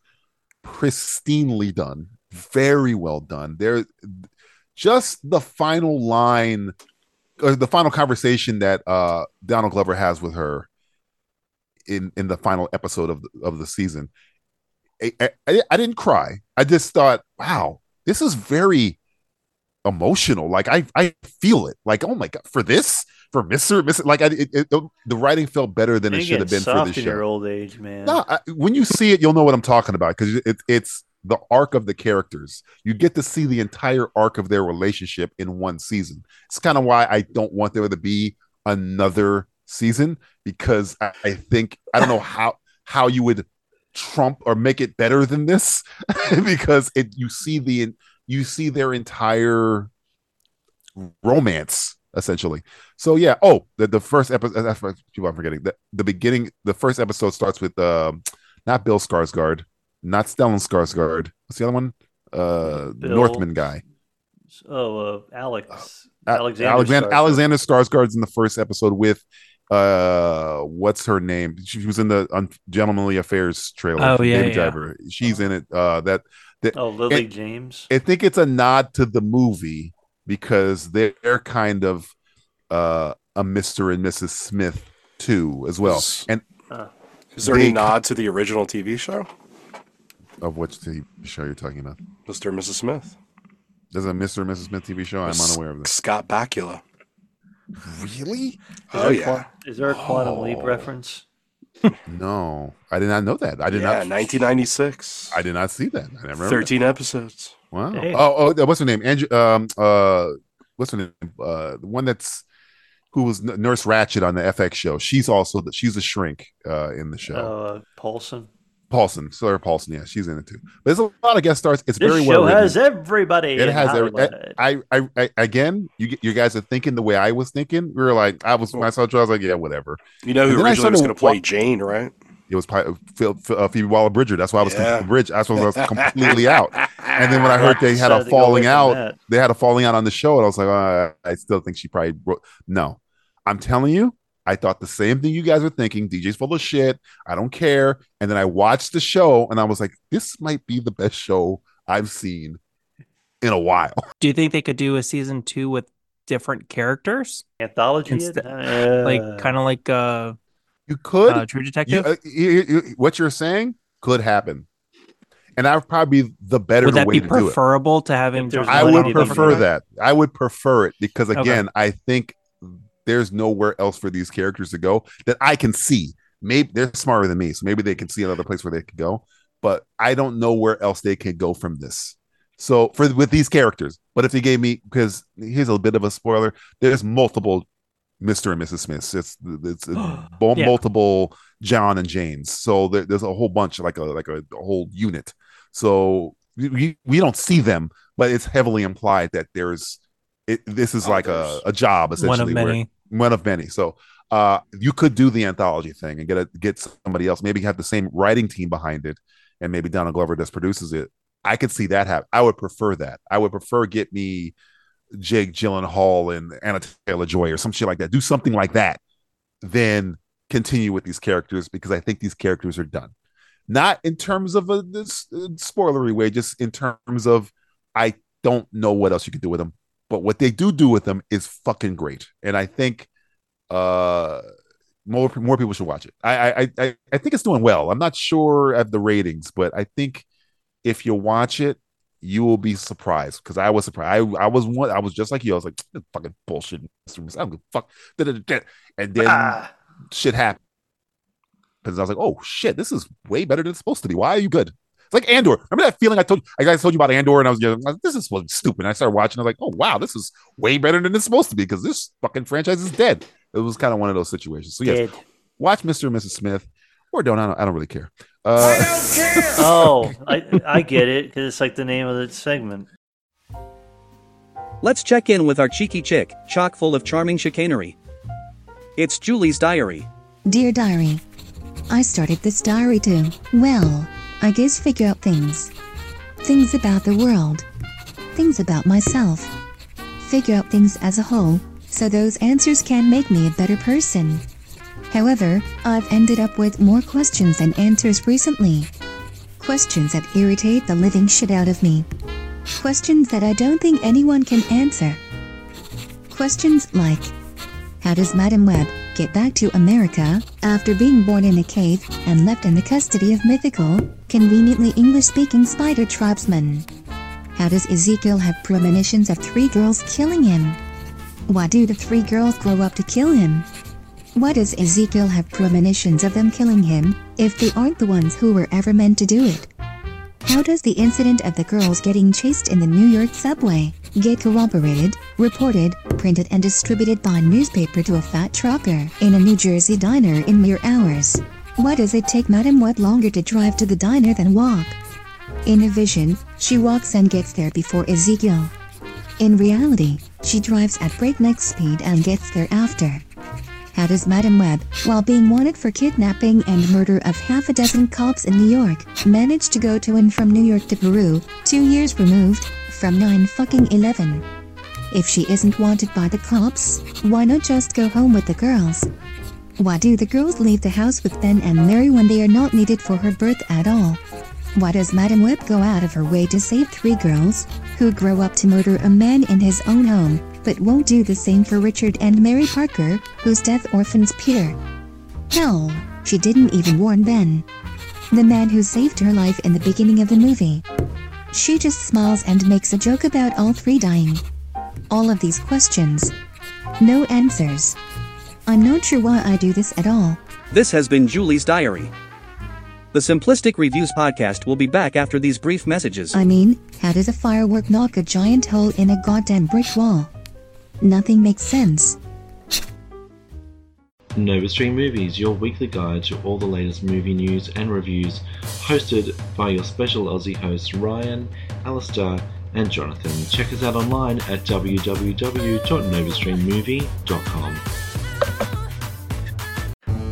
pristinely done, very well done. There, just the final line, or the final conversation that uh, Donald Glover has with her in in the final episode of the, of the season. I, I, I didn't cry. I just thought, wow, this is very emotional. Like I I feel it. Like oh my god, for this. For Mister, Mister, like I, it, it, the writing felt better than
You
it
get
should have been for
soft
this
in
show.
your old age, man.
No, I, when you see it, you'll know what I'm talking about because it, it's the arc of the characters. You get to see the entire arc of their relationship in one season. It's kind of why I don't want there to be another season because I, I think I don't know how how you would trump or make it better than this because it you see the you see their entire romance essentially. So yeah. Oh, the, the first episode. That's what people I'm forgetting. The, the beginning. The first episode starts with um, not Bill Skarsgård, not Stellan Skarsgård. What's the other one? Uh,
Bill-
Northman guy.
Oh, uh, Alex.
Uh,
Alexander.
Alexander
Skarsgård.
Alexander Skarsgård's in the first episode with uh, what's her name? She was in the um, Gentlemanly Affairs trailer.
Oh,
from
yeah,
Baby
yeah.
Driver. She's in it. Uh, that
Oh, Lily
it-
James.
I think it's a nod to the movie because they're kind of uh, a Mr. and Mrs. Smith too, as well.
Is-
And
Is there any
Big-
nod to the original TV show,
of which TV show you're talking about?
Mr. and Mrs. Smith?
There's a Mr. and Mrs. Smith TV show. I'm unaware of this.
Scott Bakula.
Really?
Oh yeah,
Is there a
Oh,
quantum leap reference?
No, I did not know that. I did
yeah,
not.
1996.
I did not see that. I never. remember.
13 episodes.
Wow.
Hey.
Oh, oh, what's her name? Andrew. Um. Uh. What's her name? Uh. The one that's who was N- Nurse Ratchet on the FX show. She's also the, she's a shrink uh, in the show.
Uh, Paulson.
Paulson, Sarah Paulson. Yeah, she's in it too. But there's a lot of guest stars. It's
This
very
show
well written.
has everybody.
it
in
has every,
Hollywood.
I, I, I, again, you get- you guys are thinking the way I was thinking. We were like, I was when I saw it, I was like, yeah, whatever.
You know
And
who
then I
originally was
started
going to play
wa-
Jane, right?
It was probably Phil, Phil- uh, Phoebe Waller Bridger. That's why I was
Yeah.
thinking Bridge. That's why I was completely out. And then when I heard they had
Decided
a
to go away
falling
from
out,
that.
they had a falling out on the show, and I was like, uh, I still think she probably wrote. No, I'm telling you, I thought the same thing you guys were thinking. DJ's full of shit. I don't care. And then I watched the show, and I was like, this might be the best show I've seen in a while.
Do you think they could do a season two with different characters,
anthology.
Insta-
it? Uh,
like kind of like uh,
You could.
uh, True
you,
Detective?
uh, you- you- you- what you're saying could happen, and that would probably be the better
Would that
way
be
to do it.
preferable to having?
If there's
John
I
Well,
Mulaney
would
be
that'd be
prefer
the-
that. I would prefer it because
Okay.
again, I think there's nowhere else for these characters to go that I can see. Maybe they're smarter than me, so maybe they can see another place where they could go. But I don't know where else they can go from this. So for with these characters, but if they gave me because here's a bit of a spoiler, there's multiple Mr. and Mrs. Smiths. It's it's mul-
Yeah.
multiple John and Janes. So there, there's a whole bunch, like a like a, whole unit. So we- we we don't see them, but it's heavily implied that there's it, this is like a,
Others.
a job essentially.
One of
where-
many.
one of many. So uh, you could do the anthology thing and get a, get somebody else. Maybe have the same writing team behind it, and maybe Donald Glover just produces it. I could see that happen. I would prefer that. I would prefer get me Jake Gyllenhaal and Anna Taylor Joy or some shit like that. Do something like that, then continue with these characters because I think these characters are done. Not in terms of a this, uh, spoilery way, just in terms of I don't know what else you could do with them but what they do do with them is fucking great and i think uh more more people should watch it. I I I, I think it's doing well. I'm not sure of the ratings, but I think if you watch it, you will be surprised because I was surprised. I, I was one. I was just like you. I was like, this is fucking bullshit. I don't give a fuck. Da-da-da-da. And then
Ah,
shit happened. Because I was like, oh shit, this is way better than it's supposed to be. Why are you good? It's like Andor. Remember that feeling I told you? I guys told you about Andor, and I was young, like, this is what's stupid. And I started watching. I was like, oh wow, this is way better than it's supposed to be because this fucking franchise is dead. It was kind of one of those situations. So yes,
dead.
watch Mr. and Mrs. Smith, or don't. I don't, I don't really care. Uh,
Oh, I, I get it because it's like the name of the segment.
Let's check in with our cheeky chick, chock full of charming chicanery. It's Julie's diary.
Dear diary, I started this diary to, well, I guess figure out things. Things about the world. Things about myself. Figure out things as a whole, so those answers can make me a better person. However, I've ended up with more questions than answers recently. Questions that irritate the living shit out of me. Questions that I don't think anyone can answer. Questions like, how does Madame Webb get back to America after being born in a cave and left in the custody of mythical, conveniently English speaking spider tribesmen? How does Ezekiel have premonitions of three girls killing him? Why do the three girls grow up to kill him? Why does Ezekiel have premonitions of them killing him if they aren't the ones who were ever meant to do it? How does the incident of the girls getting chased in the New York subway get corroborated, reported, printed, and distributed by newspaper to a fat trucker in a New Jersey diner in mere hours? Why does it take Madame Webb longer to drive to the diner than walk? In a vision, she walks and gets there before Ezekiel. In reality, she drives at breakneck speed and gets there after. How does Madame Webb, while being wanted for kidnapping and murder of half a dozen cops in New York, manage to go to and from New York to Peru, two years removed, from 9 fucking 11? If she isn't wanted by the cops, why not just go home with the girls? Why do the girls leave the house with Ben and Mary when they are not needed for her birth at all? Why does Madame Webb go out of her way to save three girls, who grow up to murder a man in his own home, but won't do the same for Richard and Mary Parker, whose death orphans Peter? Hell, she didn't even warn Ben, the man who saved her life in the beginning of the movie. She just smiles and makes a joke about all three dying. All of these questions. No answers. I'm not sure why I do this at all.
This has been Julie's diary. The Simplistic Reviews podcast will be back after these brief messages.
I mean, how does a firework knock a giant hole in a goddamn brick wall? Nothing makes sense.
Nova Stream Movies, your weekly guide to all the latest movie news and reviews, hosted by your special Aussie hosts Ryan, Alistair, and Jonathan. Check us out online at www.novastreammovie.com.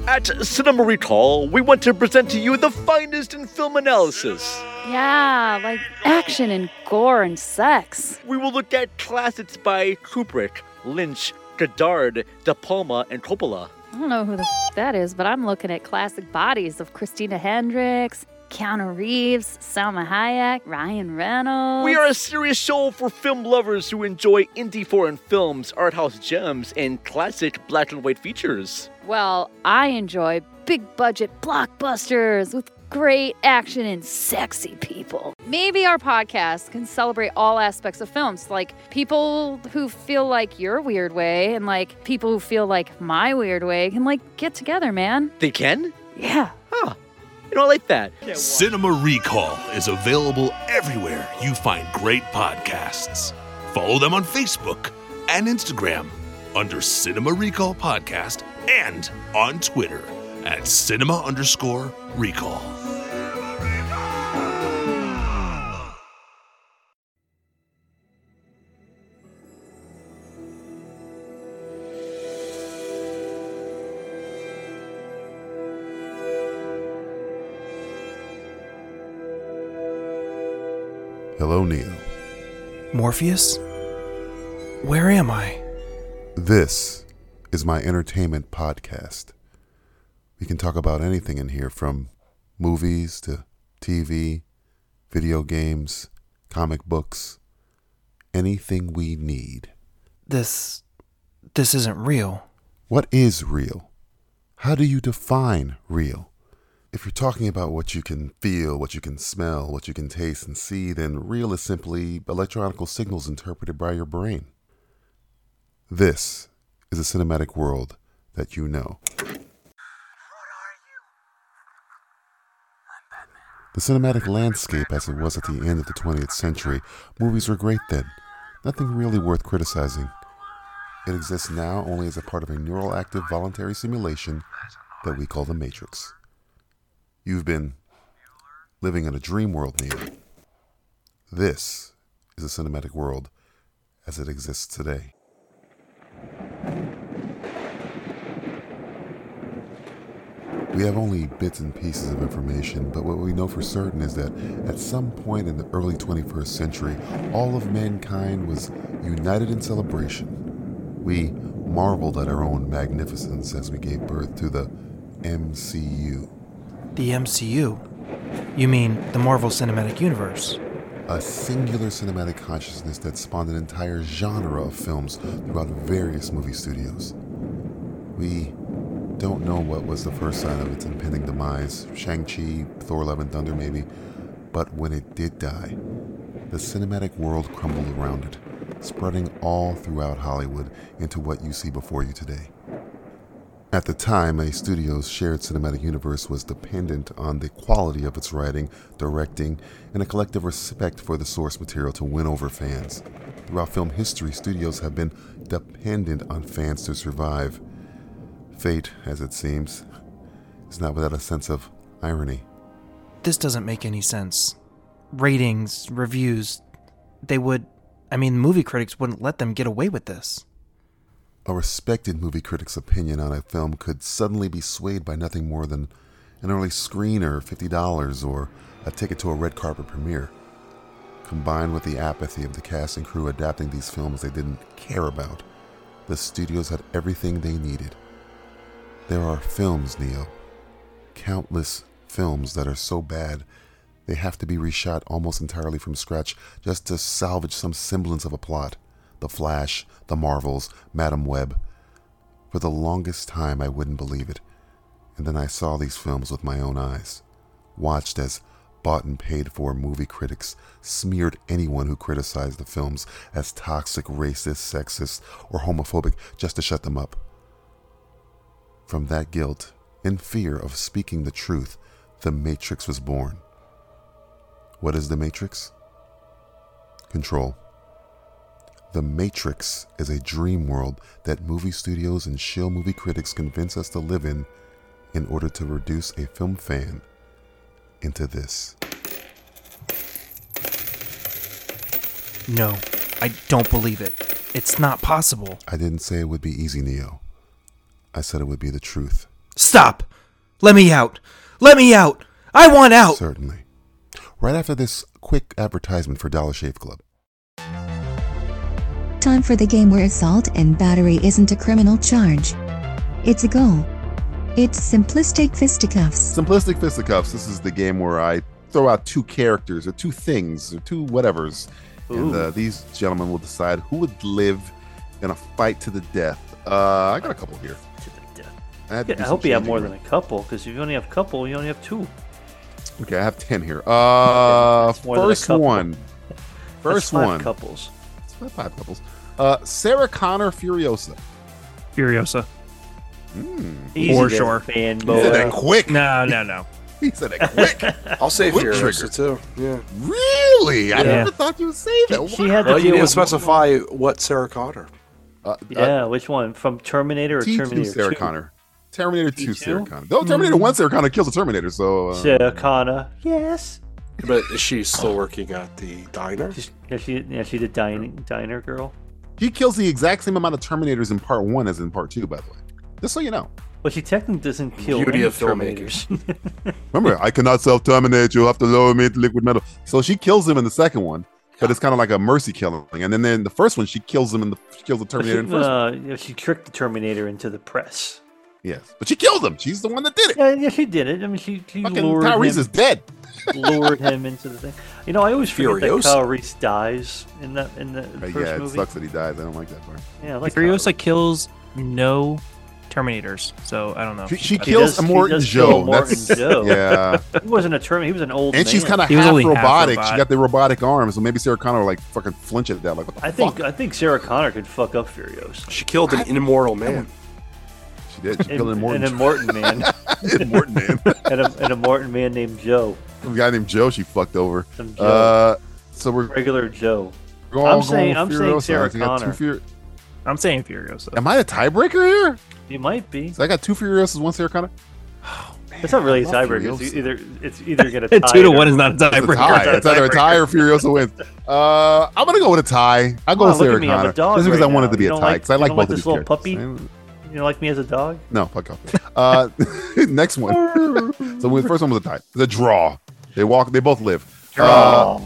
At Cinema Recall, we want to present to you the finest in film analysis.
Yeah, like action and gore and sex.
We will look at classics by Kubrick, Lynch, Godard, De Palma, and Coppola.
I don't know who the f- that is, but I'm looking at classic bodies of Christina Hendricks, Keanu Reeves, Salma Hayek, Ryan Reynolds.
We are a serious show for film lovers who enjoy indie foreign films, art house gems, and classic black and white features.
Well, I enjoy big budget blockbusters with great action and sexy people. Maybe our podcast can celebrate all aspects of films, like people who feel like your weird way and like people who feel like my weird way can like get together, man.
They can?
Yeah.
Huh. You know, I like that.
Cinema Recall is available everywhere you find great podcasts. Follow them on Facebook and Instagram under Cinema Recall Podcast and on Twitter at cinema underscore recall.
Hello, Neo.
Morpheus? Where am I?
This is my entertainment podcast. We can talk about anything in here from movies to TV, video games, comic books, anything we need.
This. this isn't real.
What is real?
How do you define real? If you're talking about what you can feel, what you can smell, what you can taste and see, then real is simply electronical signals interpreted by your brain. This is a cinematic world that you know. The cinematic landscape as it was at the end of the 20th century, movies were great then. Nothing really worth criticizing. It exists now only as a part of a neural active voluntary simulation that we call the Matrix. You've been living in a dream world, Neil. This is a cinematic world as it exists today. We have only bits and pieces of information, but what we know for certain is that at some point in the early 21st century, all of mankind was united in celebration. We marveled at our own magnificence as we gave birth to the MCU,
The MCU. You mean the Marvel Cinematic Universe?
a singular cinematic consciousness that spawned an entire genre of films throughout various movie studios. We don't know what was the first sign of its impending demise Shang-Chi, Thor Love and Thunder, maybe. But when it did die, the cinematic world crumbled around it, spreading all throughout Hollywood into what you see before you today. At the time, a studio's shared cinematic universe was dependent on the quality of its writing, directing, and a collective respect for the source material to win over fans. Throughout film history, studios have been dependent on fans to survive. Fate, as it seems, is not without a sense of irony.
This doesn't make any sense. Ratings, reviews, they would. I mean, movie critics wouldn't let them get away with this.
A respected movie critic's opinion on a film could suddenly be swayed by nothing more than an early screener, $50, or a ticket to a red carpet premiere. Combined with the apathy of the cast and crew adapting these films they didn't care about, the studios had everything they needed. There are films, Neo. Countless films that are so bad they have to be reshot almost entirely from scratch just to salvage some semblance of a plot. The Flash, The Marvels, Madam Web. For the longest time, I wouldn't believe it. And then I saw these films with my own eyes, watched as bought and paid for movie critics smeared anyone who criticized the films as toxic, racist, sexist, or homophobic just to shut them up. From that guilt, in fear of speaking the truth, the Matrix was born. What is the Matrix? Control. The Matrix is a dream world that movie studios and shill movie critics convince us to live in in order to reduce a film fan into this.
No, I don't believe it. It's not possible.
I didn't say it would be easy, Neo. I said it would be the truth.
Stop! Let me out! Let me out! I want
Oh.
out!
Certainly. Right after this quick advertisement for Dollar Shave Club.
Time for the game where assault and battery isn't a criminal charge. It's a goal. It's simplistic fisticuffs.
Simplistic Fisticuffs. This is the game where I throw out two characters or two things or two whatevers. And
Ooh.
uh, these gentlemen will decide who would live in a fight to the death. Uh, I got a couple here. I, had to
Yeah,
do
I
some
hope you have
changing
more
around.
than a couple, because if you only have a couple, you only have two.
Okay, I have 10 here. Uh,
That's more than a
first
couple.
one. First
five
one.
couples.
That's not five couples. Uh, Sarah Connor Furiosa.
Furiosa.
Easy
For
there,
sure.
fanboy. You said Mm-hmm. that quick.
No, no, no.
He said it quick.
I'll say
Quick
Furiosa
trigger.
too. Yeah.
Really? I
Yeah.
never thought you would say that.
She had to
Well, you
deal
didn't
with
specify what Sarah Connor.
Uh,
Yeah, which one? From Terminator or
T2
Terminator
Sarah
2?
Connor. Terminator 2 Sarah
T2?
Connor. Though Terminator
Mm.
1 Sarah Connor kills the Terminator, so. Uh,
Sarah Connor. Yes.
But is she still working at the diner?
Yeah, she, yeah, she the dining, diner girl.
He kills the exact same amount of Terminators in part 1 as in part 2, by the way. Just so you know.
Well, she technically doesn't kill
Beauty
any
of
Terminators.
Remember, I cannot self terminate. You'll have to lower me into liquid metal. So she kills him in the second one, but it's kind of like a mercy killing. And then, then the first one, she kills him in the she kills the Terminator in the first one.
uh, yeah, she tricked the Terminator into the press.
Yes. But she killed him. She's the one that did it.
Yeah, yeah, she did it. I mean, she, she
Fucking
lured
Tyrese
him,
is dead.
lured him into the thing. You know, I always forget
Furiosa.
that Kyle Reese dies in the in the
Uh,
But
first
yeah, it
movie.
sucks that he dies. I don't like that part.
Yeah, I like
Furiosa kills no Terminators, so I don't know.
She- she kills a
a
Morton Joe. That's- yeah.
uh, He wasn't a term. He was an old.
and she's
man.
kind of half robotic. She got the robotic arms, so maybe Sarah Connor will, like fucking flinch at that. Like, what the
I think I think Sarah Connor could fuck up Furios.
She killed an immoral man.
She did.
She
killed an immortal-
An immortal man.
an Morton man.
and, a, and a Morton man named Joe.
Some guy named Joe she fucked over.
Some Joe.
Uh, so we're
regular Joe.
Go
I'm
on, go
saying
on
I'm
with
saying
Furiosa.
Sarah
You got two
Connor.
Fur-
I'm saying Furiosa.
Am I a tiebreaker here?
You might be.
So I got two Furiosas, one Sarah Connor.
It's not really a
I love
tiebreaker. It's
Furiosa.
either it's either gonna
Two
tie
to
or-
one is not a
It's
It's, a tie. it's either a tie or Furiosa wins. Uh, I'm gonna go with a tie. I'll go
Wow,
with
look
Sarah
at me, I'm a
Connor.
dog
Just because
right
I wanted
now.
to be
You
a
don't
tie,
like-
because I
you
like
don't
both
like
of
this
these
little
characters.
You know, like me as a dog.
No, fuck off. Uh, next one. so the first one was a tie. The draw. They walk. They both live.
Draw.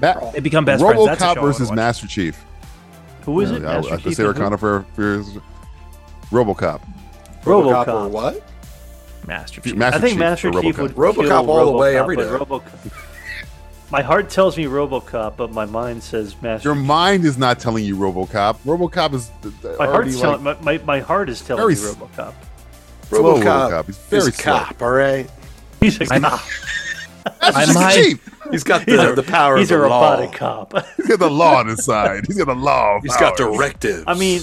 Matt-
They become best friends. That's a show I
RoboCop
wanna
versus
watch.
Master Chief.
Who is it?
Yeah, I-
Master
I-
Chief
Sarah
and who?
Connor for, for RoboCop.
RoboCop or what?
Master
Chief. Master
I think
Chief
Master
for
Chief
RoboCop.
would
RoboCop
kill
all the way
RoboCop,
every
but
day.
RoboCop. My heart tells me RoboCop, but my mind says Master.
Your mind is not telling you RoboCop. RoboCop is th- th-
my
already
heart's
like
telling my, my, my heart is telling
Very
me
s-
RoboCop.
slow
RoboCop
He's very
is
slow.
cop, all right?
He's a cop.
That's just cheap.
He's got
He's
the,
a-
the power
he's
of
a
the law.
robotic cop.
He's got the law on his side. He's got the law.
He's got directives.
I mean,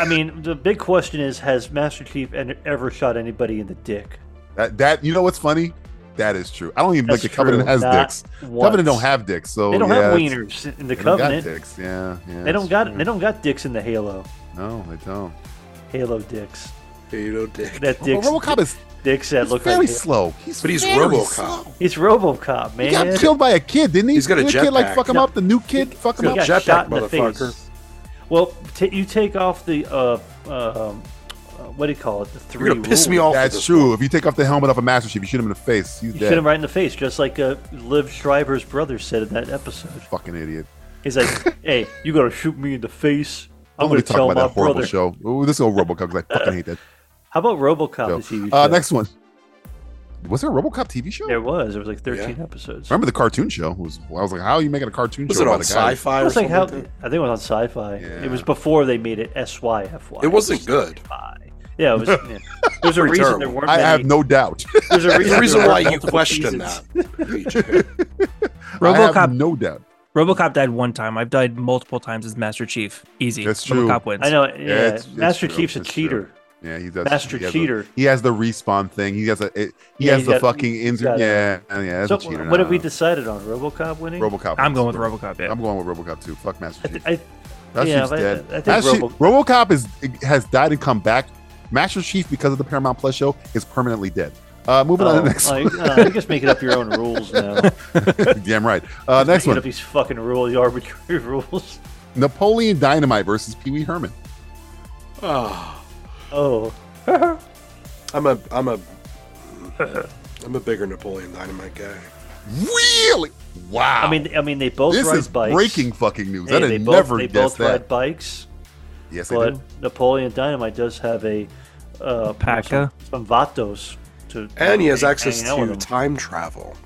I mean, the big question is: Has Master Chief en- ever shot anybody in the dick?
That, that you know what's funny? That is true. I don't even
That's
think the Covenant
true.
has
Not
dicks.
once.
Covenant don't have dicks, so
They don't
Oh, yeah,
have
it's-
wieners in
they
the
don't got
Covenant.
dicks, yeah, yeah.
they don't
it's
got
true.
they don't got dicks in the Halo.
No, they don't.
Halo dicks.
Halo dick.
That
Well,
dicks.
RoboCop is
dicks that look
fairly
like Halo.
slow. He's
But he's
very
RoboCop.
slow.
He's RoboCop, man.
He got killed by a kid, didn't he?
He's got a
Didn't the kid like
jetpack.
fuck him
No.
up. The new kid fuck him
He
up.
got shot in the face. Well, t- you take off the uh, uh, um, uh, what do you call it? The 3 rules.
That's true. If you take off the helmet off a Master Chief, you shoot him in the face. He's
You
dead.
shoot him right in the face, just like uh, Liv Schreiber's brother said in that episode.
Fucking idiot.
He's like, "Hey, you gonna shoot me in the face? I'm
Don't let
gonna
me talk
tell
about
my
that horrible
brother."
show. Ooh, this old RoboCop. 'cause I fucking hate that.
How about RoboCop?
show.
The TV show?
Uh, next one. Was there a RoboCop TV show?
There was. There was like 13 episodes.
Remember the cartoon show? It was I was like, how are you making a cartoon
Was
show
it
about
on
a guy?
Sci-Fi
It
or
was like
something?
how,
like
I
that?
think it was on Sci-Fi. It was before they made it SYFY.
It wasn't good.
Yeah, it was. yeah. There's a
Pretty
reason
terrible.
there weren't.
I
many-
have no doubt.
There's a
There's
reason,
a reason
there
why
weren't
you
multiple
question
seasons.
that.
RoboCop,
no doubt.
RoboCop died one time. I've died multiple times as Master Chief. Easy. That's
true.
RoboCop wins.
I know. Yeah,
it's- it's
Master
true,
Chief's a
it's true.
cheater.
Yeah, he does.
Master
he has a-
cheater.
he has the respawn thing. He has a. It, he
Yeah,
has
he's
the
got-
fucking
he's
injury.
got a-
Yeah, yeah. That's
So
a cheater.
what have
Nah.
we decided on? RoboCop winning?
RoboCop.
I'm
wins.
going with RoboCop. Yeah.
I'm going with RoboCop too. Fuck Master Chief.
I,
Master
yeah,
Chief's
but I-
dead.
I think
Master
Robo-
Chief- RoboCop is has died and come back. Master Chief, because of the Paramount Plus show, is permanently dead. Uh, moving on to
Oh,
the next.
oh,
one.
you- uh, you're just making up your own rules now.
Damn right. Uh,
Just
next
making
one.
Up these fucking rules, the arbitrary rules.
Napoleon Dynamite versus Pee Wee Herman.
Oh,
Oh,
I'm a I'm a mm, I'm a bigger Napoleon Dynamite guy.
Really? Wow.
I mean, I mean, they both
this
ride
is
bikes.
breaking fucking news.
Hey,
I
they
did
both,
never
they
guessed
both
that.
ride bikes.
Yes, they
but
do.
Napoleon Dynamite does have a uh,
Paca.
some, some vatos to,
And he has
hang-
access
hang out with
to
him.
time travel.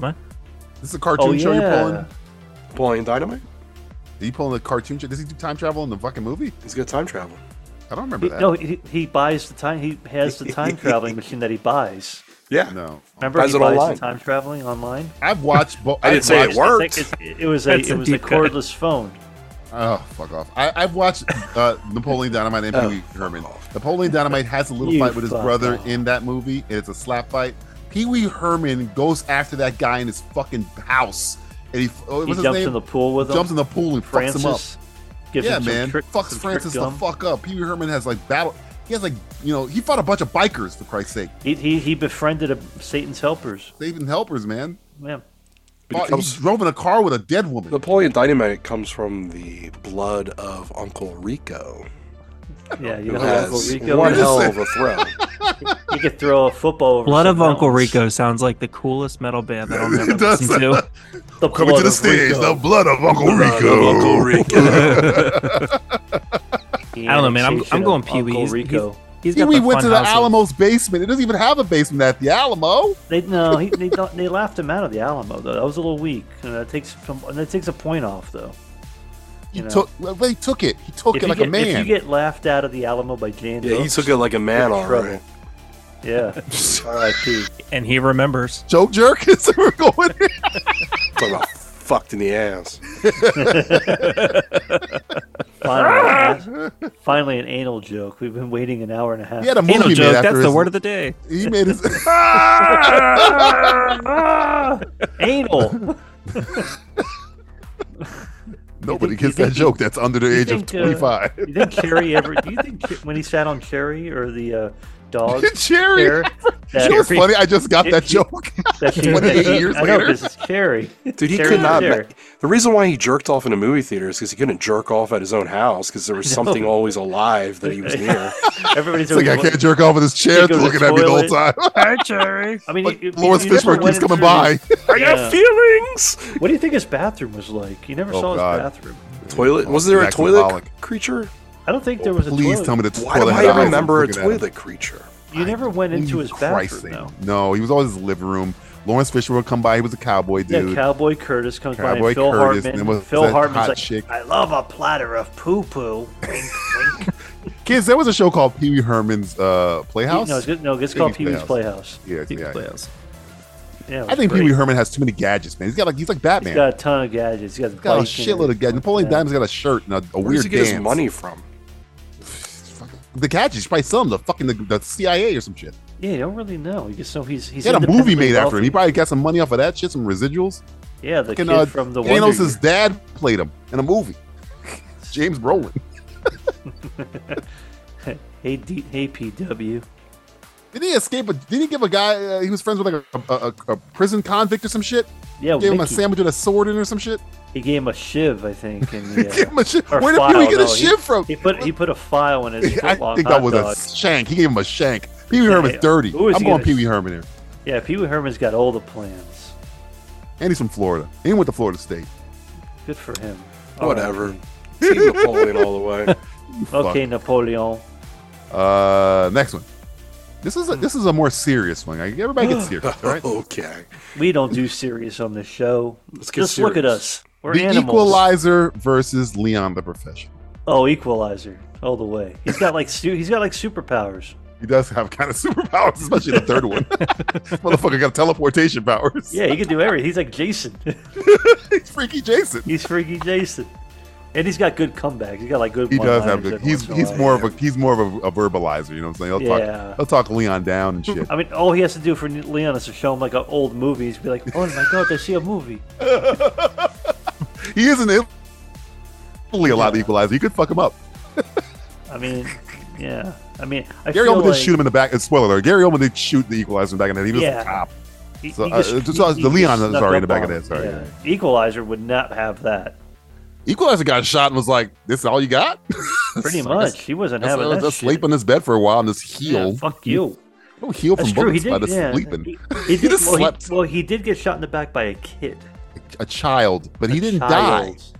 This is a cartoon
Oh,
show you're
yeah.
pulling.
Napoleon Dynamite?
Did he pull in the cartoon show? Does he do time travel in the fucking movie?
He's got time travel.
I don't remember
He,
that.
no, he, he buys the time. He has the time traveling machine that he buys.
Yeah.
No.
Remember,
Buys
he
it
buys
online.
the time traveling online.
I've watched. Bo-
I didn't
I've
say it
watched-
worked.
It's- it was a
That's
it
a
was a
deep cut.
cordless phone.
Oh, fuck off. I, I've watched uh, Napoleon Dynamite and Pee
Oh,
Wee Herman. Napoleon Dynamite has a little
You
fight with his
fuck
brother
off.
in that movie, and it's a slap fight. Pee Wee Herman goes after that guy in his fucking house. And he, oh,
He
what's his
jumps
name?
in the pool with him.
Jumps in the pool and fucks him up.
Francis gives
yeah,
him some
man.
trick-
Fucks
some trick
Francis the
gum.
fuck up. Pee Wee Herman has like battle. He has like, you know, he fought a bunch of bikers, for Christ's sake.
He, he, he befriended a Satan's helpers.
Saving helpers, man.
Yeah.
But it
Fought-
comes-
he drove in a car with a dead woman.
Napoleon Dynamite comes from the blood of Uncle Rico.
Yeah, you
who
know how
has
Uncle Rico
one
is?
hell of a throw.
He could throw a football over
Blood of
someone
Uncle
else.
Rico sounds like the coolest metal band that I'll never
It does.
listen to.
The
Coming to
blood
the
of
stage,
Rico.
the blood of Uncle
Blood of
Rico.
Uncle
I don't know, man. I'm,
Annexation
I'm
of
going Pee Wee.
Uncle
He's,
Rico.
he's, he's
Pee
got
Wee
the
went
fun
to the
house of-
Alamo's basement. It doesn't even have a basement at the Alamo.
They no, he, they don't, they Uh, laughed him out of the Alamo though. That was a little weak. And that takes some, and that takes a point off though.
He
know?
took. Well, they took it. He took
If
it
you
like
get,
a
If you
man.
get laughed out of the Alamo by Jan
Yeah, he
Hooks,
took it like a man,
you're in
all
trouble.
right.
Yeah. R.I.P.
And he remembers.
Joe Jerk is we're going.
Talk about fucked in the ass. Ah!
Finally, finally, an anal joke. We've been waiting an hour and a half.
He had a movie made after his-
day.
He made his
anal.
nobody
You think-
gets
you
that
think-
joke. That's under the
you
age of
think, uh,
twenty five.
you think Carrie ever? Do you think Ch- when he sat on Cherry or the uh, dog?
Cherry.
Hair,
You know what's funny? I just got
It-
that
he-
joke.
That she,
28
that she-
years
I know,
later.
this is Carrie.
Dude, he
Cherry
could not.
Cherry.
ma- the reason why he jerked off in a movie theater is because he couldn't jerk off at his own house because there was
I know.
something always alive that he was near.
Everybody's
It's like I
always-
can't jerk off with this chair
He goes to
looking at me the whole
toilet.
time.
Hi, Jerry.
I mean, you- you-
Lawrence
you never
Fishburne
went
keeps coming
through
by.
his-
I got
Yeah.
feelings.
What do you think his bathroom was like? You never
Oh,
saw
God.
his bathroom.
Toilet? Was there a
Jackson
toilet
Pollock.
creature?
I don't think there was a
Oh, Please
toilet.
tell me the
Why
toilet
do
had eyes.
I
I'm
remember a
looking at him.
toilet creature?
You never went into his
Christ
bathroom, though.
No, he was always in his living room. Lawrence Fisher would come by. He was a cowboy dude.
Yeah, Cowboy Curtis comes by.
Cowboy
And Phil
Curtis, and
Hartman.
there was
Phil
that
Hartman's
hot
like,
chick.
I love a platter of poo poo.
Kids, there was a show called Pee Wee Herman's uh, Playhouse.
No, it's, good- no, it's called Pee Wee's Playhouse.
Yeah, it's- yeah.
Playhouse.
Yeah, it
I
was
think
great.
Pee Wee Herman has too many gadgets, man. He's got like he's like Batman.
He's got a ton of gadgets. He's got,
He's got a
bike and
shitload of gadgets. Napoleon
Yeah.
Diamond's got a shirt and a, a
Where
weird
does he get his
dance.
money from?
The gadgets, you probably sell them to fucking the, the CIA or some shit.
Yeah, you don't really know. You just know he's he's
He had a movie made
independently
after him. He
wealthy.
probably got some money off of that shit, some residuals.
Yeah, the
Fucking,
kid
uh,
from the Wonder
Thanos'
Years.
dad played him in a movie. James Brolin.
Hey, D- hey, PW.
Did he escape? A, did he give a guy? Uh, he was friends with like a, a, a, a prison convict or some shit.
Yeah,
gave him a
Mickey.
sandwich with a sword in it or some shit.
He gave him a shiv, I think. And the, uh,
Give him a shiv.
or oh,
Where did Pee Wee get a
no, he-
shiv from?
He put he put a file in his
I
foot-long
think
hot
that was
dog.
a shank. He gave him a shank. Pee Wee
Yeah,
Herman's
yeah.
dirty.
Who is
I'm
he
going
gonna-
Pee Wee Herman here,
Yeah, Pee Wee Herman's got all the plans.
and he's from Florida. He went to Florida State.
Good for him. All right.
Whatever. Team Napoleon all the way.
Okay, Napoleon.
Uh, next one. This is a, this is a more serious one. Like, Everybody gets serious, all right?
Okay.
We don't do serious on this show.
get
Just look at
serious.
us. We're
the
animals.
Equalizer versus Leon the Professional.
oh, Equalizer, all the way. He's got like su- he's got like superpowers.
He does have kind of superpowers, especially the third one. Motherfucker got teleportation powers.
Yeah, he can do everything. He's like Jason.
He's freaky Jason.
he's freaky Jason, and he's got good comebacks. He's got like good.
He does
one-liners
have good.
every
He's
once in a
he's
while.
more of a he's more of a, a verbalizer. You know what I'm saying? He'll
Yeah.
talk he'll talk Leon down and shit.
I mean, all he has to do for Leon is to show him like an old movie. He's be like, "Oh my god, I see a movie."
he isn't Italy a lot of equalizer. You could fuck him up.
I mean, yeah. I mean, I
Gary
feel
Oldman
like
did shoot him in the back. It's spoiler alert. Gary Oldman did shoot the equalizer in the back of the head. He was
Yeah.
a cop.
he-
So,
he
uh,
just-
just- the
he- he
Leon
just
is already in the
snuck
back of
up
that, sorry,
on him. Yeah. Equalizer would not have that.
Equalizer got shot and was like, "This is all you got?"
Pretty
So I
much,
guess-
he wasn't
That's,
having that.
that's,
shit.
sleep on this bed for a while and just heal.
Yeah, fuck you.
No heal
That's
from
true. He
bullets
did.
by just
yeah.
sleeping.
He,
He,
he did,
just
well,
slept.
He, well, he did get shot in the back by a kid.
a child, but he didn't die.
Child.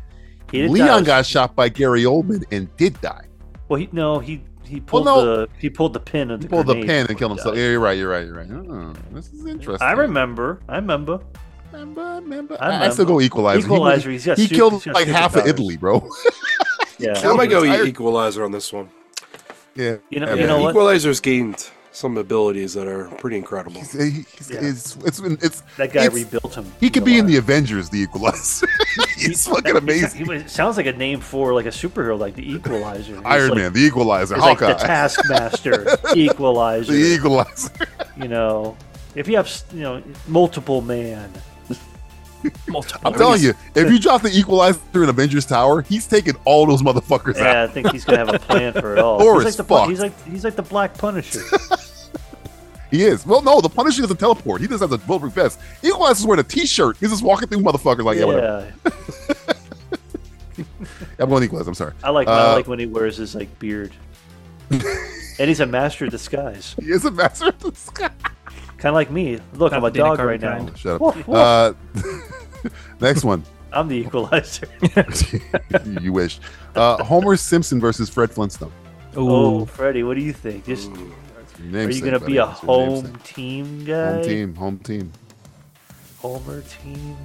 He didn't die.
Leon got shot by Gary Oldman and did die.
Well, he, no, he he pulled
no.
the he pulled the pin of the
He pulled the
grenade
pin and
before
killed
he
himself.
died.
Yeah, you're right. You're right. You're right. Oh, this is interesting.
I remember. I remember.
Remember, remember.
I
I, I still
remember.
go Equalizer. He-
Equalizer,
He,
he's got
he
super-
killed
he's got
like half of
superpowers.
Italy, bro.
Yeah.
I might go
Tired.
Equalizer on this one.
yeah.
You know.
Yeah,
You
man.
know what?
Equalizer's gained some abilities that are pretty incredible.
He's, he's,
Yeah.
it's, it's, it's,
That guy
it's-
rebuilt him.
He could be in
alive.
the Avengers, the Equalizer. He's fucking
That- he's-
amazing.
He, was- sounds like a name for like a superhero, like the Equalizer. He's
Iron
like-
Man, the Equalizer,
he's like
Hawkeye,
the Taskmaster, Equalizer.
the E Equalizer.
You know, if you have s- you know multiple man,
I'm telling you, if you drop the Equalizer in Avengers Tower, he's taking all those motherfuckers out.
yeah, I think he's gonna have a plan for it all.
Thor
he's
is
like the pun-
fucked.
he's like he's like the Black Punisher.
He is. Well, no, the Punisher doesn't teleport. He just has a bulletproof vest. Equalizer is wearing a T-shirt. He's just walking through motherfuckers like, Oh, yeah, whatever.
yeah,
I'm going Equalizer. I'm sorry.
I like I
Uh,
like when he wears his like beard, and he's a master of disguise,
He is a master of the sky.
kind of like me. Look, I'm a
Dana
dog
Carvey
right now.
kind.
Shut
Woof,
up.
woof.
Uh, next one.
I'm the Equalizer.
you wish. Uh, Homer Simpson versus Fred Flintstone.
oh, Freddie, what do you think? Just are you gonna be a home team guy?
home team? Home team.
Homer team.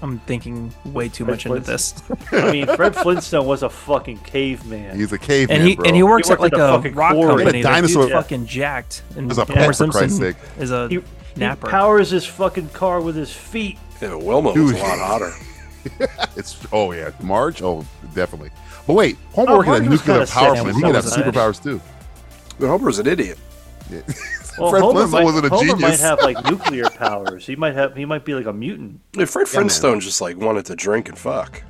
I'm thinking way too much into this.
I mean, Fred Flintstone was a fucking caveman.
He's a caveman,
and he
bro.
and he works at like
worked in
a
fucking
rock
quarry.
company. That dude's
Yeah.
fucking jacked. And
There's a
Homer
pet, for
Simpson
Christ's sake.
is a
He, he
napper.
powers his fucking car with his feet.
Yeah, Wilma
Dude.
was a lot hotter.
it's oh yeah, Marge. Oh, definitely. But wait, Homer
Oh,
working at
Marge
a
was
nuclear
kinda
power
sexy.
plant. He
That
could have
was nice.
superpowers too.
But Homer's an idiot.
Well,
Fred
Homer
Flintstone
might,
wasn't a
Homer might
genius.
have like nuclear powers. He might have. He might be like a mutant.
Yeah, Fred Flintstone just like wanted to drink and fuck.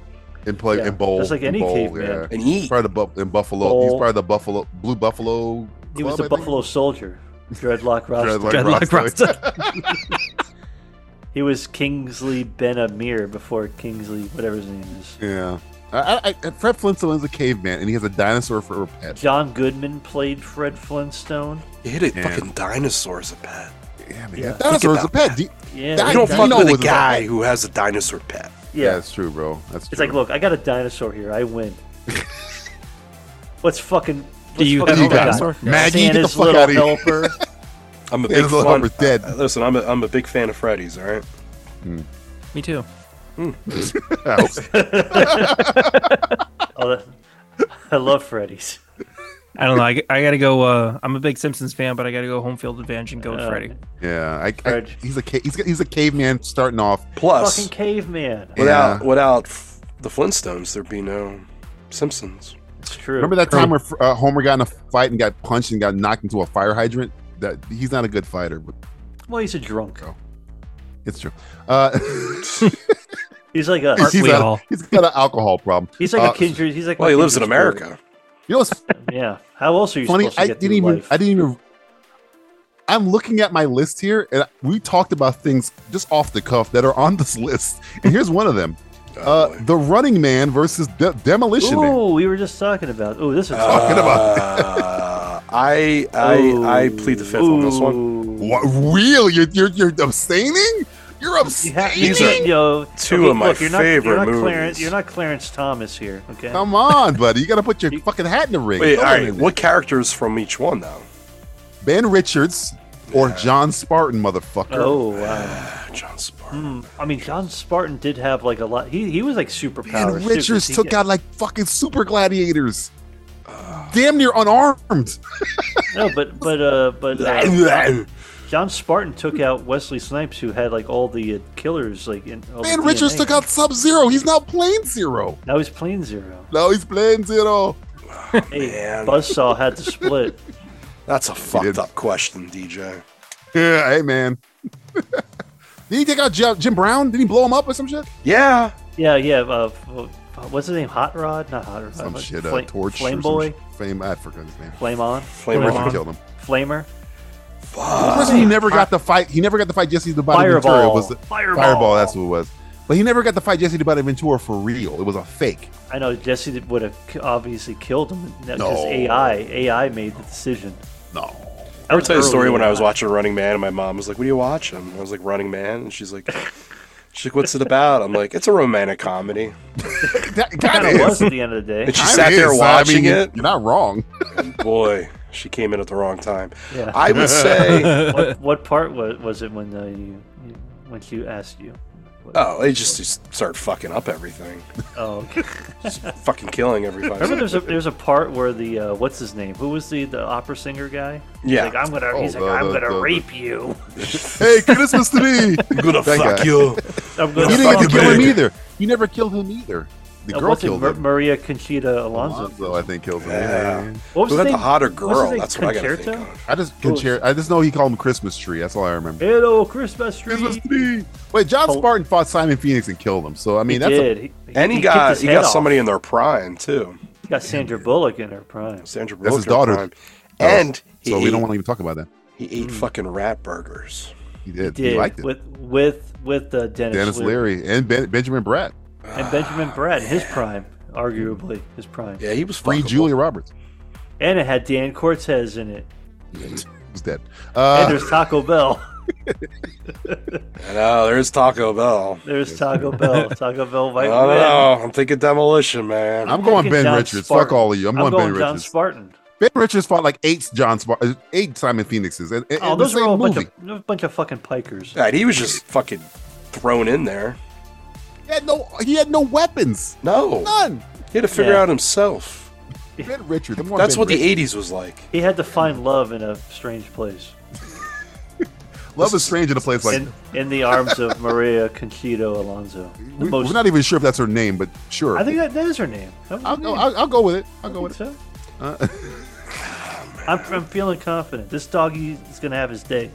And play and bowl.
just like
and
any
bowl,
caveman.
yeah.
And eat.
Probably the buff in Buffalo. He's
Bowl.
probably the Buffalo Blue Buffalo.
He
Club,
was the
I think.
Buffalo Soldier, Dreadlock Rasta.
Dreadlock Dreadlock Rasta.
he was Kingsley Ben Amir before Kingsley, whatever his name is.
Yeah. I, I, I, Fred Flintstone is a caveman, and he has a dinosaur for a pet.
John Goodman played Fred Flintstone.
He had a
Yeah.
fucking dinosaur as a pet.
Yeah,
man, Yeah.
dinosaur is a pet. Do you-
Yeah.
you
that-
don't
that-
fuck
you know
with
it
a
was a
guy
pet.
who has a dinosaur pet.
Yeah.
that's true, bro. That's true.
It's like, look, I got a dinosaur here. I win. Let's fucking.
Do
let's
you
fucking
have a
do that.
dinosaur? Maggie, get the
Santa's
fuck
little
outta here.
helper.
I'm a
Yeah,
big
his little
fan.
helper's dead.
uh, Listen, I'm a, I'm a big fan of Freddy's. All right.
Me too.
I hope so.
Oh, that- I love Freddy's.
I don't know. I, I gotta go. Uh, I'm a big Simpsons fan, but I gotta go home field advantage and go with
Uh,
Freddy.
yeah, I, I, he's a ca- he's, a- he's a caveman starting off.
Plus,
Fucking caveman.
without without f- the Flintstones, there'd be no Simpsons.
It's true.
Remember that time where uh, Homer got in a fight and got punched and got knocked into a fire hydrant? That he's not a good fighter, but
Well, he's a drunk.
it's true. Uh,
He's like a.
he's, got, he's got an alcohol problem.
He's like
Uh,
a kindred. He's like.
well,
my
he lives in
kindred
America.
You know what's
spirit. Yeah. How else are you
funny?
supposed to
I
get
didn't
through
even
life?
I didn't even. I'm looking at my list here, and we talked about things just off the cuff that are on this list. And here's one of them:
Oh,
uh, the Running Man versus De- Demolition Man.
Oh, we were just talking about. Oh, this is
Talking about
Uh, I I I plead the fifth on this one.
What real? You're you're, you're abstaining? You're abstaining?
These are
Yo,
two
okay,
of my
look, you're not,
favorite
you're not
movies.
Clarence, you're not Clarence Thomas here. Okay.
Come on, buddy. You gotta put your fucking hat in the ring.
Wait, all
Come on.
right. What characters from each one though?
Ben Richards or John Spartan, motherfucker.
Oh wow,
John Spartan.
I mean, John Spartan did have like a lot. He he was like super
Ben
powered.
Richards took out like fucking super gladiators.
Ah.
Damn near unarmed.
no, but but uh, but uh, John Spartan took out Wesley Snipes, who had like all the uh, killers. Like in, all the
Ben Richards
DNA.
took out Sub Zero. He's not playing Zero.
Now he's playing zero.
No, he's playing Zero.
Hey, Buzzsaw had to split.
That's a fucked up question, DJ.
Yeah, hey man. Did he take out Jim Jim Brown? Did he blow him up or some shit?
Yeah.
Yeah, yeah. Uh, f- what's his name? Hot Rod? Not Hot Rod.
Some
what-
shit. uh,
Fla-
torch. or
Flame
some
Boy.
sh- Flame. I forgot his name.
Flame on.
Flame Richard on. killed him.
Flamer.
The person who never got the fight, he never got the fight Jesse the Body
Fireball.
Ventura was the,
Fireball.
That's who it was. But he never got the fight Jesse the Body Ventura for real. It was a fake.
I know Jesse did- would have k- obviously killed him because
No.
AI AI made the decision.
No.
I ever tell you a
Early
story when I
on.
was watching Running Man and my mom was like, What are you watching? And I was like, Running Man. And she's like, She's like, What's it about? I'm like, It's a romantic comedy.
That
Kind
kinda
of
is.
was at the end of the day.
And she
Kinda
sat there
is. I
watching
mean,
it.
You're not wrong.
Boy, she came in at the wrong time.
Yeah.
I would say,
what, what part was, was it when uh, you, you when she asked you?
Oh, they just, just start fucking up everything.
Oh, okay.
Just fucking killing everybody.
remember there's a there's a part where the uh, what's his name? Who was the, the opera singer guy? He's
Yeah.
like, I'm gonna.
Oh,
he's like,
the-
I'm
the-
gonna
the-
rape you.
Hey, Christmas to me.
I'm gonna
That
fuck
guy.
you.
I'm
You
gonna
didn't
fuck
even kill him
you.
either. You never killed him either. The
Uh,
girl
what's it,
killed
Mar-
him.
Maria Conchita Alonso.
Alonzo, I think, killed him.
Yeah.
Yeah.
What was
Who
his
had the
name?
hotter
What's his
girl?
name?
That's what I gotta think
Concerto?
I just can share. I just know he called him Christmas Tree. That's all I remember.
Hello, Christmas tree.
Christmas Tree. Wait, John Spartan fought Simon Phoenix and killed him. So I mean, that's
did.
A,
He-
And he,
he kicked
got
his
he
head
got
off.
somebody in their prime too.
He got Sandra Bullock in her prime.
Sandra Bullock.
that's his
in her
daughter.
prime.
Oh,
And he
so we
ate,
don't want to even talk about that.
he ate fucking rat burgers.
He did. He,
Did
liked it.
with with with uh, Dennis,
Dennis Leary and ben, Benjamin Bratt.
and Benjamin Brett, his prime, arguably his prime.
Yeah, he was
Free Julia Roberts.
And it had Dan Cortez in it.
Who's dead?
and
Uh,
there's Taco Bell.
I know. There's Taco Bell.
There's Taco Bell. Taco Bell
I
might
don't
win.
know. I'm thinking demolition, man.
I'm going
Freaking
Ben
John
Richards. Fuck
Spartan.
all of you. I'm going, Ben
John
Richards.
Spartan.
ben Richards fought like eight John Spar- uh, eight Simon Phoenixes. And, and
Oh,
the
those
same
are all a
movie.
bunch of, a bunch of fucking pikers.
God, he was just fucking thrown in there.
He had no, he had no weapons.
No.
None.
He had to figure out himself.
Ben Richard.
More
That's
Ben
what the
Richards.
80s was like.
He had to find love in a strange place.
Love is strange in a place like
in, in the arms of Maria Conchito Alonso. The
we,
most,
We're not even sure if that's her name, but sure.
I think that, that is her name. That was her
I'll go-
name.
I'll- I'll go with it. I'll
I
go with
think
Uh,
so. I'm, I'm feeling confident. This doggy is going to have his day.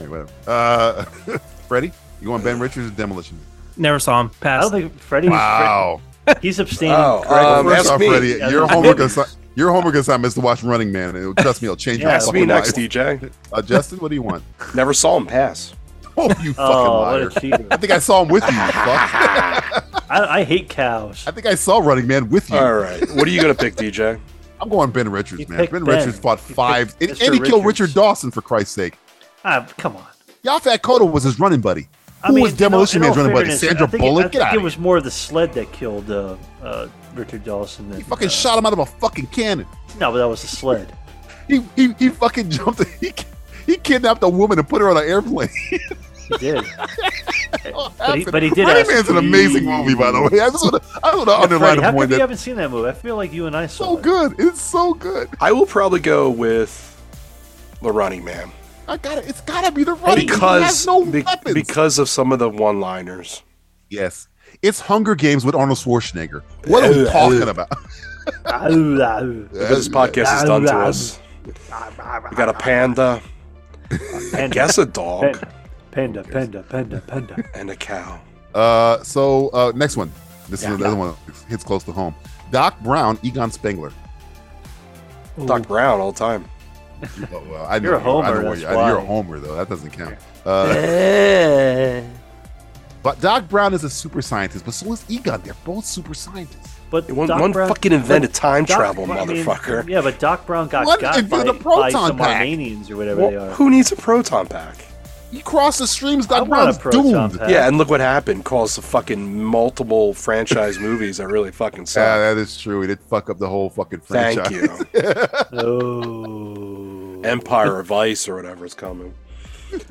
all right, whatever. Uh, Freddie, you want Ben Richards or Demolition?
Never saw him. Pass.
I don't think Freddie.
Wow. Oh,
He's abstaining.
Well,
correctly.
first off, Freddie, your homework assi- your homework assignment is to watch Running Man. and It'll, trust me, it'll change your
Ask me
fucking
next,
life.
DJ.
Uh, Justin, what do you want?
Never saw him pass.
Oh, you fucking
Oh, what a
liar!
cheater.
I think I saw him with you. you fuck.
I, I hate cows.
I think I saw Running Man with you.
All right. What are you going to pick, DJ?
I'm going Ben Richards, man.
picked
Ben,
Ben.
Richards fought five, and,
Mr.
and he killed
Richards.
Richard Dawson for Christ's sake.
Ah, come on.
Yafat Koto was his running buddy.
I
Who
mean,
was Demolition
in
Man's
all- in all
running buddy?
fairness,
Sandra
I think,
Bullock.
I
Get
think
out
it
of here.
was more the sled that killed uh, uh, Richard Dawson. Than, uh,
Fucking shot him out of a fucking cannon.
no, but that was the sled.
He he, he fucking jumped. He he kidnapped a woman and put her on an airplane.
He did. but, he, but he did.
Running
ask
Man's an amazing movie, by the way. I just want to I want to
Yeah,
underline
Freddie,
a
how come
point
you
that
haven't seen that movie? I feel like you and I saw
so good. It's so good.
I will probably go with the running man
I got to It's gotta be the running.
because
he has no
be-
weapons.
because of some of the one-liners.
yes, it's Hunger Games with Arnold Schwarzenegger. What are we talking about?
it.
This podcast is done to us. We got a panda, I
Panda.
guess a dog,
Panda, panda, panda, panda.
and a cow.
Uh, so uh, next one. This
Yeah.
is another one that hits close to home. Doc Brown, Egon Spengler.
Doc Brown all the time.
Oh, well, I know
You're a
I
homer,
know
that's
you, are. you're a
why.
homer though. That doesn't count. Uh,
Eh.
but Doc Brown is a super scientist, but so is Egon. They're both super scientists.
But
One,
Doc
one
Brown-
fucking invented
but
time
Doc
travel,
Brown- I mean,
motherfucker.
yeah, but Doc Brown got
What
got by,
invented a
by
proton
some
pack?
Armenians or whatever
Well,
they are.
who needs a proton pack?
You cross the streams, Doc
I want a
Brown's
proton
doomed.
pack.
Yeah, and look what happened. Caused the fucking multiple franchise movies that really fucking suck.
Yeah, that is true. He did fuck up the whole fucking
Thank
franchise.
you.
Oh.
Empire of Ice or whatever is coming.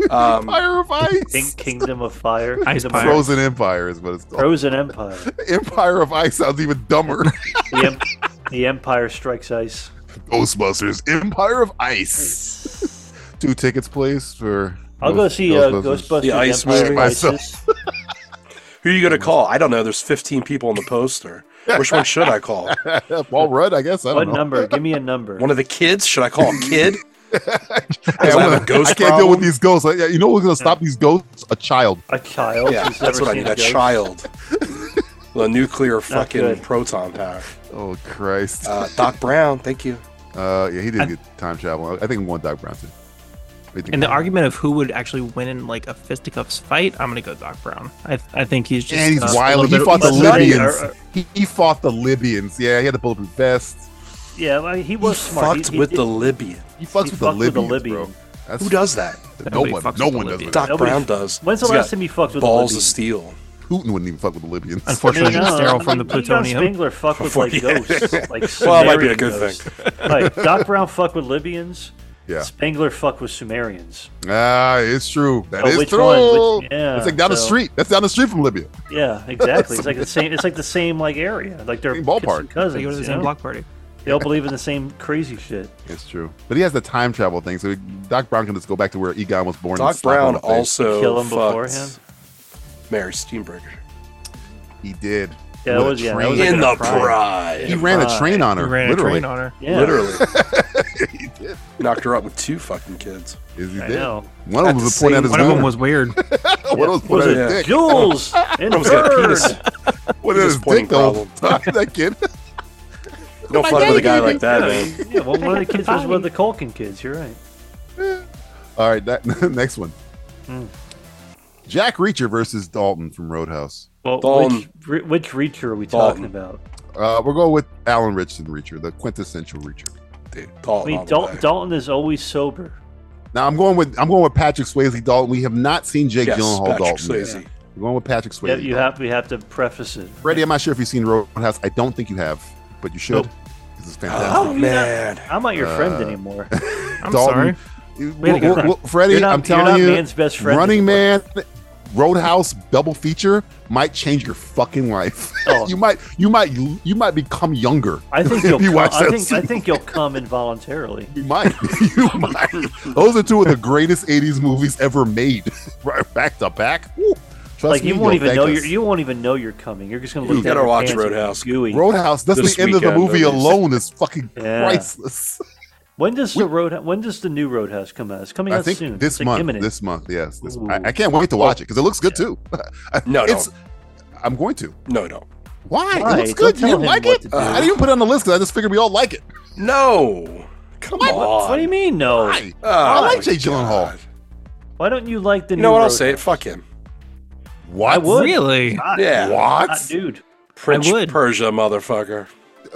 Um,
Empire of Ice.
King, Kingdom of Fire.
Ice
Kingdom of
Pirate.
Frozen Empire is what it's called.
Frozen Empire.
Empire of Ice sounds even dumber.
The, em- the Empire Strikes Ice.
Ghostbusters, Empire of Ice. Two tickets, please, for.
I'll go
Ghost-
see uh, Ghostbusters
The Ice
Empire
movie.
Rises.
who are you going to call? I don't know. There's 15 people on the poster. Which one should I call?
Paul Rudd, I guess. I don't
What
know.
number? Give me a number.
One of the kids? Should I call a kid?
Hey,
I
I'm
have a
gonna-
ghost
I can't deal with
problem.
these ghosts. Like, yeah, You know who's going to stop these ghosts? A child.
A child.
Yeah,
who's
that's
never
what I
seen
need. A
ghost.
child. The nuclear fucking
good.
proton pack.
Oh, Christ. Uh,
Uh, Doc Brown, thank you.
yeah, he did get time travel. I think I'm going Doc Brown, too. What do you think?
In the argument of who would actually win in like a fisticuffs fight, I'm gonna go Doc Brown. I, I think he's just
and he's
uh, a
wild.
little
He
bit-
fought the
he's nutty.
Libyans.
Or- or-
He, he fought the Libyans. Yeah, he had the bulletproof vest.
Yeah, well, he was smart. He-
Fucked
he-
with
he-
the Libyan.
He fucks
He
with,
fucked
the
with the
Libyans, bro.
Libyan.
That's,
Who does that?
No
Nobody
one.
fucks
No
with the
one does.
Libyans.
Doc
Nobody-
Brown does.
When's the
He's
last
got
time you fucked with a
balls
Libyan?
of steel?
Putin wouldn't even fuck with the Libyans.
Unfortunately,
No, no,
sterile
no,
from the
no, Egon
plutonium.
Spengler fucked with like
Yeah.
ghosts. Like
Well, it might be a
Sumerian
good
ghosts. Like Doc Brown fucked with Libyans.
Yeah.
Spengler fucked with Sumerians.
Ah, it's true. That
So
is
which
true.
one? Which- yeah,
it's like down the
so-
street. That's down the street from Libya.
Yeah, exactly. It's like the same. It's like the same like area. Like they're
Same ballpark.
kissing cousins.
They go to the
you
same
know?
block party.
They all believe in the same crazy shit.
It's true. But he has the time travel thing, so Doc Brown can just go back to where Egon was born. and
Doc
slap him
Brown
in the face.
also
Kill him
fucked
beforehand?
Mary Steenburgen
He did.
Yeah,
With
it
a
was- yeah, that
train.
was like
in
a
the
crime.
pride.
He ran a train on her.
He ran
literally.
a train on her.
Yeah,
Literally. Knocked her up with two fucking kids.
Is he
I
dead?
know.
One of
At
them
the
was
same-
pointing at his
One of them
wiener.
was weird.
One of them was
Was
pointing
it
at his dick.
Jules and
Almost got a
Vern?
penis.
Pointing at
Penis
his dick
pointing
the whole
problem.
time. That kid.
Oh
You don't fuck with a guy like that, man.
Yeah, well, one of the kids was one of the Culkin kids. You're right.
All right, that, next one.
Hmm.
Jack Reacher versus Dalton from Roadhouse.
Well,
Dalton.
which re- which Reacher are we
Dalton.
talking about?
Uh, we're going with Alan Richardson Reacher, the quintessential Reacher.
Dude,
I
Dalton
mean,
all the
Dal-
way.
Dalton is always sober.
Now I'm going with I'm going with Patrick Swayze Dalton. We have not seen Jake
Yes,
Gyllenhaal
Patrick
Dalton. yet.
Swayze.
We're going with Patrick Swayze.
Yeah, you have we have to preface it.
Freddie, I'm not sure if you've seen Roadhouse. I don't think you have, but you should.
Nope.
This is
Oh,
fantastic.
man.
I'm not your friend
Uh.
anymore.
I'm
Dalton.
sorry.
You-
Way to go.
we'll- we'll- Freddie,
You're not-
I'm
you're
telling
not
you,
man's best friend
Running Man, Roadhouse double feature might change your fucking life. you might, you might, you might become younger.
Oh. I think
if
you'll.
you
come-
watch
I
that
think I
scene.
think you'll come involuntarily.
You might. you might. Those are two of the greatest '80s movies ever made, right back to back. Woo. Trust
like
me,
you
you'll
won't even
thank
know
us.
you're, you won't even know you're coming. You're just gonna look.
You
down
gotta
your
watch
pants and be
Roadhouse.
Gooey.
Roadhouse, that's the end of the movie alone is fucking
Yeah.
priceless.
When does the road? When does the new Roadhouse come out? It's coming
I
out
think
soon.
this
It's, like,
month.
imminent.
This month, yes. This,
Ooh.
I, I can't wait to watch it because it looks good too.
No,
it's. I'm going to.
No, no.
Why?
Why?
It looks
Don't
good. You
tell
didn't
him
like
what
it?
to do.
I didn't even put it on the list because I just figured we all like it.
No. Come
What, what do you mean? No.
Why? I
Oh
like Jay Gyllenhaal.
Why don't you like the
Oh, You
new?
know what? I'll
Roadhouse?
say it. Fuck him.
What?
I would.
Really?
God,
Yeah.
God, dude.
Prince Persia, motherfucker.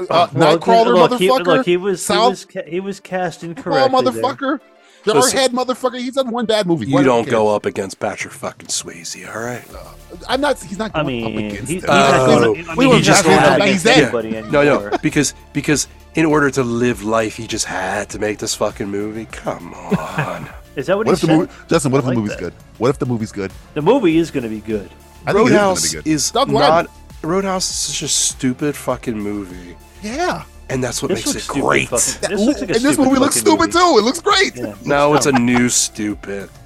Uh,
Well,
Nightcrawler,
Oh, look, He,
motherfucker.
look, he was
South-
he was, ca- he was cast
Well,
incorrectly. there.
motherfucker. Jarhead, motherfucker. He's done one bad movie.
You
Why
don't
care?
go up against Patrick fucking Swayze, all right?
I'm not. He's not
I
going up
mean,
against.
he's-
him. Uh,
Oh,
he's- I
we
mean,
were
he
just
just
talking
went
about
out
he's
against
dead.
everybody
No, no,
anymore.
because because in order to live life, he just had to make this fucking movie. Come on.
Is that what,
What,
he
if the
said?
movie, Justin? What if
I like
the movie's
that.
good? What if the movie's good?
The movie is going to be good.
I think it is gonna
Roadhouse
be good.
is
Doug Lyman.
not Roadhouse is such a stupid fucking movie,
Yeah.
and that's what
This
makes
looks
it
stupid
great.
fucking-
That-
this looks like a
and this
stupid
movie looks
fucking
stupid
movie.
too. It looks great.
Yeah.
No, it's a new stupid.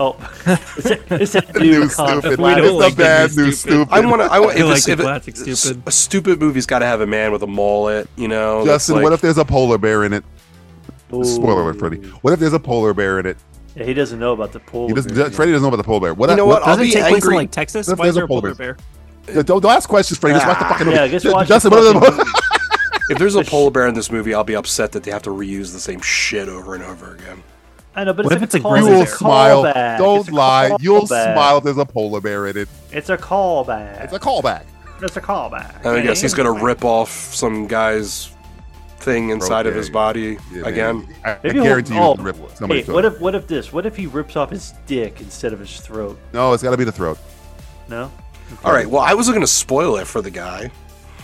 Oh, it's a, it's a new,
New
concept.
stupid.
We
It's
don't
the
like
bad
that
new stupid.
I want to. I want.
I
If
like
it's-
the
if it-
classic stupid.
A stupid movie's got to have a man with a mullet. You know, that's
Justin,
like-
what if there's a polar bear in it?
Ooh.
Spoiler alert, Freddy. What if there's a polar bear in it?
Yeah, he doesn't know about the pool.
He doesn't. Freddy doesn't know about the polar bear. What?
You know what? I'll
Doesn't it
be
take place in
angry.
like Texas?
What if
Why
there's
is there
a
a
polar
polar bear?
Don't, don't ask questions, Freddy. Just watch the
Ah.
fucking movie.
Yeah, just watch the
Justin, what if
fucking
the-
movie.
if there's a polar bear in this movie, I'll be upset that they have to reuse the same shit over and over again.
I know, but
What
it's
if
a
it's a
call,
you
grizzly
will
It's a
smile.
Callback.
Don't
It's a
lie. You'll
callback.
smile if there's a polar bear in it.
It's a callback.
It's a callback.
It's a callback.
And I guess he's
Anyway.
gonna rip off some guy's thing inside of his
Okay.
body
Yeah,
again.
man. I, I
Maybe he'll-
guarantee you,
oh,
can rip somebody's
Hey,
throat.
what if what if this? What if he rips off his dick instead of his throat?
No, it's got to be the throat.
No.
All right. Well, I wasn't gonna spoil it for the guy.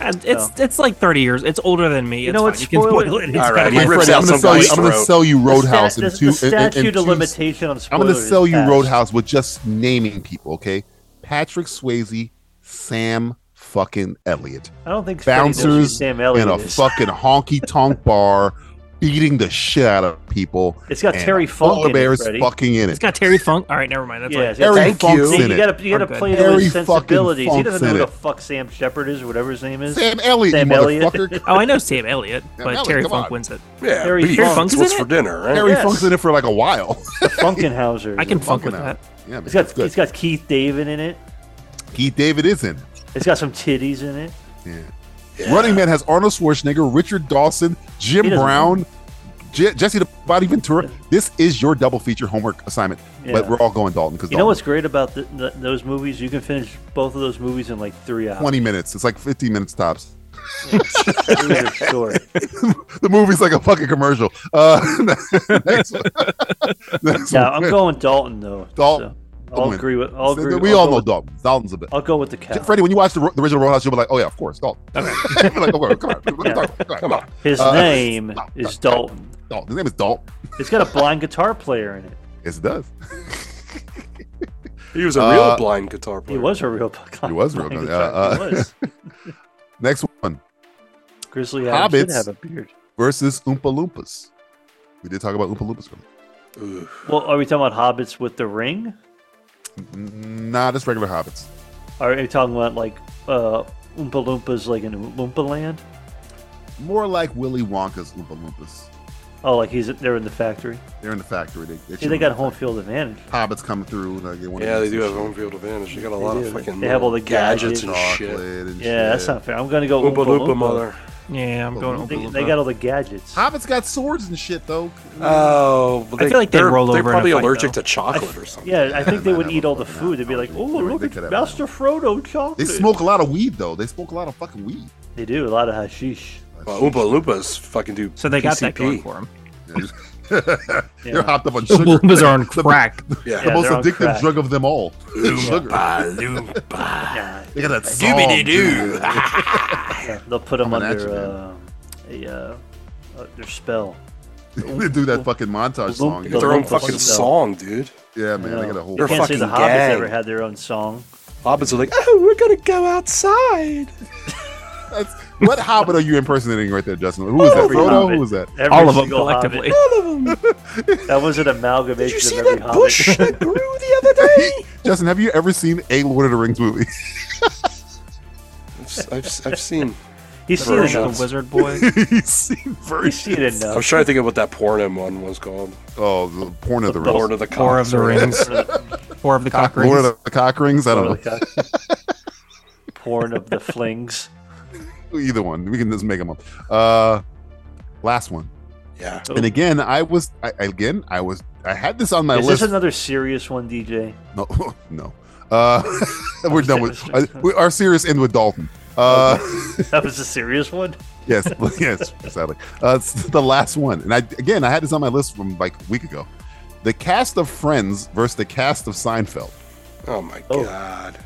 And It's it's like 30 years. It's older than me.
You
It's
know
fine.
what?
You can
Spoil it.
spoil it. It's
All right,
fine.
he
Hey,
rips
Freddy,
out
I'm gonna
some
sell you.
guy's
I'm gonna
throat.
sell you Roadhouse
the
in
sta-
two. in-
the
in- in
statute of
two-
limitation on
I'm
spoilers.
gonna sell you
passed.
Roadhouse with just naming people. Okay, Patrick Swayze, Sam fucking Elliott.
I don't think Freddy knows who
bouncers
Sam Elliott
in a
is.
fucking honky tonk bar, beating the shit out of people.
It's got
and
Terry
a
Funk
polar
in it,
bear is
Freddy.
fucking in
It's
it.
got Terry Funk. All right, never mind. That's
Yeah,
yeah,
it's got
Terry
Terry
Funk's
See,
in
you
it.
gotta you gotta
Okay.
play to
Terry
his
fucking
sensibilities. He doesn't know
Funk's
who
in
the
it.
fuck Sam Shepard is or whatever his name is.
Sam Elliott,
Sam
you
Elliott.
motherfucker.
Oh, I know Sam Elliott, but
Elliott,
Terry
come
Funk
on.
wins it.
Yeah,
Harry
beef.
Funk's
What's
in it?
for dinner, right?
Terry
Yes.
Funk's in it for like a while.
The Funkenhauser.
I can funk
Funkin'
with
out.
that.
Yeah, man,
It's
it's
got
good.
it's got Keith David in it.
Keith David is in. it.
It's got some titties in it.
Yeah. Running Man has Arnold Schwarzenegger, Richard Dawson, Jim
He doesn't-
Brown, Je- Jesse the Body Ventura. This is your double feature homework assignment. But
Yeah.
we're all going Dalton because
You know what's great about th th those movies? You can finish both of those movies in like three hours.
20 minutes. It's like 15 minutes tops.
Those are short.
the movie's like a fucking commercial. Uh, next one. Next
Yeah,
one.
I'm going Dalton though.
Dalton.
So I'll
Win.
agree with. I'll agree.
we
I'll
all
go
know
with-
Dalton. Dalton's a bit.
I'll go with the cow.
Freddie, when you watch the, the original Roadhouse, you'll be like, "Oh yeah, of course, Dalton." You'll be like, oh, come on, come on, come on, come on.
His
Uh,
name is Dalton.
Dalton. His name is Dalton.
It's got a blind guitar player in it.
Yes, it does.
He was a real
Uh,
blind guitar
He
player.
was a real. blind-
was real
blind
good.
guitar-
Uh, uh,
he was.
Next one
Grizzly Adams did
Hobbits.
have a beard.
versus Oompa Loompas. We did talk about Oompa Loompas. earlier.
Ooh.
Well, are we talking about hobbits with the ring?
Nah, just regular hobbits.
Are we talking about like uh, Oompa Loompas like in Oompa Land?
More like Willy Wonka's Oompa Loompas.
Oh, like he's they're in the factory.
They're in the factory. They, they,
See, they got home field advantage.
hobbits coming through. Like, they wanna
Yeah, they
use
do
some
have home field advantage. They got a lot
do.
of fucking.
They have all the
little gadgets,
gadgets.
and
chocolate
shit.
and
Yeah, that's
shit.
not fair. I'm gonna go
Oompa
Oompa
Loompa mother.
Yeah, I'm going.
They,
Oompa
they
Loompa.
got all the gadgets.
Hobbits got swords and shit though. Uh,
Oh,
I feel like they'd
they're-
roll
They're
over in a
probably
fight,
allergic
though.
to chocolate or something.
Yeah, I think they
man,
would
I
eat all the
fucking
food. They'd be like,
allergy.
"Oh,
They would-
look
they could
at
have
Master Frodo chocolate."
They smoke a lot of weed though. They smoke a lot of fucking weed.
They do a lot of hashish.
Uh,
Well, Oompa Loompas fucking do.
So they got
PCP.
that going for them.
They're hopped up on sugar.
Oompa Loompas are on crack.
Yeah.
The
Yeah,
most
they're on
addictive
crack.
drug of them all. sugar.
Oompa Loompa.
Yeah,
They got that song,
Doobity-doo.
dude.
yeah, they'll put them
Coming at
under
you,
uh, a, uh, uh, their spell.
they do that fucking montage song.
They got their own fucking song, dude.
Yeah, man, they got a whole.
You can't say the Hobbits ever had their own song.
Hobbits are like, oh, we're gonna go outside.
What Hobbit are you impersonating right there, Justin? Who is that?
Every
Frodo?
Oh, Hobbit.
Who is that?
Every All of 'em single collectively. That was an
Did
amalgamation
you see
of every
that bush
Hobbit.
that grew the other day?
Justin, have you ever seen a Lord of the Rings movie?
I've, I've, I've seen.
He's seen it, the Wizard Boy.
He's seen
He's seen it enough.
I was trying to think of what that porno one was called.
Oh, the porn of the Rings.
Lord of the Cock.
War of the Rings.
Or of the cock rings.
Lord of the Cock Rings? I don't know.
Porn of the flings.
Either one. We can just make them up. Uh, last one.
Yeah.
Oh.
And again, I was I, again I was I had this on my
Is
list.
this another serious one, DJ?
No, no. Uh, we're done with uh, we, our serious end with Dalton. Uh,
that was a serious one.
yes, yes, sadly. Uh, it's the last one, and I again I had this on my list from like a week ago. The cast of Friends versus the cast of Seinfeld.
Oh my god!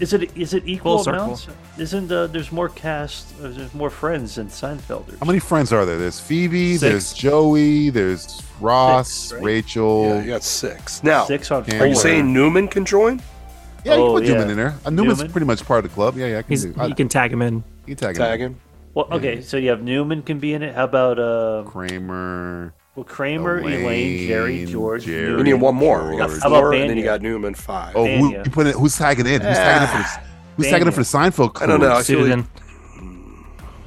Is it is it equal
Full circle.
amounts? Isn't uh, there's more cast? Uh, there's more friends than Seinfelders.
How many friends are there? There's Phoebe,
Six.
there's Joey, there's Ross, Rachel.
Yeah, you got six. Now,
Six on
are you
four.
saying Newman can join?
Yeah,
Oh,
you can put
yeah.
Newman in there. Uh, Newman's
Newman?
pretty much part of the club. Yeah, yeah, I can
He's,
do. Uh, I,
you can tag him in.
you tag him.
Tag him.
Well, okay, so you have Newman can be in it. How about uh,
Kramer.
well, Kramer, Elaine, Jerry,
Elaine,
George?
Jerry,
Newman.
We need one more. We got
George.
How about
four, and then
Banya?
you got Newman five.
Oh, who,
Daniel.
you put it, who's tagging in? Who's tagging in for the, who's tagging in for the Seinfeld?
Ah, I don't know. I
crew?
feel like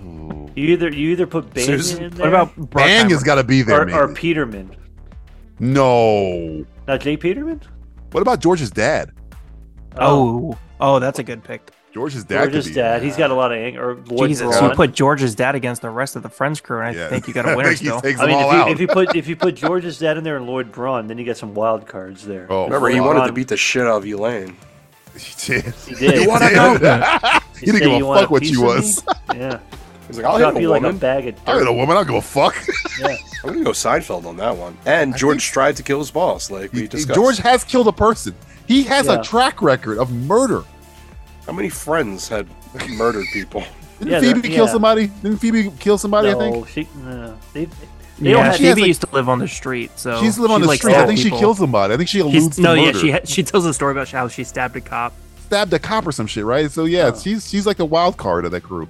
You either you either put Banyan
Susan-
in there.
What about
Bang has got to be there.
or, or
maybe.
Peterman?
no.
Not Jay Peterman.
What about George's dad?
Oh, oh, that's a good pick.
George's dad.
Or
could
just
be-
Dad. He's got a lot of anger. Or Lloyd
Jesus,
Braun.
you put George's dad against the rest of the Friends crew, and I
Yeah.
think you got a
I
winner
think he
still.
takes
I mean,
them all
if
out.
you, if you put if you put George's dad in there and Lloyd Braun, then you got some wild cards there.
Oh,
remember he
Lloyd
wanted to
Braun-
beat the shit out of Elaine.
he did.
He did.
You wanna know?
He didn't
say
give a
you want
fuck what
piece
she
of me?
was.
Yeah,
He's like, I'll
drop
hit a
you like a
woman.
bag of dirt.
I ain't a woman. I don't give a fuck.
I'm gonna go Seinfeld on that one. And George tried to kill his boss, like we discussed.
George has killed a person. He has
Yeah.
a track record of murder.
how many friends had murdered people?
Didn't
Yeah,
Phoebe
that-
kill
yeah.
somebody? Didn't Phoebe kill somebody? I think
No, she, no. They, they don't
Yeah,
have.
she has,
Phoebe
like-
used to live on the street, so
she's living on
she,
the
like,
street. I
stabbed
think
people.
she killed somebody. I think she alludes
She's,
to
no,
murder.
yeah, she ha- she tells a story about how she stabbed a cop,
stabbed a cop or some shit, right? So yeah,
Oh.
she's she's like the wild card of that group.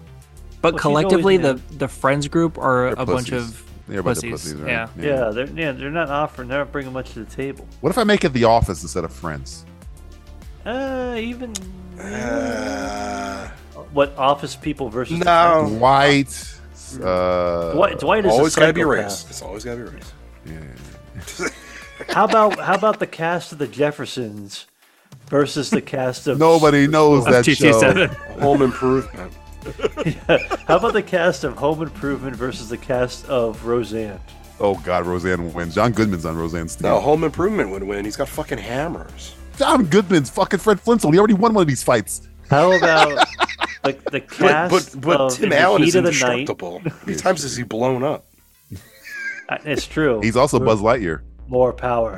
but
Well, she's always
collectively
there.
the the Friends group are
They're
a bunch
pussies.
of
They're a bunch of
pussies.
pussies, right?
Yeah,
yeah, they're yeah, they're not offering. They're not bringing much to the table.
What if I make it the office instead of friends?
Uh, even
Uh,
what office people versus the
no,
White. Uh,
Fed- Dwight, Dwight is
always
a
gotta be
psychopath.
race. It's always gotta be race.
How about how about the cast of the Jeffersons versus the cast of
Nobody knows that show.
TT7.
Home improvement.
How about the cast of Home Improvement versus the cast of Roseanne?
Oh God, Roseanne wins. John Goodman's on Roseanne's team.
No, home improvement would win. He's got fucking hammers.
John Goodman's fucking Fred Flintstone. He already won one of these fights.
How about the, the cast
But but, but
of
Tim
In the
Allen
Heat
is
of the Night?
indestructible. How many times has he blown up?
Uh, It's true.
He's also Buzz Lightyear.
More Oh, power.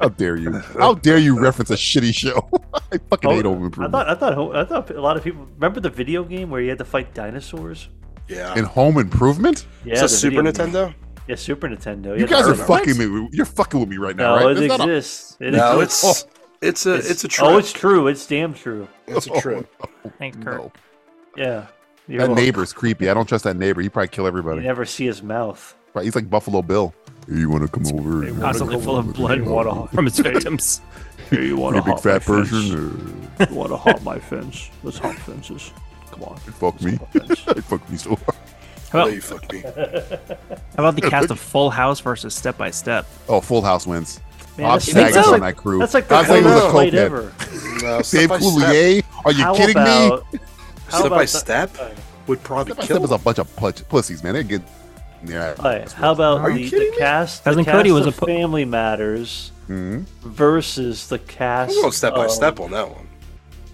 How dare you? How dare you reference a shitty show? I fucking hate Home
Oh, I
Improvement.
thought I thought Ho- I thought a lot of people remember the video game where you had to fight dinosaurs.
Yeah.
In Home Improvement,
Yeah,
Is
the
that Super
video game.
Nintendo?
Oh, Yeah, Super Nintendo.
you
had to
guys are
fight-
fucking me. You're fucking with me right now,
No,
right?
it
That's not a-
exists. It
No,
exists.
it's it's a it's a trip.
Oh, it's true. It's damn true.
It's a trip.
thanks, Kurt.
Oh,
Yeah. You're
that
welcome.
neighbor's creepy. I don't trust that neighbor. He probably kill
You
everybody.
never see his mouth.
Right? He's like Buffalo Bill. Hey, you want to come over? You wanna
Possibly
come
full
over
of
to
blood
the
and water
house?
from its victims.
Here, you want
You big fat
person?
person?
You want to hop my fence? Let's hop fences. Come on.
Or, fuck me. fuck me so hard.
Oh, you fucked me.
How about the cast of Full House versus Step by Step?
Oh, Full House wins.
Man,
Bob
that's-
Saget's
that's
on
like-
that crew.
That's like the
Bob Saget was a
coolest fight
cokehead.
ever.
No,
Dave
step by step,
Coulier? Are you
How
kidding me?
about, How
step
about
by
the-
step would probably
Step by Step
kill.
is a bunch of putch- pussies, man. They get yeah.
all right, how about
Are
the,
you kidding
the
me?
cast? The
Cousin
cast
Cody was
of
a po-
Family Matters
Mhm.
versus the cast.
I'm going step by
of-
step on that one.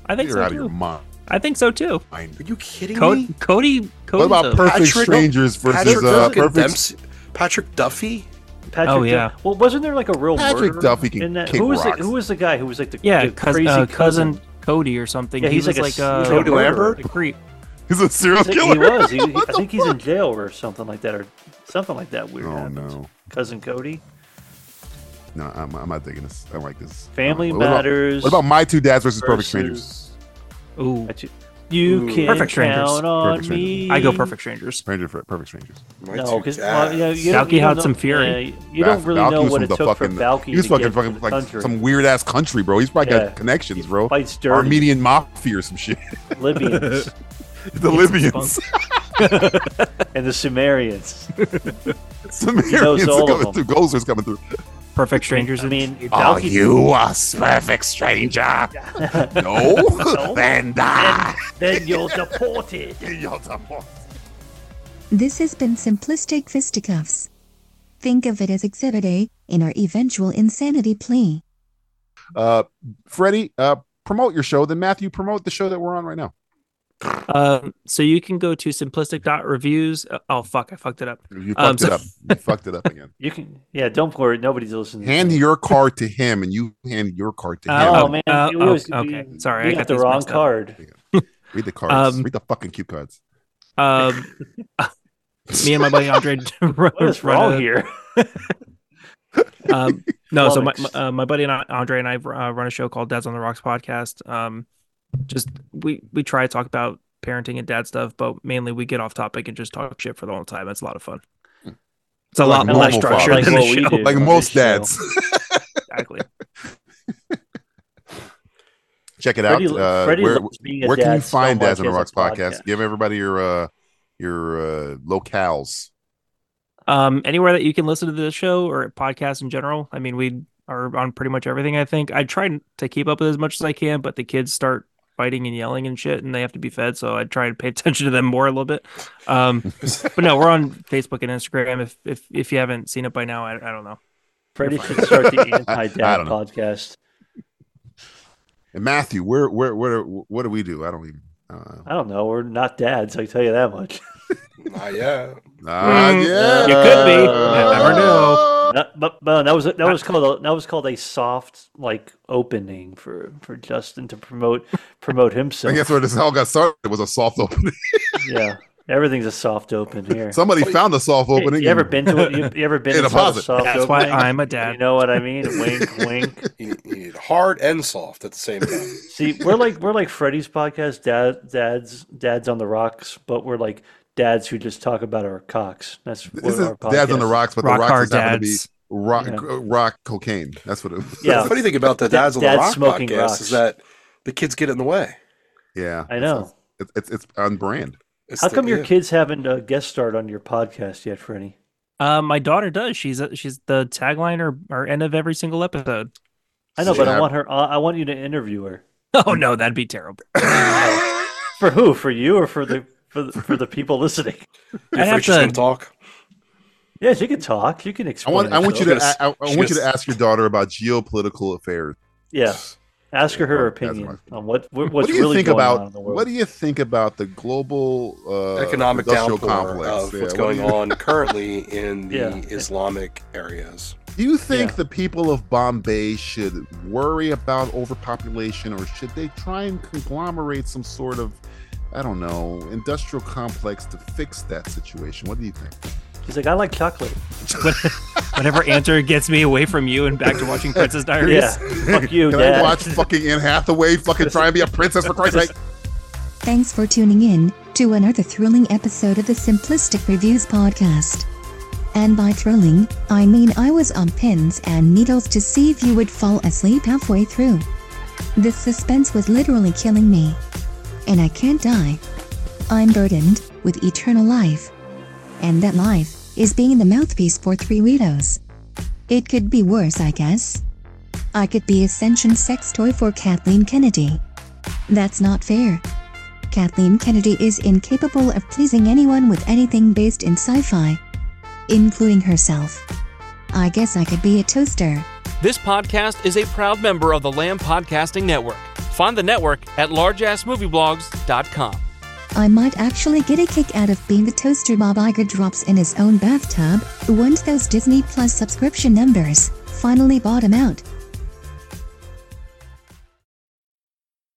I think
You're
so
out of your
too.
mind.
I think so too.
Are you kidding
Cody,
me?
Cody,
What
Cody's
about
a-
Perfect
Patrick-
Strangers versus
Patrick,
uh,
fucking
Perfect?
Dempsey- Patrick Duffy?
Patrick
Oh, yeah.
Duff- Well, wasn't there like a real
Patrick
murderer
Duffy can
in that?
kick
Who was
rocks.
the, who was the guy who was like the
yeah,
the
cous-
crazy
uh, cousin Cody or something.
Yeah,
he
he's
was
like a
like
serial
uh,
Cody
murderer,
Lambert?
the creep.
He's a serial
I think
killer.
He was. He, he-
What
I
the
think he's in jail or something like that, or something like that. Weird.
Oh,
happens.
no.
Cousin Cody.
No, I'm, I'm not digging this. I don't like this.
Family
What about-
Matters
What about, my two dads versus, Perfect
versus-
Strangers?
Ooh.
You
Ooh.
can
Perfect Strangers.
count on
Perfect Strangers.
me.
I go Perfect Strangers.
Stranger, Perfect Strangers.
No, because well, you know, you don't-
Valky
you don't
had
know-
some fury.
yeah, you don't really
Valky
know
was
what
from
it
the
took for Valky
He was
to
fucking
get to
fucking
the
like
country.
some weird ass country, bro. He's probably
Yeah.
got connections, bro.
fights dirty.
Armenian mafia or some shit.
Libyans.
the Libyans.
and the Sumerians.
Sumerians
He knows all
coming
of
through.
them.
Ghosts are coming through.
Perfect strangers. I
mean,
Are
Valky-
you a perfect stranger? No?
No?
Then die.
Then you're deported.
you're deported.
This has been Simplistic Fisticuffs. Think of it as Exhibit A in our eventual insanity plea.
Uh, Freddie, uh, promote your show. Then Matthew, promote the show that we're on right now.
Um, so you can go to simplistic.reviews. Oh fuck, I fucked it up.
You fucked
Um,
it
so-
up. You fucked it up again.
You can. Yeah, don't worry. Nobody's listening.
Hand your card to him, and you hand your card to him.
Oh, man,
Oh,
it was-
oh, okay.
we-
Sorry,
we
I
got
got
the
these
wrong
mixed up.
card.
Read the cards.
Um,
Read the fucking cue cards.
Um, me and my buddy Andre run,
What is
run
wrong
a-
here?
um, no, so my my, uh, my buddy and I, Andre and I uh, run a show called Dads on the Rocks podcast. Um, just we we try to talk about parenting and dad stuff, but mainly we get off topic and just talk shit for the whole time. It's a lot of fun. It's a lot more
Hmm. normal
structured
fathers.
than the show.
Like most dads.
exactly.
Check it
Freddie
out.
lo-
Uh,
Freddie
where
loves being a
where can you
dad so
find
much
Dads on the
as a
Rocks podcast?
podcast.
Give everybody your uh, your uh, locales.
Um, anywhere that you can listen to the show or podcasts in general. I mean, we are on pretty much everything. I think I try to keep up with as much as I can, but the kids start fighting and yelling and shit, and they have to be fed. So I try and pay attention to them more a little bit. Um, but no, we're on Facebook and Instagram. If if if you haven't seen it by now, I, I don't know.
Freddie
You're
should
fine.
start the
I
anti
don't
dad
know.
podcast.
And Matthew, where where where what do we do? I don't even. Uh,
I don't know. We're not dads. I can tell you that much.
Not yet.
ah,
Mm,
yeah.
you could be. You never
know.
No, but, but that was that was called a, that was called a soft like opening for for Justin to promote promote
I
himself.
guess where this all got started was a soft opening.
yeah, everything's a soft open here.
Somebody found a soft
Hey,
opening.
You ever
and-
been to it? You, you ever been
In a
inside
closet.
soft
That's why
opening?
I'm a dad.
You know what I mean? Wink, wink.
You, you need hard and soft at the same time.
See, we're like we're like Freddie's podcast, dad, dads, dads on the rocks, but we're like dads who just talk about our cocks. That's what
This is
our podcast.
Dads on the Rocks, but
Rock
the Rocks
hard
is happened to be
dads.
rock
Yeah.
uh, rock cocaine. That's what it was.
Yeah.
The funny thing about the
Da-
Dads on the
Dad's
Rock
smoking
podcast
rocks.
is that the kids get in the way.
Yeah,
I know.
it's it's, it's on brand.
It's
How
the-
come your
yeah.
kids haven't uh, guest starred on your podcast yet, Freddie?
Uh, my daughter does. She's a, she's the tagline or, or end of every single episode.
I know,
Yeah.
but I want her. on I want you to interview her.
Oh no, that'd be terrible.
For who? For you or for the for the, for the people listening?
You're
I'd
afraid
have
she's gonna
to.
talk.
Yeah, she can talk. You can
I
explain.
want I want you to
Yes.
a- I, I want you to
Yes.
ask your daughter about geopolitical affairs.
Yeah, ask her her
That's my-
opinion on what what's
what do you
really
think
going
about
on in the world.
what do you think about the global uh,
Economic
industrial
downpour
complex?
of
Yeah,
what's
what
going
do you,
on currently in the
Yeah.
Islamic areas.
Do you think
Yeah.
the people of Bombay should worry about overpopulation, or should they try and conglomerate some sort of I don't know industrial complex to fix that situation? What do you think?
She's like, I like chocolate.
Whatever answer gets me away from you and back to watching Princess Diaries.
Yeah, fuck you,
Can
Dad.
I watch fucking Anne Hathaway fucking try and be a princess for Christ's sake?
Thanks for tuning in to another thrilling episode of the Simplistic Reviews podcast. And by thrilling, I mean I was on pins and needles to see if you would fall asleep halfway through. The suspense was literally killing me. And I can't die. I'm burdened with eternal life. And that life is being the mouthpiece for three weirdos. It could be worse, I guess. I could be a sentient sex toy for Kathleen Kennedy. That's not fair. Kathleen Kennedy is incapable of pleasing anyone with anything based in sci fi, including herself. I guess I could be a toaster.
This podcast is a proud member of the Lamb Podcasting Network. Find the network at largeassmovieblogs.com.
I might actually get a kick out of being the toaster Bob Iger drops in his own bathtub once those Disney Plus subscription numbers finally bottom out.